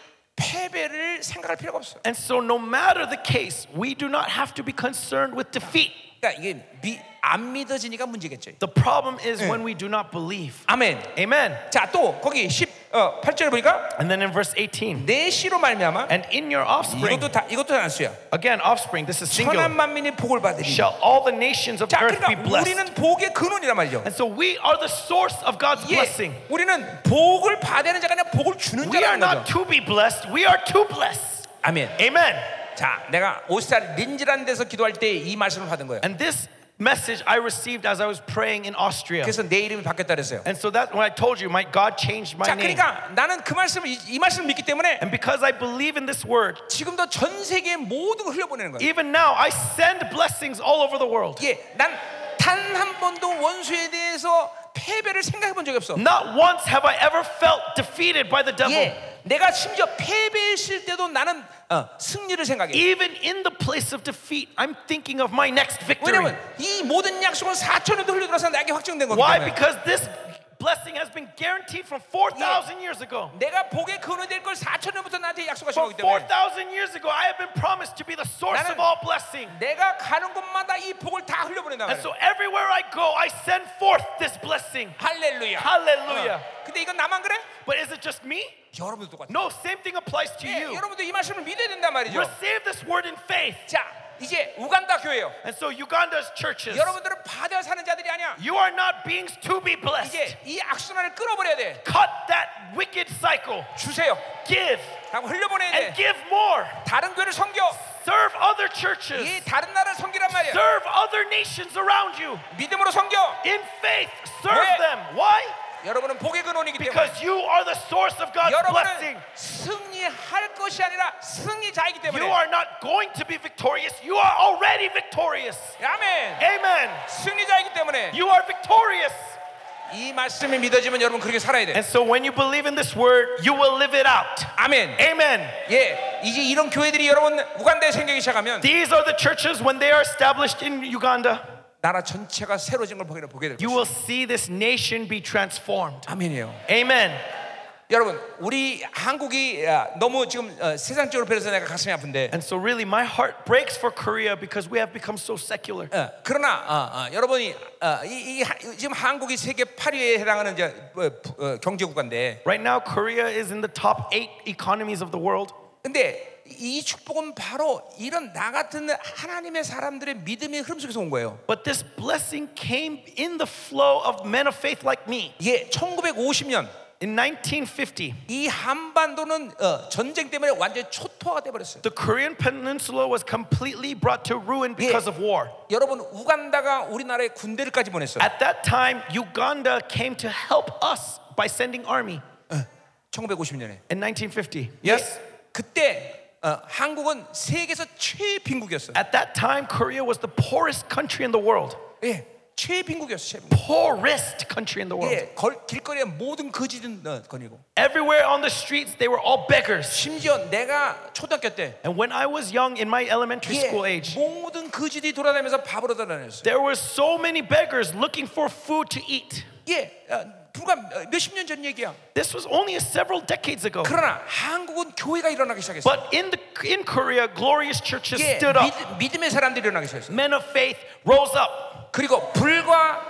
패배를 생각할 필요가 없어. 요
And so, no matter the case, we do not have to be concerned with defeat.
그러니까 이게 미, 안 믿어지니까 문제겠죠.
The problem is when we do not believe.
아멘.
Amen.
자, 또 거기 10 어, 8절에 보니까
And then in verse 18,
내 씨로 말미암아
and in your offspring,
이것도 다 이것도 단수야.
again, offspring, this is
천한
singular,
만민이 복을 받으리.
shall all the nations of the
자,
earth be
그러니까
blessed.
우리는 복의 근원이란 말이죠.
And so, we are the source of God's
예,
blessing.
우리는 복을 받는 자가 아니라 복을 주는
We are
자라는
not
거죠.
to be blessed, we are to bless.
아멘.
Amen.
자, 내가 오스트리아 린즈란 데서 기도할 때 이 말씀을 받은 거예요.
And this message I received as I was praying in Austria.
그래서 내 이름이 바뀌었다 그랬어요.
And so that when I told you, my God changed my
자,
name.
그러니까 나는 그 말씀을 이, 이 말씀을 믿기 때문에
And because I believe in this word,
지금도 전 세계에 모든 걸 흘려보내는 거예요.
even now I send blessings all over the world.
예, 난 단 한 번도 원수에 대해서 패배를 생각해 본 적이 없어.
Not once have I ever felt defeated by the devil.
예, 내가 심지어 패배했을 때도 나는 어, 승리를 생각해.
Even in the place of defeat, I'm thinking of my next victory.
왜냐면 이 모든 약속은 4천 년도 흘려들어서 나에게 확정된 거기
Why?
때문에.
Because this blessing has been guaranteed from 4,000 years ago.
내가 복의 근원이 될걸 4천 년부터 나한테 약속하신
From
거기 때문에.
4,000 years ago, I have been promised to be the source
나는-
of all blessing.
내가 가는 곳마다 이 복을 다 흘려보낸다
And
말이야.
so everywhere I go, I send forth this blessing.
할렐루야.
할렐루야.
어. 근데 이건 나만 그래?
But is it just me?
여러분도 똑같아.
No, same thing applies to
예,
you.
여러분도 이 말씀을 믿어야 된단 말이죠.
Receive this word in faith.
자, 이제 우간다 교회요.
And so Uganda's churches,
여러분들은 바다에 사는 자들이 아니야.
you are not beings to be blessed.
이제 이 악순환을 끊어버려야 돼.
Cut that wicked cycle.
주세요.
Give
하고 흘려보내야 돼.
and give more.
다른 교회를 섬겨.
Serve other churches.
이 다른 나라를 섬기란 말이야.
Serve other nations around you.
믿음으로 섬겨.
In faith, serve
Yeah.
them. Why?
여러분은 복의 근원이기 때문에.
Because you are the source of God's blessing.
여러분은 승리할 것이 아니라 승리자이기
You
때문에.
are not going to be victorious. You are already victorious.
아멘.
Amen.
승리자이기 때문에
You are victorious.
이 말씀이 믿어지면 여러분 그렇게 살아야 돼.
And so when you believe in this word, you will live it out.
아멘.
Amen.
예, 이제 이런 교회들이 여러분 우간다에 생기기 시작하면
These are the churches when they are established in Uganda.
나라 전체가 새로진 걸 보게, 보게 될
You
거예요.
will see this nation be transformed.
아멘이에요.
Amen.
여러분, 우리 한국이 아, 너무 지금 어, 세상적으로 변해서 내가 가슴이 아픈데
And so, really, my heart breaks for Korea because we have become so secular.
어, 그러나 어, 어, 여러분이 어, 이, 이 하- 지금 한국이 세계 8위에 해당하는 이제 어, 부- 어, 경제 국가인데
Right now, Korea is in the top eight economies of the world.
근데 이 축복은 바로 이런 나 같은 하나님의 사람들의 믿음의 흐름 속에서 온 거예요.
But this blessing came in the flow of men of faith like me.
예, 1950년
In 1950,
이 한반도는 어, 전쟁 때문에 완전히 초토화가 돼 버렸어요.
the Korean peninsula was completely brought to ruin
Yeah.
because of war.
여러분 우간다가 우리나라에 군대를까지 보냈어요.
At that time, Uganda came to help us by sending army
1950년에.
in 1950.
그때 어, 한국은 세계에서 최빈국이었어요.
At that time, Korea was the poorest country in the world.
예, 최빈국이었어요. 최빈국.
Poorest country in the world.
예, 걸, 길거리에 모든 거지든 어, 거니고.
Everywhere on the streets, they were all beggars.
심지어 내가 초등학교 때
And when I was young, in my elementary
예,
school age,
모든 거지들이 돌아다니면서 밥으로 돌아다녔어요.
there were so many beggars looking for food to eat.
예, 어, 불과 몇십 년 전 얘기야.
This was only several decades ago.
그러나 한국은 교회가 일어나기 시작했어.
But in, the, in Korea, glorious churches
예,
stood up.
믿, 믿음의 사람들이 일어나기 시작했어.
Men of faith rose up.
그리고 불과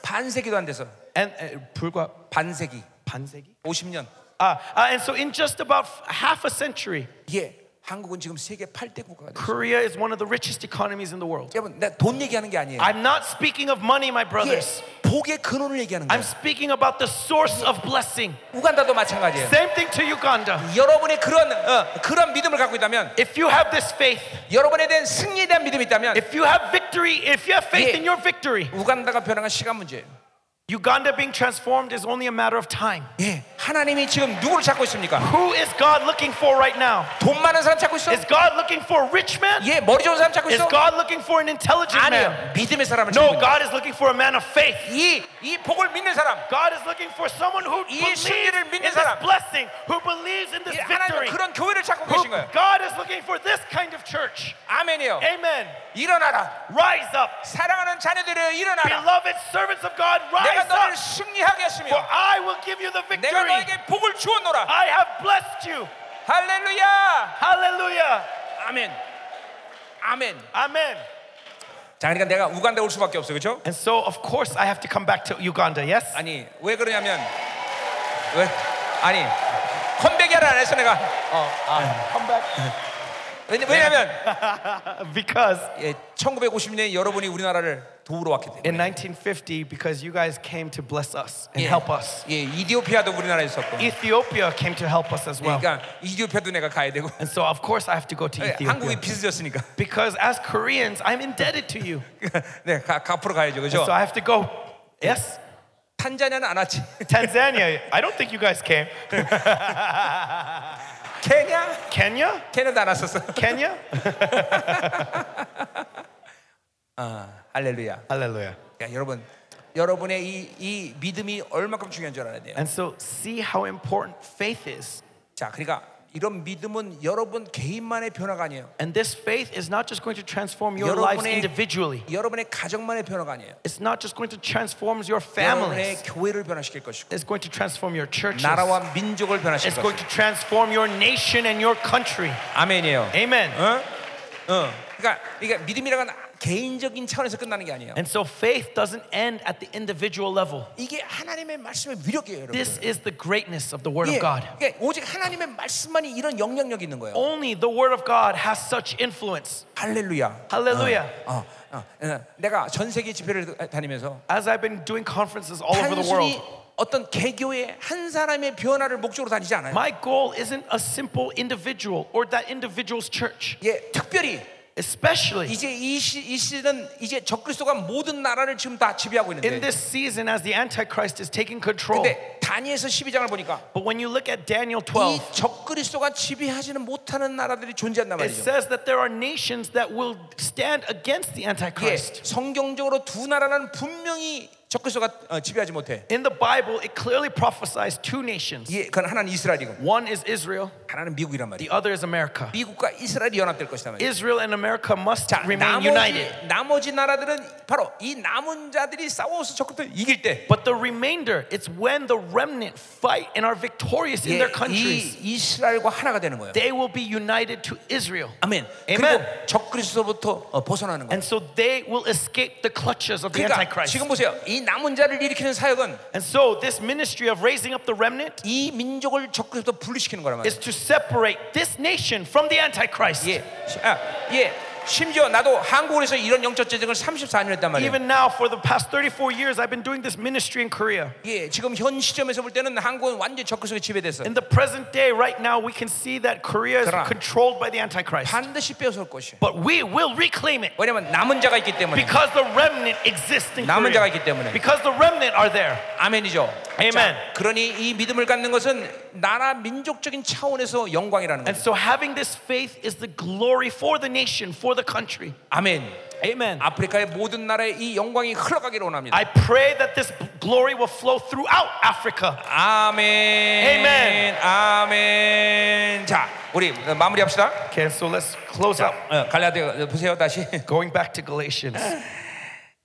반세기도 안 돼서
And uh, 불과
반세기,
반세기?
50년.
Uh, uh, and so in just about f- half a century,
예, 한국은 지금 세계 8대 국가가 됐어.
Korea is one of the richest economies in the world.
여러분, 나 돈 얘기하는 게 아니에요.
I'm not speaking of money, my
예,
brothers.
복의 근원을 얘기하는
I'm
거예요.
speaking about the source of blessing.
우간다도 마찬가지예요.
Same thing to Uganda.
여러분의 그런 어, 그런 믿음을 갖고 있다면
If you have this faith,
여러분에 대한 승리에 대한 믿음이 있다면
if you have victory, if you have faith
Yeah.
in your victory,
우간다가 변화가 시간 문제예요.
Uganda being transformed is only a matter of time.
예, 하나님이 지금 누구를 찾고 있습니까?
Who is God looking for right now?
돈 많은 사람 찾고 있어?
Is God looking for a rich man?
예, 머리 좋은 사람 찾고
Is
있어?
God looking for an intelligent man?
아니요, 믿음의 사람을 찾고
No,
있는
God is looking for a man of faith.
이, 이 복을 믿는 사람
God is looking for someone who
이
believes
승리를
in
믿는
this
사람.
blessing, who believes in this
예, 하나님은
victory.
그런 교회를 찾고 계신
Who-
거예요
God is looking for this kind of church.
아멘이요
Amen.
일어나라
Rise up.
사랑하는 자녀들이여 일어나라
Beloved servants of God,
내가
rise
너를
up.
승리하게
For
했으며
I will give you the
내가
victory. 아.
너에게 복을 주었노라
I have blessed you.
할렐루야
Hallelujah.
아멘 아멘
Amen.
자 그러니까 내가 우간다 올 수밖에 없어 그렇죠?
And so, of course, I have to come back to Uganda, yes?
아니 왜 그러냐면 왜 아니 컴백이라 안 했어 내가
come back.
왜냐-
네.
왜냐면
because
예, 1950년에 여러분이 우리나라를 도우러 왔기 때문에
in 1950, because you guys came to bless us and
예,
help us.
예, 이디오피아도 우리나라에 있었고
Ethiopia came to help us as well.
그러니까 이디오피아도 내가 가야 되고
And so, of course, I have to go to
예, 한국이
Ethiopia.
빚졌으니까
Because as Koreans, I'm indebted to you.
네, 가, 가 앞으로 가야죠, 그죠?
So I have to go. Yes?
탄자니아는 안 왔지.
Tanzania. I don't think you guys came.
케냐?
Kenya?
케냐도 안 왔었어.
Kenya?
할렐루야.
Hallelujah.
야, 여러분, 여러분의 이, 이 믿음이 얼마큼 중요한 줄 알아야 돼요.
And so see how important faith is.
자, 그러니까 이런 믿음은 여러분 개인만의 변화가 아니에요.
And this faith is not just going to transform your lives
여러분의
individually.
여러분의 가정만의 변화가 아니에요.
It's not just going to transform your
여러분의
families.
교회를 변화시킬 것이고,
It's going to transform your churches.
나라와 민족을 변화시킬
It's
것이고.
going to transform your nation and your country.
아멘이에요.
Amen.
어? 어. 그러니까, 그러니까 믿음이라는 건 개인적인 차원에서 끝나는 게 아니에요.
And so faith doesn't end at the individual level.
이게 하나님의 말씀의 위력이에요, 여러분.
This is the greatness of the Word
예,
of God.
그러니까 오직 하나님의 말씀만이 이런 영향력이 있는 거예요.
Only the Word of God has such influence.
할렐루야.
Hallelujah.
어, 어, 어. 내가 전 세계 집회를 다니면서
As I've been doing conferences all over the world,
단순히 어떤 개교의 한 사람의 변화를 목적으로 다니지 않아요.
my goal isn't a simple individual or that individual's church.
예, 특별히
Especially
이제 이, 시, 이 시대는 이제 적그리스도가 모든 나라를 지금 다 지배하고
in
있는데.
this season, as the Antichrist is taking control.
근데 다니엘서 12장을 보니까
But when you look at Daniel
이
12,
적그리스도가 지배하지는 못하는 나라들이 존재한단
it
말이죠.
says that there are nations that will stand against the
예,
Antichrist.
성경적으로 두 나라는 분명히 적그리스도가 어, 지배하지 못해.
In the Bible, it clearly prophesies two nations
예, 그건 하나는 이스라엘이고
one is Israel,
하나는 미국이란 말이에요.
the other is America.
미국과 이스라엘이 연합될 것이다 말이에요.
Israel and America must
자,
remain
나머지,
united.
나머지 나라들은 바로 이 남은 자들이 싸워서 적군들 이길 때
But the remainder, it's when the remnant fight and are victorious in
예,
their
이
countries,
이스라엘과 하나가 되는 거예요.
they will be united to Israel.
아멘.
Amen.
그리고 적그리스도부터 어, 벗어나는 거예요.
And so they will escape the clutches of the
그러니까
Antichrist.
지금 보세요. 이 남은 자를 일으키는 사역은
And so this ministry of raising up the remnant
이 민족을 적그리스도 분리시키는 거란
is
말이에요.
to separate this nation from the Antichrist.
예, 시- 아, 예. 심지어 나도 한국에서 이런 영적 재정을 34년 했단 말이에요.
Even now, for the past 34 years, I've been doing this ministry in Korea.
예, 지금 현 시점에서 볼 때는 한국은 완전 히 적그리스도에 지배돼서
In the present day, right now, we can see that Korea
그러나
is controlled by the Antichrist.
반드시 뺏어올 것이에요.
But we will reclaim it
왜냐면 남은 자가 있기 때문에.
because the remnant exists in
남은 자가 있기
Korea.
때문에.
Because the remnant are there.
아멘이죠.
아멘.
자, 그러니 이 믿음을 갖는 것은 나라 민족적인 차원에서 영광이라는 거예요.
And so having this faith is the glory for the nation, for the country.
아멘.
Amen.
아프리카의 모든 나라에 이 영광이 흘러가기를 원합니다.
I pray that this glory will flow throughout Africa.
아멘.
Amen.
아멘. 자, 우리 마무리합시다.
Okay, so let's close up.
어, 갈라디아 네, 보세요 다시. Ah,
Going back to Galatians.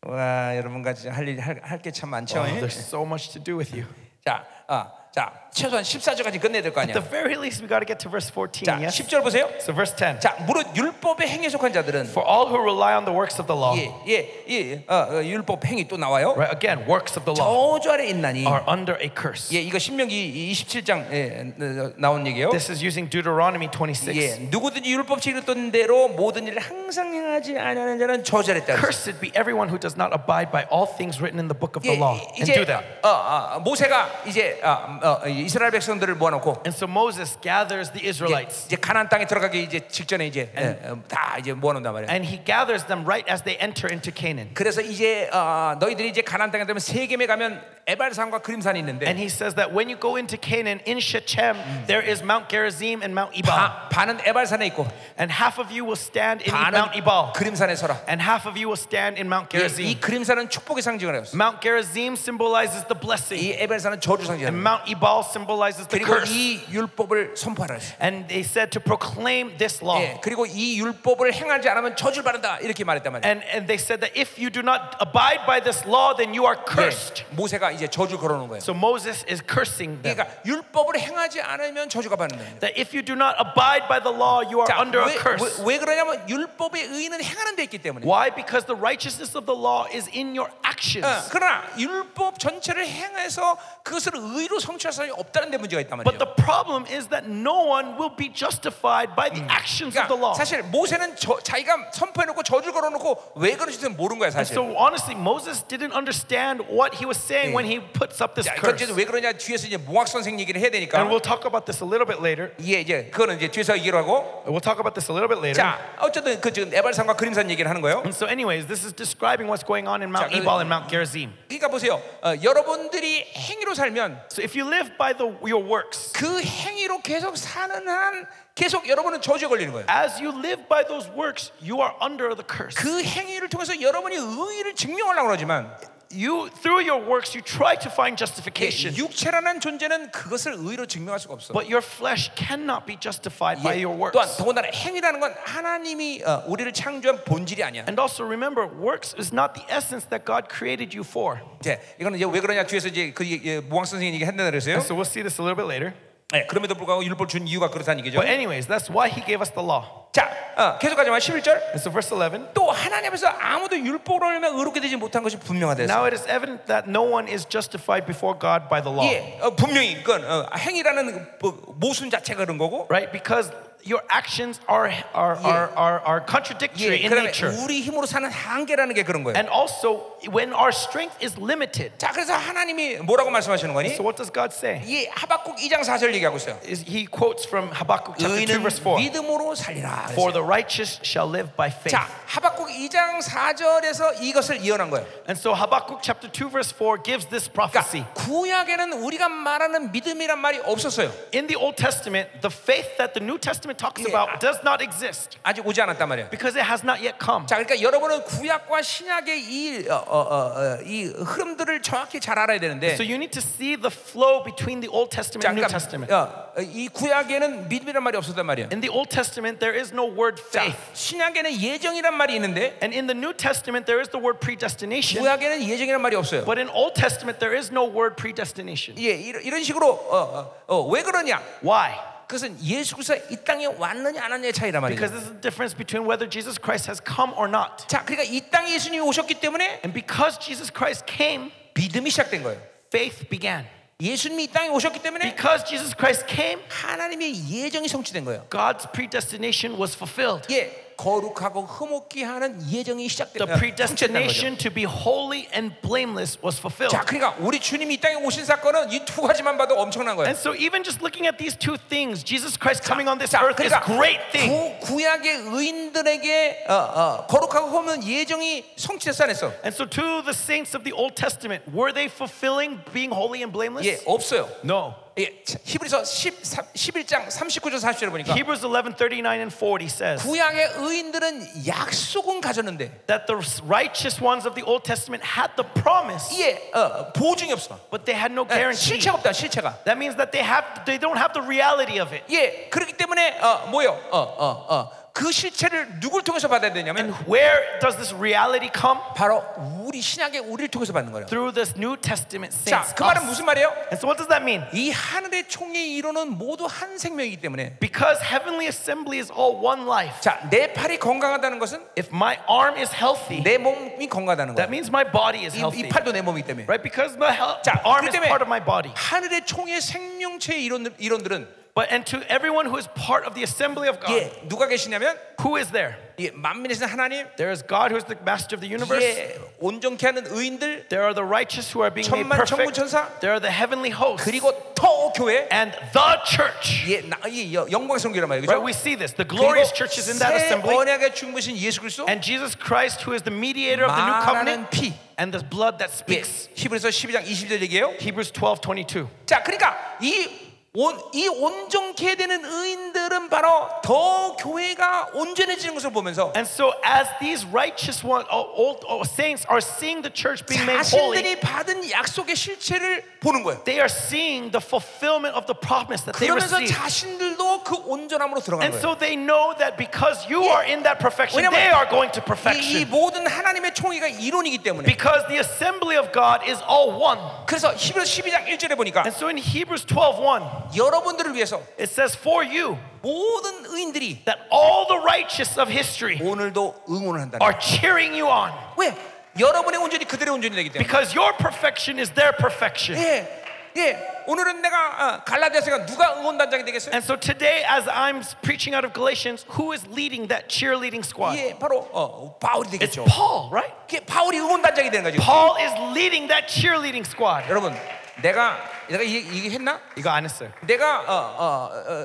와 여러분과 할일할게 참 많죠.
Oh, there's so much to do with you.
자, 아, 자 최소한 14절까지 끝내야 될 거
At the
아니야.
very least, we got to get to verse 14.
자,
yes?
10절 보세요.
So, verse 10.
자, 무릇 율법의 행에 속한 자들은
For all who rely on the works of the law,
예, 예, 예, 어, 어, 율법 행위 또 나와요.
right? Again, works of the law
저주 아래 있나니.
are under a curse.
예, 이거 신명기 27장 예, 어, 나온 얘기예요.
This is using Deuteronomy
예,
26.
누구든지 율법 지켰던 대로 모든 일을 항상 행하지 아니하는 자는 저주 아래 있다. 그랬어요.
Cursed be everyone who does not abide by all things written in the book of
예,
the law
이-
and
이제
do them.
어, 어, 모세가 이제 어, 어, 이스라엘 백성들을 모아놓고
And so Moses gathers the
이제,
Israelites
이제 가나안 땅에 들어가기 이제 직전에 이제 예, 어, 다 이제 모아놓는단 말이에요.
and he gathers them right as they enter into Canaan.
그래서 이제 어, 너희들이 이제 가나안 땅에 되면 세겜에 가면 에발산과 그림산이 있는데
And he says that when you go into Canaan, in Shechem, there is Mount Gerizim and Mount Ebal.
바, 반은 에발산에 있고
And half of you will stand in Mount
반은
Ebal,
그림산에 서라.
and half of you will stand in Mount
예, 이
Gerizim.
그림산은 축복의 상징을 해요.
Mount Gerizim symbolizes the blessing,
이 에발산은 저주
and
상징을 해요.
Mount Ebal symbolizes the
그리고
curse.
이 율법을 선포하라. 했어요.
And they said to proclaim this law.
예, 그리고 이 율법을 행하지 않으면 저주를 받는다 이렇게 말했단 말이에요.
And, and they said that if you do not abide by this law, then you are
예,
cursed.
모세가 이제 저주 걸어놓은 거예요.
So Moses is cursing them.
그러니까 율법을 행하지 않으면 저주가 받는 거예요.
That if you do not abide by the law, you are
자,
under a
왜,
curse.
왜, 왜 그러냐면 율법의 의는 행하는 데 있기 때문에.
Why? Because the righteousness of the law is in your actions.
어, 그러나 율법 전체를 행해서 그것을 의로 성취할 사람이 없다는 데 문제가 있단 말이에요.
But the problem is that no one will be justified by the actions of the
그러니까
law.
사실 모세는 저, 자기가 선포해놓고 저주를 걸어놓고 왜 그런지는 모르는 거야 사실.
So honestly, Moses didn't understand what he was saying when he puts up this
자, 그건
curse.
이제 왜 그러냐 뒤에서 이제 모학 선생 얘기를 해야 되니까.
And we'll talk about this a little bit later.
예, 이제 그거는 이제 뒤에서 얘기를 하고.
We'll talk about this a little bit later.
자, 어쨌든 그 지금 에발산과 그림산 얘기를 하는 거예요.
And so, anyways, this is describing what's going on in
자,
Mount
그-
Ebal and Mount Gerizim.
그러니까 보세요. 어, 여러분들이 행위로 살면
So if you live by the, your works,
그 행위로 계속 사는 한 계속 여러분은 저주에 걸리는 거예요.
as you live by those works, you are under the curse.
그 행위를 통해서 여러분이 의의를 증명하려고 그러지만
You through your works, you try to find
예,
justification,
육체라는 존재는 그것을 의로 증명할 수가 없어.
but your flesh cannot be justified by
예,
your works.
또한 더군다나 행위라는 건 하나님이 어, 우리를 창조한 본질이 아니야.
And also remember, works is not the essence that God created you for.
이제 이거는 이제 왜 그러냐 뒤에서 이제 그 예, 모항 선생님 얘기 했나 그랬어요.
And so we'll see this a little bit later.
예, 그럼에도 불구하고 율법 준 이유가 그렇다는 얘기죠.
But anyways, that's why He gave us the law.
자, 어, 계속 가지만 11절.
And so verse 11.
또 하나님 앞에서 아무도 율법으로 하면 의롭게 되지 못한 것이 분명하다.
Now it is evident that no one is justified before God by the law,
예, 어, 분명히 그건 어, 행위라는 그 뭐- 모순 자체가 그런 거고.
right? Because your actions are are, are, are are contradictory
예,
in
그다음에
nature.
우리 힘으로 사는 한계라는 게 그런 거예요.
And also, when our strength is limited.
자, 그래서 하나님이 뭐라고 말씀하시는 거니?
So, what does God say?
이 하박국 2장 4절 얘기하고 있어요.
Is- He quotes from Habakkuk chapter 2,
의인은
verse 4
믿음으로 살리라. 그랬어요.
For the righteous shall live by faith.
자, 하박국 2장 4절에서 이것을 예언한 거예요.
And so, Habakkuk chapter 2, verse 4 gives this prophecy.
그러니까 구약에는 우리가 말하는 믿음이란 말이 없었어요.
In the Old Testament, the faith that the New Testament talks
Yeah.
about does not exist
아직 오지 않았단 말이에요.
because it has not yet come.
자, 그러니까 여러분은 구약과 신약의 이, 어, 어, 어, 어, 이 흐름들을 정확히 잘 알아야 되는데
So, you need to see the flow between the Old Testament
자,
and New
그러니까
Testament.
어, 이 구약에는 믿음이란 말이 없었단 말이에요.
In the Old Testament, there is no word
자,
faith.
신약에는 예정이란 말이 있는데
And in the New Testament, there is the word predestination.
구약에는 예정이란 말이 없어요.
But in Old Testament, there is no word predestination.
예, 이런 이런 식으로 어, 어, 어, 왜 그러냐?
Why?
그것은 예수 그리스도 이 땅에 왔느냐 안 왔느냐의 차이란 말이에요.
Because this is the difference between whether Jesus Christ has come or not.
자, 그러니까 이 땅에 예수님이 오셨기 때문에
And because Jesus Christ came,
믿음이 시작된 거예요.
faith began.
예수님이 이 땅에 오셨기 때문에
Because Jesus Christ came,
하나님의 예정이 성취된 거예요.
God's predestination was fulfilled.
예, 거룩하고 흠없게 하는 예정이
The
시작된 어, 성취된 거죠.
predestination to be holy and blameless was fulfilled.
자, 그러니까 우리 주님이 이 땅에 오신 사건은 이 두 가지만 봐도 엄청난 거예요.
And so, even just looking at these two things, Jesus Christ coming on this
자,
earth is
그러니까
great thing.
구, 구약의 의인들에게 어, 어, 거룩하고 흠없는 예정이 성취됐어 안 했어?
And so, to the saints of the Old Testament, were they fulfilling being holy and blameless?
예, 없어요.
No.
예, 자, 히브리서 13, 11장 39절 40절을 보니까
Hebrews 11 39 and 40 says.
구약의 의인들은 약속은 가졌는데
that the righteous ones of the Old Testament had the promise,
예, 어, 보증이 없어.
but they had no
예,
guarantee.
실체가 없다. 실체가.
That means that they have they don't have the reality of it.
예, 그렇기 때문에 어, 뭐요? 어, 어, 어, 그 실체를 누굴 통해서 받아야 되냐면
Where does this reality come?
바로 우리 신약의 우리를 통해서 받는 거예요.
Through this New Testament
자,
saints.
그 말은
us.
무슨 말이에요?
And so what does that mean?
이 하늘의 총의 이론은 모두 한 생명이기 때문에
Because heavenly assembly is all one life.
자, 내 팔이 건강하다는 것은
If my arm is healthy,
내 몸이 건강하다는 거예요.
that means my body is
이, 이
healthy.
팔도 내 몸이기 때문에
Right? Because my hel-
자,
arm
그
is
때문에
part of my body.
하늘의 총의 생명체의 이론들, 이론들은
But and to everyone who is part of the assembly of God,
예, 누가 계시냐면
who is there?
예, 만민에서 하나님
There is God who is the master of the universe.
예, 온전케 하는 의인들
There are the righteous who are being made
천만
perfect.
천군천사.
There are the heavenly hosts.
그리고 더 교회
and the church.
예, 나, 예 여- 영광스러운 교회란 말이죠.
Right? We see this. The
그리고
glorious church is in that
새
assembly.
언약의 중보신 예수 그리스도
And Jesus Christ, who is the mediator of the new
말하는
covenant,
피
and the blood that
예,
speaks.
히브리서 12장 20절 얘기예요.
Hebrews 12 22.
자, 그러니까 이 온, 이 온전케 되는 의인들은 바로 더 교회가 온전해지는 것을 보면서
And so, as these righteous one, oh, old oh, saints are seeing the church being made holy,
자신들이 받은 약속의 실체를 보는 거예요.
they are seeing the fulfillment of the promise that they
그러면서
received.
자신들도 그 온전함으로 들어가는
And
거예요.
so they know that because you are in that perfection,
왜냐면
they are going
이,
to
이
perfection.
모든 하나님의 총의가 이론이기 때문에.
Because the assembly of God is all one.
그래서 히브리서 12장 1절에 보니까
And so in Hebrews 12 1,
여러분들을 위해서
it says, For you,
모든 의인들이
that all the righteous of history
오늘도 응원을 한다는
are cheering you on.
거예요. 왜? 여러분의 온전이 그들의 온전이 되기 때문에.
Because your perfection is their perfection.
예. 예. 오늘은 내가 어, 갈라디아서가 누가 응원단장이 되겠어요?
And so today, as I'm preaching out of Galatians, who is leading that cheerleading squad?
예, 바로 어, 바울이
It's
되겠죠.
Paul, right?
이게 바울이 응원단장이 되는 거죠.
Paul is leading that cheerleading squad.
여러분, 내가 내가 이게, 이게 했나?
이거 안 했어요.
내가 어, 어,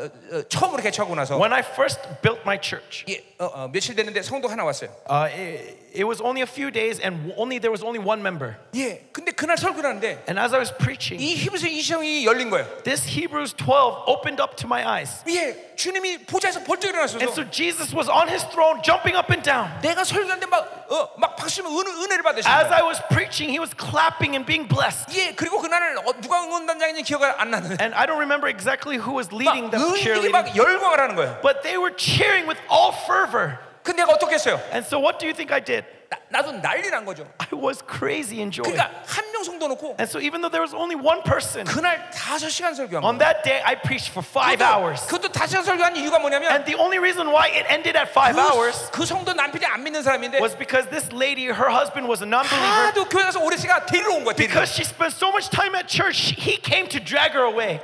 어, 어, 처음으로 개척하고 나서
When I first built my church,
예, 어, 어, 며칠 됐는데 성도 하나 왔어요.
uh, it, it was only a few days, and only there was only one member.
예. 근데 그날 설교를 하는데
And as I was preaching,
이 히브리서 이성이 열린 거예요.
this Hebrews 12 opened up to my eyes.
예. 주님이 보좌에서 벌쩍
And
일어나셔서
so Jesus was on his throne, jumping up and down.
내가 설교하는데 막, 어, 막 박수면 은, 은혜를 받으시는
As
거예요.
I was preaching, he was clapping and being blessed.
예, 그리고 그날을 어, 누가 응원단장인지 기억 안 나는데
And I don't remember exactly who was
막
leading the
의인들이
cheerleading,
막 열광을 하는 거예요.
but they were cheering with all fervor.
근데 내가 어떻게 했어요?
And so, what do you think I did?
나, 나도 난리 난 거죠.
I was crazy in joy.
그러니까 한 명 성도 놓고
And so, even though there was only one person,
그날 다섯 시간 설교한
on
거예요.
that day I preached for five hours.
그것도 다섯 시간 설교한 이유가 뭐냐면
And the only reason why it ended at five hours
그, 그 성도 남편이 안 믿는 사람인데
was because this lady, her husband was a non believer.
하도 교회 가서 오래 씨가 데리러 온 거야. 데리러.
Because she spent so much time at church, he came to drag her away.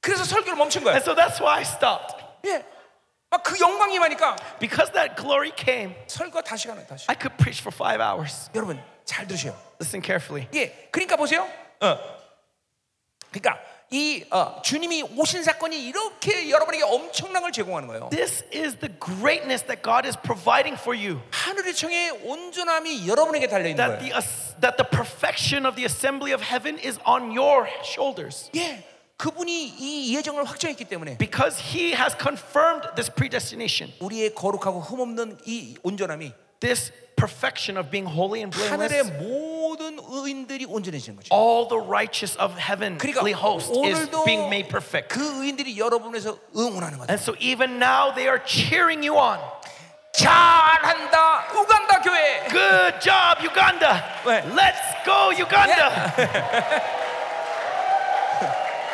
그래서 설교를 멈춘 거야.
And so that's why I stopped.
예. 막 그 영광이 많으니까
Because that glory came,
설교 다시 가는 다시.
I could preach for five hours.
여러분 잘 들으세요.
Listen carefully.
예. 그러니까 보세요. 어. 그러니까 이 어, 주님이 오신 사건이 이렇게 여러분에게 엄청난 걸 제공하는 거예요.
This is the greatness that God is providing for you.
하늘의 청의 온전함이 여러분에게 달려 있는
That
거예요.
the, as- that the perfection of the assembly of heaven is on your shoulders.
예. 그분이 이 예정을 확정했기 때문에
Because he has confirmed this predestination,
우리의 거룩하고 흠없는 이 온전함이
this perfection of being holy and
하늘의
blameless.
모든 의인들이 온전해지는 거죠.
All the righteous of heavenly
그러니까
host is
오늘도
being made perfect.
그 의인들이 여러분에서 응원하는 거다.
And so even now they are cheering you on.
잘한다. 우간다 교회.
Good job, Uganda!
왜?
Let's go, Uganda!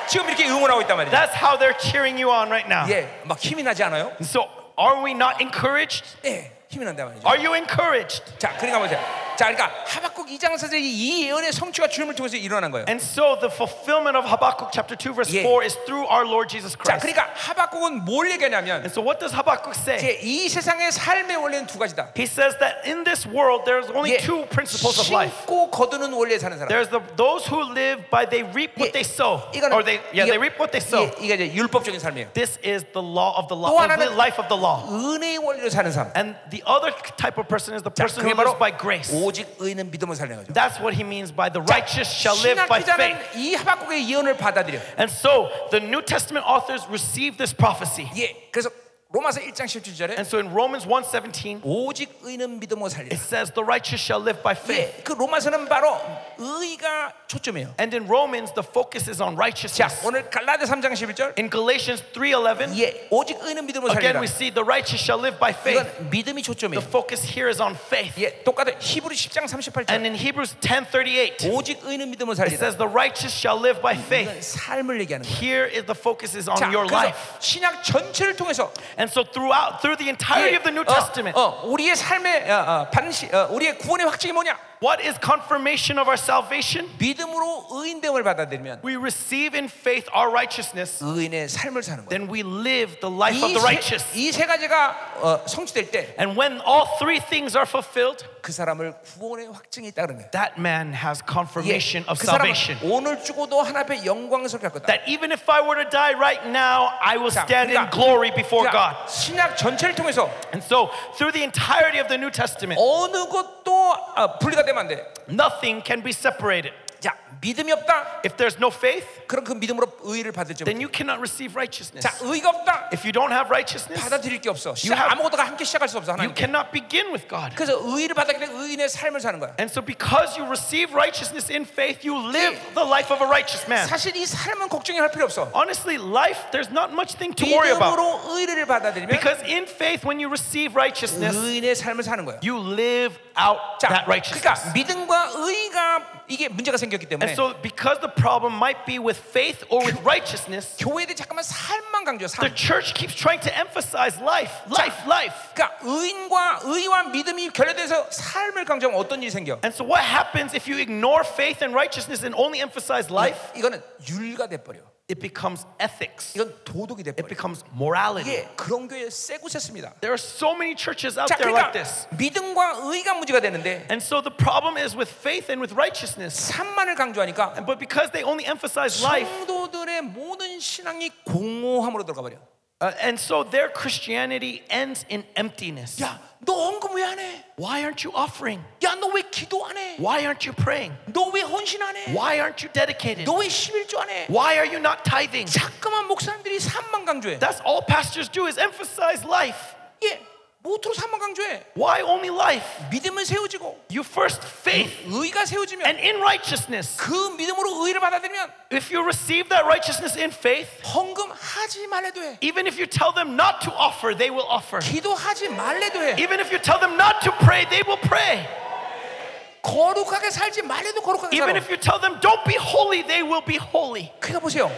지금 이렇게 응원하고 있단 말이죠.
That's how they're cheering you on right now.
예, 막 힘이 나지 않아요?
And so are we not encouraged?
예, 힘이 난단 말이죠.
Are you encouraged?
자, 그러니까 보세요. 자, 그러니까 하박국 2장 4절이 이 예언의 성취가 주님을 통해서 일어난 거예요.
And so the fulfillment of Habakkuk chapter 2 verse
Yeah.
4 is through our Lord
자,
Jesus Christ.
그러니까 하박국은 뭘 얘기하냐면
And so what does Habakkuk
이제
say?
이 세상의 삶의 원리는 두 가지다.
He says that in this world there's only
예,
two principles of life.
심고 거두는 원리에 사는 사람.
There's the those who live by they reap what
Yeah.
they sow.
이거는
Or they yeah,
이게-
they reap what they sow.
이게, 이게 이제 율법적인 삶이에요.
This is the law of the law,
또
or the
하나는-
life of the law.
은혜의 원리로 사는 삶.
And the other type of person is the person
그게
who lives
바로
by grace.
오직 의는 믿음을 살리는 거죠.
That's what he means by the righteous shall live by faith.
신학기자는 이 하박국의 예언을 받아들여.
And so the New Testament authors received this prophecy.
예, 그래서 로마서 1장 17절에
And so in Romans 1:17,
오직 의는 믿음으로 살리라.
it says the righteous shall live by
예,
faith.
그 로마서는 바로 의가 초점이에요.
And in Romans, the focus is on
자,
righteousness.
오늘 갈라디아 3장 11절.
In Galatians 3:11,
예, 오직 의는 믿음으로 살리라.
again we see the righteous shall live by faith.
이건 믿음이
The
초점이에요.
focus here is on faith.
예, 똑같아. 히브리 10장 38절.
And in Hebrews 10:38,
오직 의는 믿음으로
it
살리라.
says the righteous shall live by
이건
faith.
삶을 얘기하는 거예요.
Here is the focus is
자,
on your
그래서
life.
신약 전체를 통해서
And so throughout through the entirety
예,
of the New
어,
Testament,
어, 우리의 삶의 어, 어, 반시, 어, 우리의 구원의 확증이 뭐냐?
what is confirmation of our salvation?
믿음으로 의인됨을 받아들이면
We receive in faith our righteousness,
의인의 삶을 사는 거예요.
then we live the life of the righteous.
이세 가지가 어, 성취될 때 그
And when all three things are fulfilled,
사람을 구원의 확증이 있다 그러는 거예요.
that man
예,
has confirmation of
그 사람은
salvation.
오늘 죽어도 하나 앞에 영광스럽게 할 거다.
That even if I were to die right now, I will
자,
stand in
그러니까-
glory before God.
그러니까 신약 전체를 통해서
And so, through the entirety of the New Testament,
어느 것도 아, 분리가 되면 안 돼.
nothing can be separated.
자, 믿음이 없다.
If there's no faith,
그럼 그 믿음으로 의를 받을지
then
못.
you cannot receive righteousness.
자, 의가 없다.
If you don't have righteousness,
받아들일 게 없어. 시작,
You have-
아무것도가 함께 시작할 수 없어. 하나님.
you cannot begin with God.
그래서 의를 받았기 때문에 의인의 삶을 사는 거야.
And so, because you receive righteousness in faith, you live the life of a righteous man.
사실 이 삶은 걱정이 할 필요 없어.
Honestly, life, there's not much thing to worry
믿음으로
about.
의를 받아들이면
Because in faith, when you receive righteousness,
의인의 삶을 사는 거야.
you live out
자,
that
그러니까
righteousness.
믿음과 의가 이게 문제가 생겼기
And
때문에
so, because the problem might be with faith or with righteousness,
교회들 잠깐만 삶만 강조해.
the
삶.
church keeps trying to emphasize life, life, life.
그러니까 의인과 의와 믿음이 결여돼서 삶을 강조하면 어떤 일이 생겨?
And so, what happens if you ignore faith and righteousness and only emphasize life?
이거는 윤리가 돼 버려.
It becomes ethics,
이건 도덕이 돼 버려.
it becomes morality.
이게 그런 교회 쎄구셌습니다.
There are so many churches out
자,
there
그러니까
like this.
믿음과 의가 문제가 되는데
And so, the problem is with faith and with righteousness.
삶만을 강조하니까
But because they only emphasize life,
성도들의 모든 신앙이 공허함으로 들어가 버려.
Uh, and so their Christianity ends in emptiness.
야, 너 헌금 왜 안 해?
Why aren't you offering?
야, 너 왜 기도 안 해?
Why aren't you praying?
너 왜 헌신 안 해?
Why aren't you dedicated?
너 왜 11조 안 해?
Why are you not tithing?
자꾸만 목사님들이 삶만 강조해.
That's all pastors do is emphasize life.
예, 모토로 삶만 강조해.
Why only life?
믿음은 세워지고
You first faith
의가 세워지면
and in righteousness.
그 믿음으로 의를 받아들면
If you receive that righteousness in faith,
헌금 하지 말래도 해.
even if you tell them not to offer, they will offer.
기도하지 말래도 해.
Even if you tell them not to pray, they will pray.
거룩하게 살지 말래도 거룩하게
Even
살아.
if you tell them don't be holy, they will be holy.
그러니까 보세요.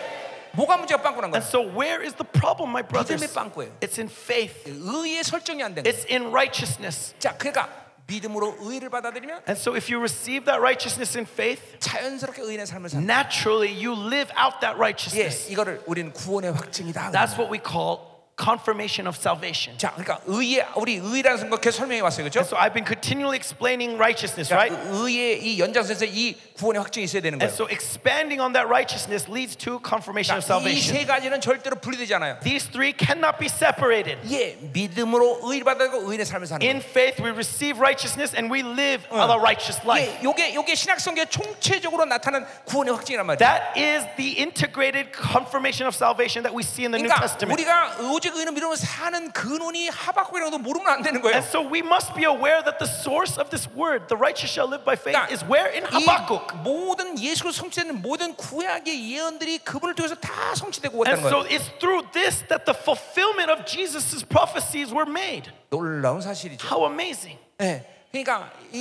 뭐가 문제가 빵꾸난
And
거야?
so where is the problem, my brothers?
믿음의 빵꾸예요.
It's in faith.
의의 설정이 안 된 거야.
It's in righteousness.
자, 그러니까 믿음으로 의를 받아들이면
And so if you receive that righteousness in faith,
자연스럽게 의인의 삶을
음.
산다.
naturally you live out
예,
that righteousness.
이거를 우리는 구원의 확증이다.
That's what we call confirmation of salvation.
자, 그러니까 의의 우리 의라는 선 그렇게 설명해 왔어요, 그렇죠?
So I've been continually explaining righteousness,
자, 그
right?
의- 의의 이 연장선에서 이 구원의 확증이 있어야 되는
And
거예요.
so expanding on that righteousness leads to confirmation of
이
salvation.
세 가지는 절대로 분리되지 않아요.
These three cannot be separated.
예, 믿음으로 의를 받아들고 의인의 삶을 사는
In
거예요.
faith, we receive righteousness and we live a righteous life.
예, 요게 요게 신약성경의 총체적으로 나타난 구원의 확증이란 말이에요.
That is the integrated confirmation of salvation that we see in the New
그러니까
Testament.
우리가 오직 의는 믿음으로 사는 근원이 하박국이라고도 모르면 안 되는
And
거예요.
so we must be aware that the source of this word, the righteous shall live by faith,
그러니까
is where in
이
Habakkuk.
모든 예수로 성취되는 모든 구약의 예언들이 그분을 통해서 다 성취되고
And
있다는
so
거예요.
it's through this that the fulfillment of Jesus' prophecies were made.
놀라운 사실이죠.
How amazing.
예, 그러니까 이,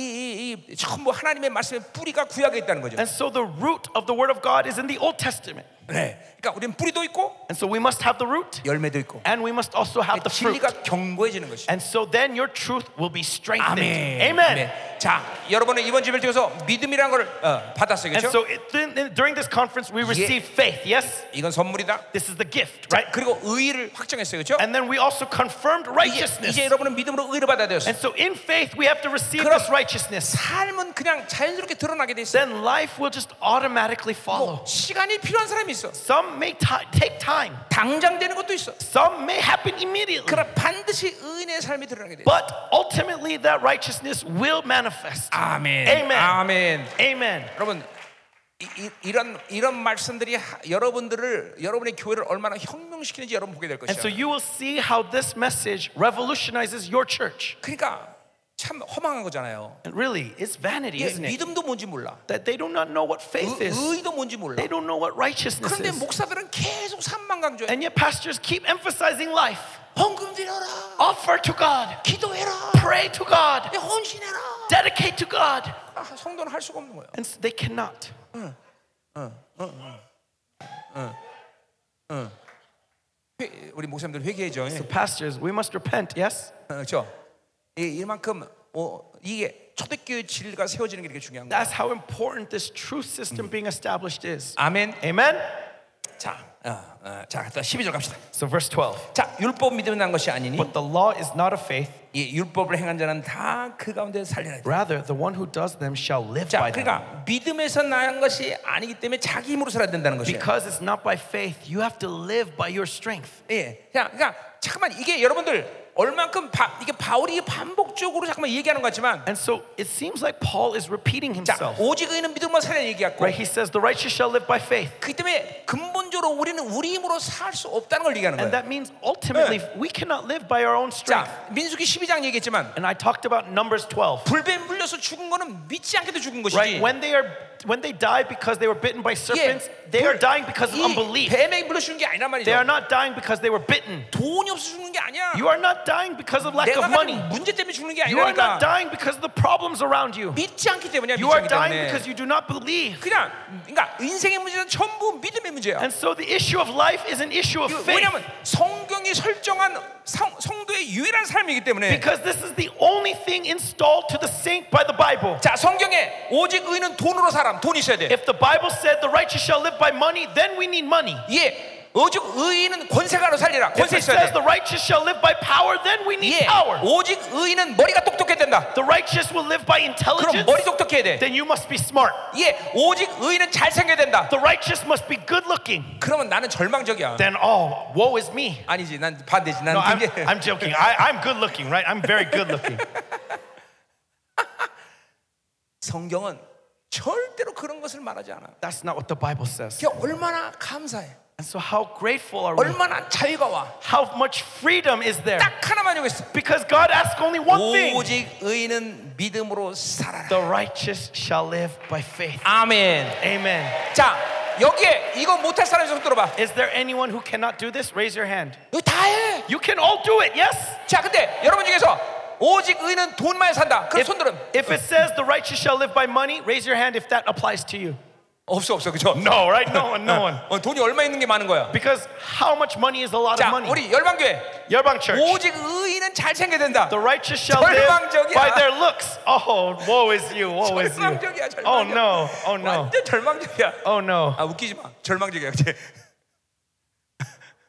이, 이 전부 하나님의 말씀의 뿌리가 구약에 있다는 거죠.
And so the root of the word of God is in the Old Testament.
네. 그러니까 우리는 뿌리도 있고
And so we must have the root
열매도 있고
and we must also have the fruit.
진리가 견고해지는 것이.
And so then your truth will be strengthened.
아멘.
Amen.
네. 자, 여러분은 이번 집을 통해서 믿음이라는 걸 어, 받았어요,
And
그렇죠?
so it, then- during this conference, we receive faith, yes?
이건 선물이다.
This is the gift,
자,
right?
그리고 의를 확정했어요, 그렇죠?
And then we also confirmed
이제,
righteousness.
이제 여러분은 믿음으로 의를 받아들였어요.
And so in faith, we have to receive
그럼-
this righteousness.
삶은 그냥 자연스럽게 드러나게 돼 있어요.
Then life will just automatically follow.
시간이 필요한 사람이 있어.
Some may ti- take time,
당장 되는 것도 있어.
some may happen immediately.
그러나 반드시 의인의 삶이 드러나게 돼. 있어.
But ultimately, that righteousness will manifest.
아멘.
Amen.
아멘.
Amen.
여러분 이, 이, 런 이런 말씀들이 하- 여러분들을 여러분의 교회를 얼마나 혁명시키는지 여러분 보게 될
And so
것이야.
you will see how this message revolutionizes your church.
그러니까 참 허망한 거잖아요.
And really, it's vanity,
이게
isn't it?
믿음도 뭔지 몰라.
That they do not know what faith
의,
is.
의도 뭔지 몰라.
They don't know what righteousness
그런데
is.
목사들은 계속 산만 강조해.
And yet pastors keep emphasizing life.
헌금 드려라.
Offer to God.
기도해라.
Pray to God.
헌신해라.
Dedicate to God.
아, 성도는 할 수가 없는 거예요.
And so they cannot.
회- 우리 목사님들 회개해죠.
So pastors, we must repent, yes?
그렇죠. 이- 이만큼 어, 이게 초대교회 진리가 세워지는 게 이렇게 중요한 거예요.
That's how important this truth system being established is.
아멘.
Amen?
자, 어, 어, 자, 갔다 12절 갑시다.
So verse 12.
자, 율법 믿음이 난 것이 아니니
But the law is not of faith.
이 율법을 행한 자는 다 그 가운데 살리라.
Rather, the one who does them shall live
자,
by them.
그러니까 믿음에서 난 것이 아니기 때문에 자기 힘으로 살아야 된다는 것이에요.
Because it's not by faith, you have to live by your strength.
예, 자, 그러니까 잠깐만 이게 여러분들 얼만큼 바, 이게 바울이 반복적으로 잠깐만 얘기하는 것 같지만,
And so it seems like Paul is repeating
자,
himself.
오직 의는 믿음만 살아 얘기하고,
Right? He says, The righteous shall live by faith.
그 때문에 근본적으로 우리는 우리 힘으로 살 수 없다는 걸 얘기하는 거예요.
And that means ultimately we cannot live by our own strength.
자, 민수기 12장 얘기했지만
And I talked about Numbers 12.
불뱀 물려서 죽은 거는 믿지 않게도 죽은
Right?
것이지.
When they are when they die because they were bitten by serpents, they are dying because of
이
unbelief.
뱀에 물려 죽은 게 아니란
They are
말이죠.
not dying because they were bitten.
돈이 없어 죽는 게 아니야.
You are not dying because of lack
내가
of money.
가진 문제 때문에 죽는 게
You are
아니라니까.
not dying because of the problems around you.
믿지 않기 때문이야.
You
믿지
are
않기
dying
때문에.
because you do not believe.
그냥 그러니까 인생의 문제는 전부 믿음의 문제야.
And so the issue of life is an issue of
이거
faith.
왜냐면 성경이 설정한 성, 성도의 유일한 삶이기 때문에.
Because this is the only thing installed to the saint by the Bible.
자 성경에 오직 의는 돈으로 사람 돈이 있어야 돼.
If the Bible said the righteous shall live by money, then we need money.
예, 오직 의인은 권세가로 살리라.
If
권세
it
있어야
says
돼.
the righteous shall live by power, then we need
예,
power.
오직 의인은 머리가 똑똑해야 된다.
The righteous will live by
그럼
intelligence,
머리 똑똑해야 돼.
then you must be smart.
예, 오직 의인은 잘생겨야 된다.
The righteous must be good looking.
그러면 나는 절망적이야.
Then, oh, woe is me.
아니지, 난 반대지. 난
No, I'm,
이게-
I'm joking. I, I'm good looking, right? I'm very good looking.
성경은 절대로 그런 것을 말하지 않아.
That's not what the Bible says.
그게 얼마나 감사해.
And so, how grateful are we?
얼마나 자유가 와.
How much freedom is there?
딱 하나만 요구했어.
Because God asks only one thing
오직 의인은 믿음으로 살아라.
the righteous shall live by faith.
아멘.
Amen.
자, 여기에 이거 못할 사람이 손 들어봐.
Is there anyone who cannot do this? Raise your hand.
이거 다 해.
You can all do it, yes?
자, 근데 여러분 중에서 오직 의인은 돈만 산다. 그럼
If,
손 들어.
if it says the righteous shall live by money, raise your hand if that applies to you.
없어, 없어, 그죠?
No, right? No one, no one.
어, 돈이 얼마 있는 게 많은 거야.
Because how much money is a lot
자,
of money?
우리 열방교회.
Yerbang Church.
오직 의인은 잘생겨야 된다.
The righteous shall live
절망적이야.
by their looks. Oh, woe is you, woe is you.
절망적이야, 절망적.
Oh no, oh no,
완전 절망적이야.
oh no.
아 웃기지 마. 절망적이야, 그치?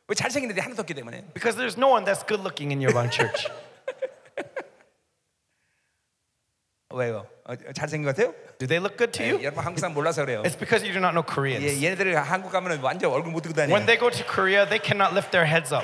왜 잘생긴데 하나도 없기 때문에.
Because there's no one that's good looking in Yerbang Church.
왜요? 어, 잘생긴 것 같아요?
Do they look good to
예,
you?
여러분 한국 사람 몰라서 그래요.
It's because you do not know Koreans.
예, 얘네들이 한국 가면 완전 얼굴 못 들고 다니.
When they go to Korea, they cannot lift their heads up.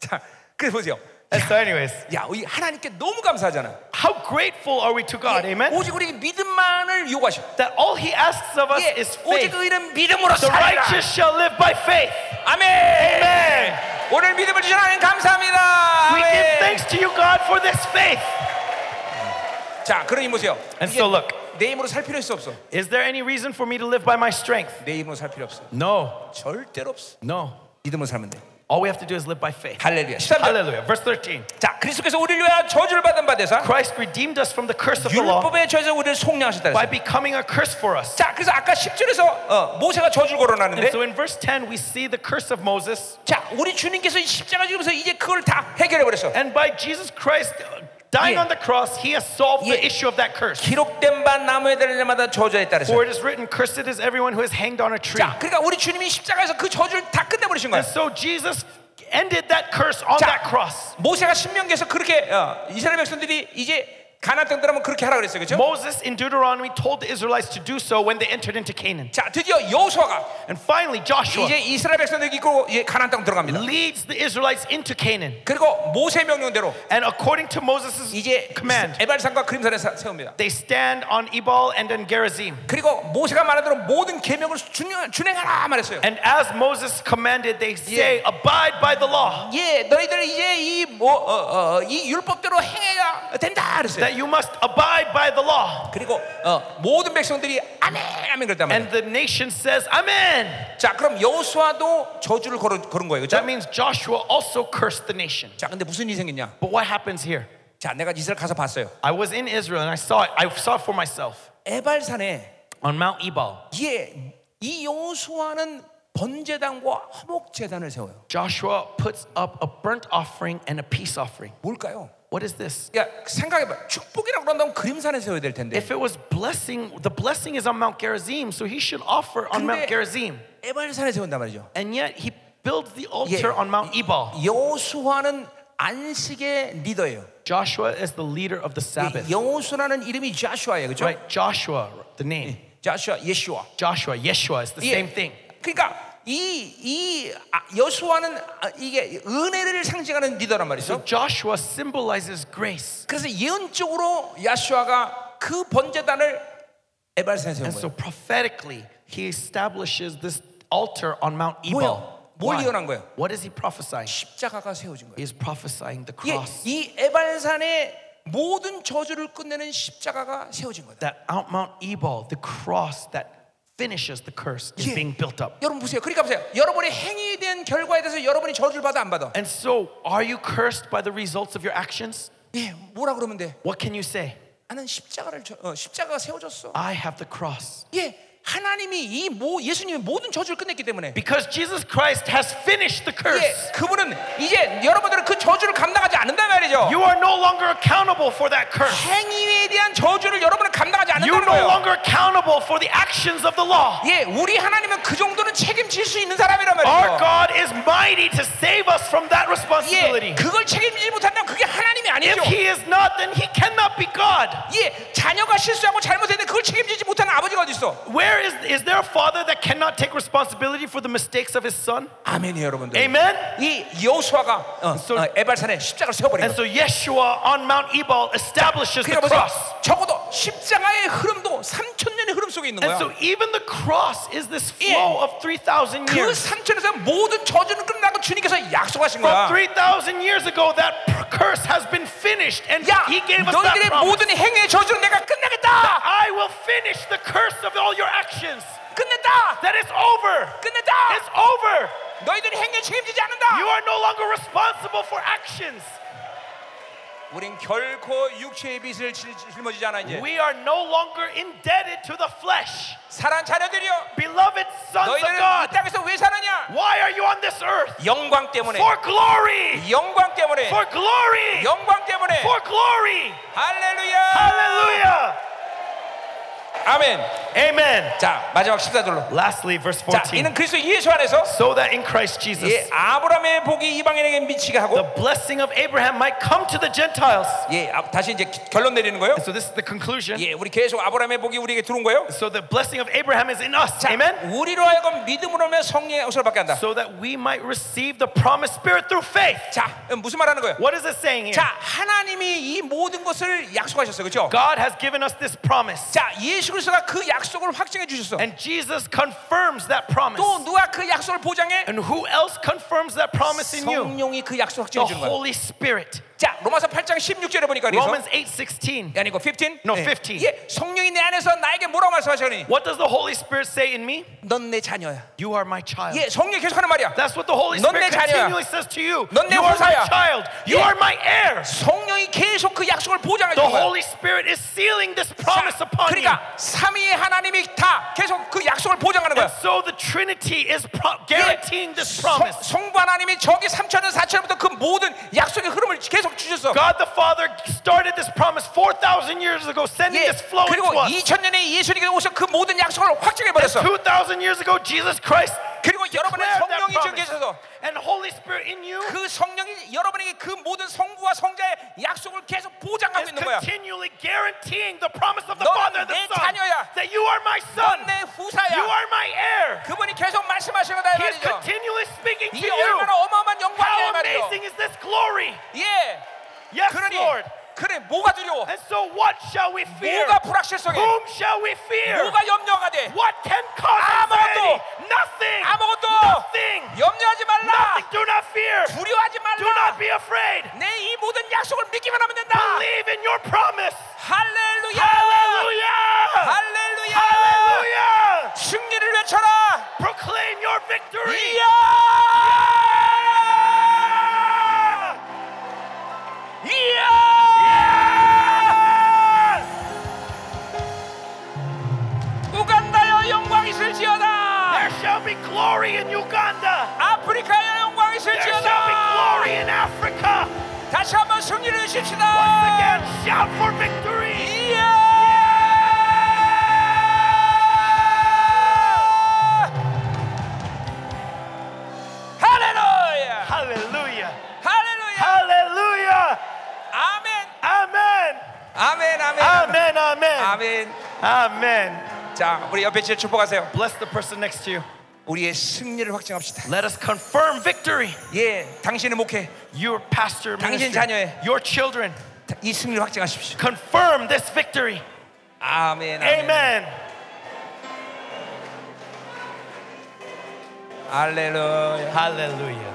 자, 그래 보세요.
And so, anyways,
야, 이 하나님께 너무 감사하잖아. 예,
how grateful are we to God? Amen.
오직 우리 믿음만을 요구하셔.
That all He asks of us
예,
is faith.
오직 의인은 믿음으로
The
살라.
righteous shall live by faith.
아멘. 오늘 믿음을 주신 하나님 감사합니다.
We give
아멘.
thanks to you, God, for this faith.
자, 그러니 보세요.
And
이게
so, look,
내 힘으로 살 필요 있어 없어.
is there any reason for me to live by my strength?
내 힘으로 살 필요 없어.
No,
절대로 없어.
no.
믿음으로 살면 돼.
All we have to do is live by faith.
할렐루야. 13절.
Hallelujah. Verse 13.
자, 그리스도께서 우리를 위하여 저주를 받은 바 되사
Christ redeemed us from the curse of the law
율법의 저주에서 우리를 속량하셨다. 그랬어요.
by becoming a curse for us.
자, 그래서 아까 10절에서 어, 모세가 저주를
And
거론하는데
so in verse 10, we see the curse of Moses.
자, 우리 주님께서 이 십자가 죽으면서 이제 그걸 다 해결해 버렸어.
And by Jesus Christ uh, dying
Yeah.
on the cross, he has solved
Yeah.
the issue of that curse.
기록된 바 나무에 달린 자마다 저주에 따르서.
For it is written, Cursed is everyone who is hanged on a tree.
자, 그러니까 우리 주님이 십자가에서 그 저주를 다 끝내 버리신 거야.
And so Jesus ended that curse on
Yeah.
that cross.
모세가 신명기에서 그렇게 어, 이스라엘 백성들이 이제 가나 땅 들어면 그렇게 하라 그랬어요. 그렇죠?
Moses in Deuteronomy told the Israelites to do so when they entered into Canaan.
자, 드디어 여호수아가
And finally,
이제
Joshua
이스라엘 백성들 이끌고 이제 가나 땅 들어갑니다.
leads the Israelites into Canaan.
그리고 모세 명령대로
And according to Moses'
이제
command,
에발산과 그림산에 사- 세웁니다.
they stand on Ebal and on Gerizim.
그리고 모세가 말하도록 모든 계명을 준행- 준행하라 말했어요.
And as Moses commanded, they say, Abide by the law,
예, 너희들 이제 이 뭐 어 어 이 율법대로 행해야 된다 그랬어요.
that you must abide by the law.
그리고 어, 모든 백성들이 아멘 아멘 그랬단 말이에요.
And the nation says, Amen.
자, 그럼 여호수아도 저주를 걸은, 걸은 거예요. 그렇죠?
That means Joshua also cursed the nation.
자, 근데 무슨 일이 생겼냐?
But what happens here?
자, 내가 이스라엘 가서 봤어요.
I was in Israel and I saw it. I saw it for myself
에발산에
on Mount Ebal.
예, 이 여호수아는 번제단과 화목 제단을 세워요.
Joshua puts up a burnt offering and a peace offering.
뭘까요?
What is this?
야, 생각해 봐. 축복이라고 그런다면 그림산에 세워야 될 텐데.
If it was blessing, the blessing is on Mount Gerizim, so he should offer on Mount
근데-
Gerizim.
에발산에 세운단 말이죠.
And yet he builds the
Yeah.
altar on Mount Ebal.
여호수아는 안식의 리더예요.
Joshua is the leader of the Sabbath.
여호수아는 이름이 자슈아예요. 그렇죠?
Right? Joshua, the name.
자슈아, 예슈아. 예.
Joshua, Yeshua, it's the same thing.
그러니까 이이 여수아는 이게 은혜를 상징하는 리더란
So
말이죠.
Joshua symbolizes grace.
그래서 예언적으로 야수아가 그 번제단을 에발산에 세운
And so
거예요.
prophetically, he establishes this altar on Mount
뭐야?
Ebal.
뭘
Why?
예언한 거예요?
What is he prophesying?
십자가가 세워진 거예요. 아.
He is prophesying the
이게
cross.
이 에발산의 모든 저주를 끝내는 십자가가 세워진 거다.
That out Mount Ebal, the cross that finishes the curse is
Yeah.
being built up.
여러분 보세요. 그러니까 보세요. 여러분의 행위에 대한 결과에 대해서 여러분이 저주를 받아 안 받아?
And so, are you cursed by the results of your actions?
예, 뭐라 그러면 돼?
What can you say?
나는 십자가를 저- 어, 십자가가 세워졌어.
I have the cross.
예, 하나님이 이 모, 예수님의 모든 저주를 끝냈기 때문에
Because Jesus Christ has finished the curse.
예, 그분은 이제 여러분들은 그 저주를 감당하지 않는단 말이죠.
You are no longer accountable for that curse.
행위에 대한 저주를 여러분은 감당하지 않는다는
You're no
거예요.
longer accountable for the actions of the law.
예, 우리 하나님은 그 정도는 책임질 수 있는 사람이란 말이죠.
Our God is mighty to save us from that
예,
responsibility.
그걸 책임지지 못한다면 그게 하나님이
If
아니죠.
He is not, then He cannot be God.
예, 자녀가 실수하고 잘못했는데 그걸 책임지지 못하는 아버지가 어디 있어?
Where is is there a father that cannot take responsibility for the mistakes of his son?
아멘이 여러분들.
Amen.
예, 이 여호수아가 어,
So-
어, 에발산에 십자가를 세워버린
And
거예요.
so Yeshua on Mount Ebal establishes the
그러니까 보세요.
cross.
적어도 십자가의 흐름도 3천 년의 흐름 속에 있는
And
거야.
so even the cross is this flow
Yeah.
of 3,000
그
years.
삼천에서 모든 저주는 끝나고 주님께서 약속하신
From
거야.
3,000 years ago, that p- curse has been finished, and
야,
He gave us that
너희들의
promise.
모든 행위의 저주는 내가 끝내겠다.
I will finish the curse of all your actions.
끝냈다.
That it's over.
끝냈다.
It's over.
너희들이 행위 책임지지
You
않는다.
are no longer responsible for actions.
우린 결코 육체의 빚을 짊- 짊어지지 않아 이제.
We are no longer indebted to the flesh.
사랑 자녀들이여,
Beloved sons of
너희들은 이
God,
땅에서 왜 사느냐?
why are you on this earth?
영광 때문에,
For glory.
영광 때문에,
For glory.
영광 때문에.
For glory.
할렐루야.
Hallelujah.
아멘.
Amen.
자, 마지막 14절로.
Lastly, verse
자,
14.
이는 그리스도 예수 안에서
So that in Christ Jesus,
예, 아브라함의 복이 이방인에게 미치게 하고
the blessing of Abraham might come to the Gentiles.
예, 아, 다시 이제 기- 결론 내리는 거예요.
And so this is the conclusion.
예, 우리 계속 아브라함의 복이 우리에게 들어온 거예요.
So the blessing of Abraham is in us.
자,
Amen.
우리로 하여금 믿음으로면 성령의 역사를 받게 한다.
So that we might receive the promised spirit through faith.
자, 음, 무슨 말하는 거예요?
What is it saying
자,
here?
하나님이 이 모든 것을 약속하셨어요, 그렇죠?
God has given us this promise.
자, 예수 그리스도가 그 약속을 확증해 주셨어.
And Jesus confirms that promise.
또 누가 그 약속을 보장해?
And who else confirms that promise in you?
성령이 그 약속을
The
확증해 주는 거예요.
Holy Spirit.
자, 로마서 8장 16절에 보니까 그래서
Romans 8:16.
아니고 15?
No,
예.
15.
예, 성령이 내 안에서 나에게 뭐라고 말씀하시니?
What does the Holy Spirit say in me?
넌 내 자녀야.
You are my child.
예, 성령이 계속하는 말이야.
That's what the Holy
넌내
Spirit
자녀야.
continually says to you.
넌내
You are my
후사야.
child. You
예.
are my heir.
성령이 계속 그 약속을 보장해
The
주는 거야.
Holy Spirit is sealing this
자,
promise upon you.
그러니까 삼위의 하나님이 다 계속 그 약속을 보장하는
And
거야. 예.
so the Trinity is pro- guaranteeing this
성,
promise.
성부 하나님이 저기 3천년 4천년부터 그 모든 약속의 흐름을 계속 주셨어.
God the Father started this promise 4,000 years ago, sending
예,
this flow into
그리고
us.
2000년에 예수님께서 오셔 그 모든 약속을 확증해 버렸어.
2,000 years ago, Jesus Christ
그리고 여러분의
Declare that
성령이 지금
promise.
계셔서
And Holy Spirit in you
그 성령이 여러분에게 그 모든 성부와 성자의 약속을 계속 보장하고
is
있는 거야.
continually guaranteeing the promise of the
넌
Father and the
내
Son
자녀야.
that you are my son,
넌 내
you
후사야.
are my heir.
그분이 계속 말씀하시는 거다 이
He is
말이죠.
continually speaking to
이게
you.
얼마나 어마어마한 영광이야 이
How
말이죠.
amazing is this glory?
예.
Yes,
그러니
Lord.
그래 뭐가 두려워?
And so, what shall we fear?
뭐가 불확실성해?
Whom shall we fear?
뭐가 염려가 돼?
What can cause
아무것도.
anxiety? Nothing.
아무것도
Nothing.
염려하지 말라.
Nothing. Do not fear.
두려워하지
Do
말라.
not be afraid.
내 이 모든 약속을 믿기만 하면 된다.
Believe in your promise.
할렐루야.
Hallelujah.
할렐루야.
Hallelujah.
승리를 외쳐라.
Proclaim your victory.
이야! 이야! 우간다여 영광 있을지어다.
There shall be glory in Uganda.
아프리카여 영광
There shall be
있을지어다.
glory in Africa.
다시 한번 승리를
Once
외칩시다.
again, shout for victory.
이야! 할렐루야!
Hallelujah.
할렐루야!
Hallelujah.
아멘!
Amen.
아멘, 아멘, 아멘.
Amen. Amen.
아멘.
Amen.
자, 우리 옆에 지금 축복하세요.
Bless the person next to you.
우리의 승리를 확증합시다.
Let us confirm victory.
예, 당신의 목회
Your pastor,
당신
ministry,
자녀의-
your children,
이 승리를 확증하십시오.
confirm this victory.
아멘, 아멘.
Amen.
할렐루야.
Hallelujah.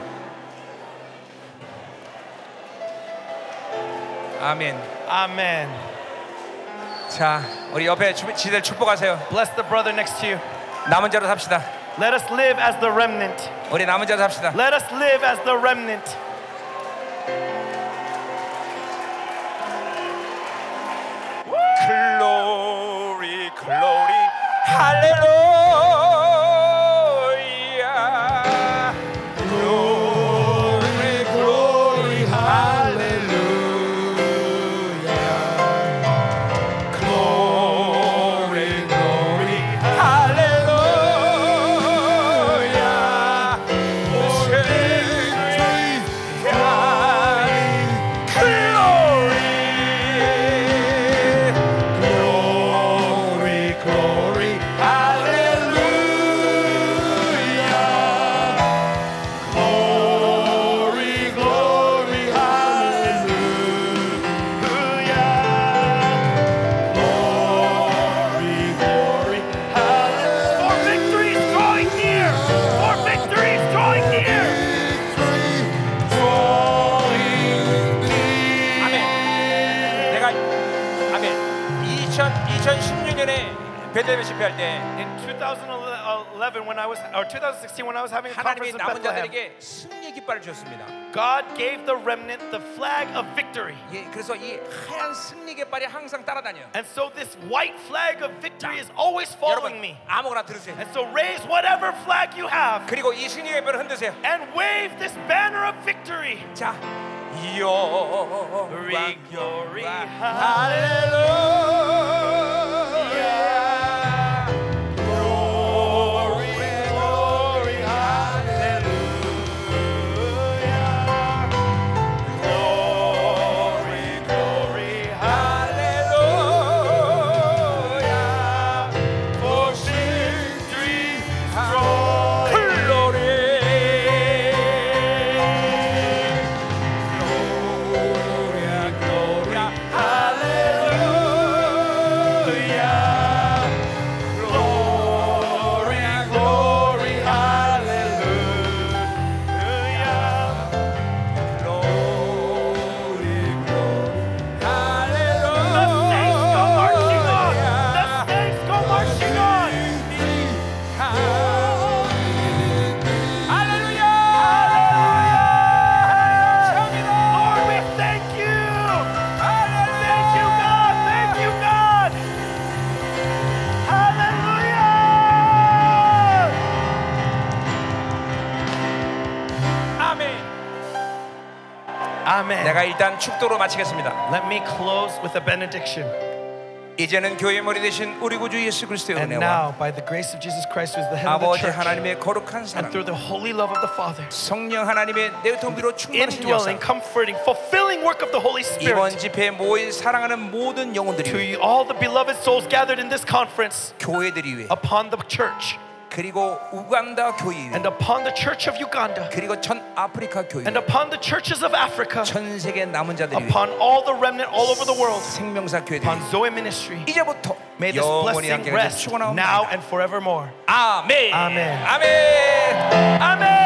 아멘.
Amen.
자, 우리 옆에 주- 지들 축복하세요.
Bless the brother next to you.
남은 자로 삽시다.
Let us live as the remnant.
우리 남은 자로 삽시다.
Let us live as the remnant.
글로리 글로리 할렐루야 글로리 글로리 할렐루야 글로리 글로리 할렐루야 오세이 Glory, glory, glory, hallelujah. Glory, glory, hallelujah. Glory, glory,
For victory is drawing near. For victory is drawing near.
아멘. 내가 아멘. 2000 2016년에 베들레헴 집회할 때
In 2011, uh, when I was, or 2016, when I was having a
하나님이
conference in
남은
Bethlehem,
자들에게 승리의 깃발을 주었습니다.
God gave the remnant the flag of victory.
예, 그래서 이 하얀 승리 깃발이 항상 따라다녀요.
And so this white flag of victory is always following
여러분
me.
아무거나 들으세요.
And so raise whatever flag you have
그리고 이 승리 깃발을 흔드세요.
and wave this banner of victory.
자, 영광,
glory,
영광,
hallelujah.
glory, glory, hallelujah. Glory. Gloria, gloria, hallelujah. Gloria, glory, hallelujah. Glory, glory,
The saints go marching on. The
hallelujah.
saints go marching on. Lord, we thank you. Thank you, God. Thank you, God. Hallelujah. Amen.
내가 일단 축도로 마치겠습니다.
Let me close with a benediction.
이제는 교회 머리 대신 우리 구주 예수 그리스도의
And
은혜와
now, by the grace of Jesus Christ, who is the head of the
아버지
church,
하나님의 거룩한
and
사랑
through the holy love of the Father,
성령 하나님의 내통비로 충만하신 역사
indwelling, comforting, fulfilling work of the Holy
이번
Spirit,
집회에 모인 사랑하는 모든 영혼들이
to all the beloved souls gathered in this conference,
교회들이 위해
upon the church,
그리고 우간다 교회 위해
and upon the church of Uganda,
그리고 전 아프리카 교회
and
위해
upon the churches of Africa,
전 세계 남은 자들이 위해
upon all the remnant all over the world,
생명사 교회들이
upon Zoe Ministry.
이제부터
May this
영원히
blessing
함께 하길
rest
축원합니다.
now and forevermore.
아멘.
아멘.
아멘. 아멘.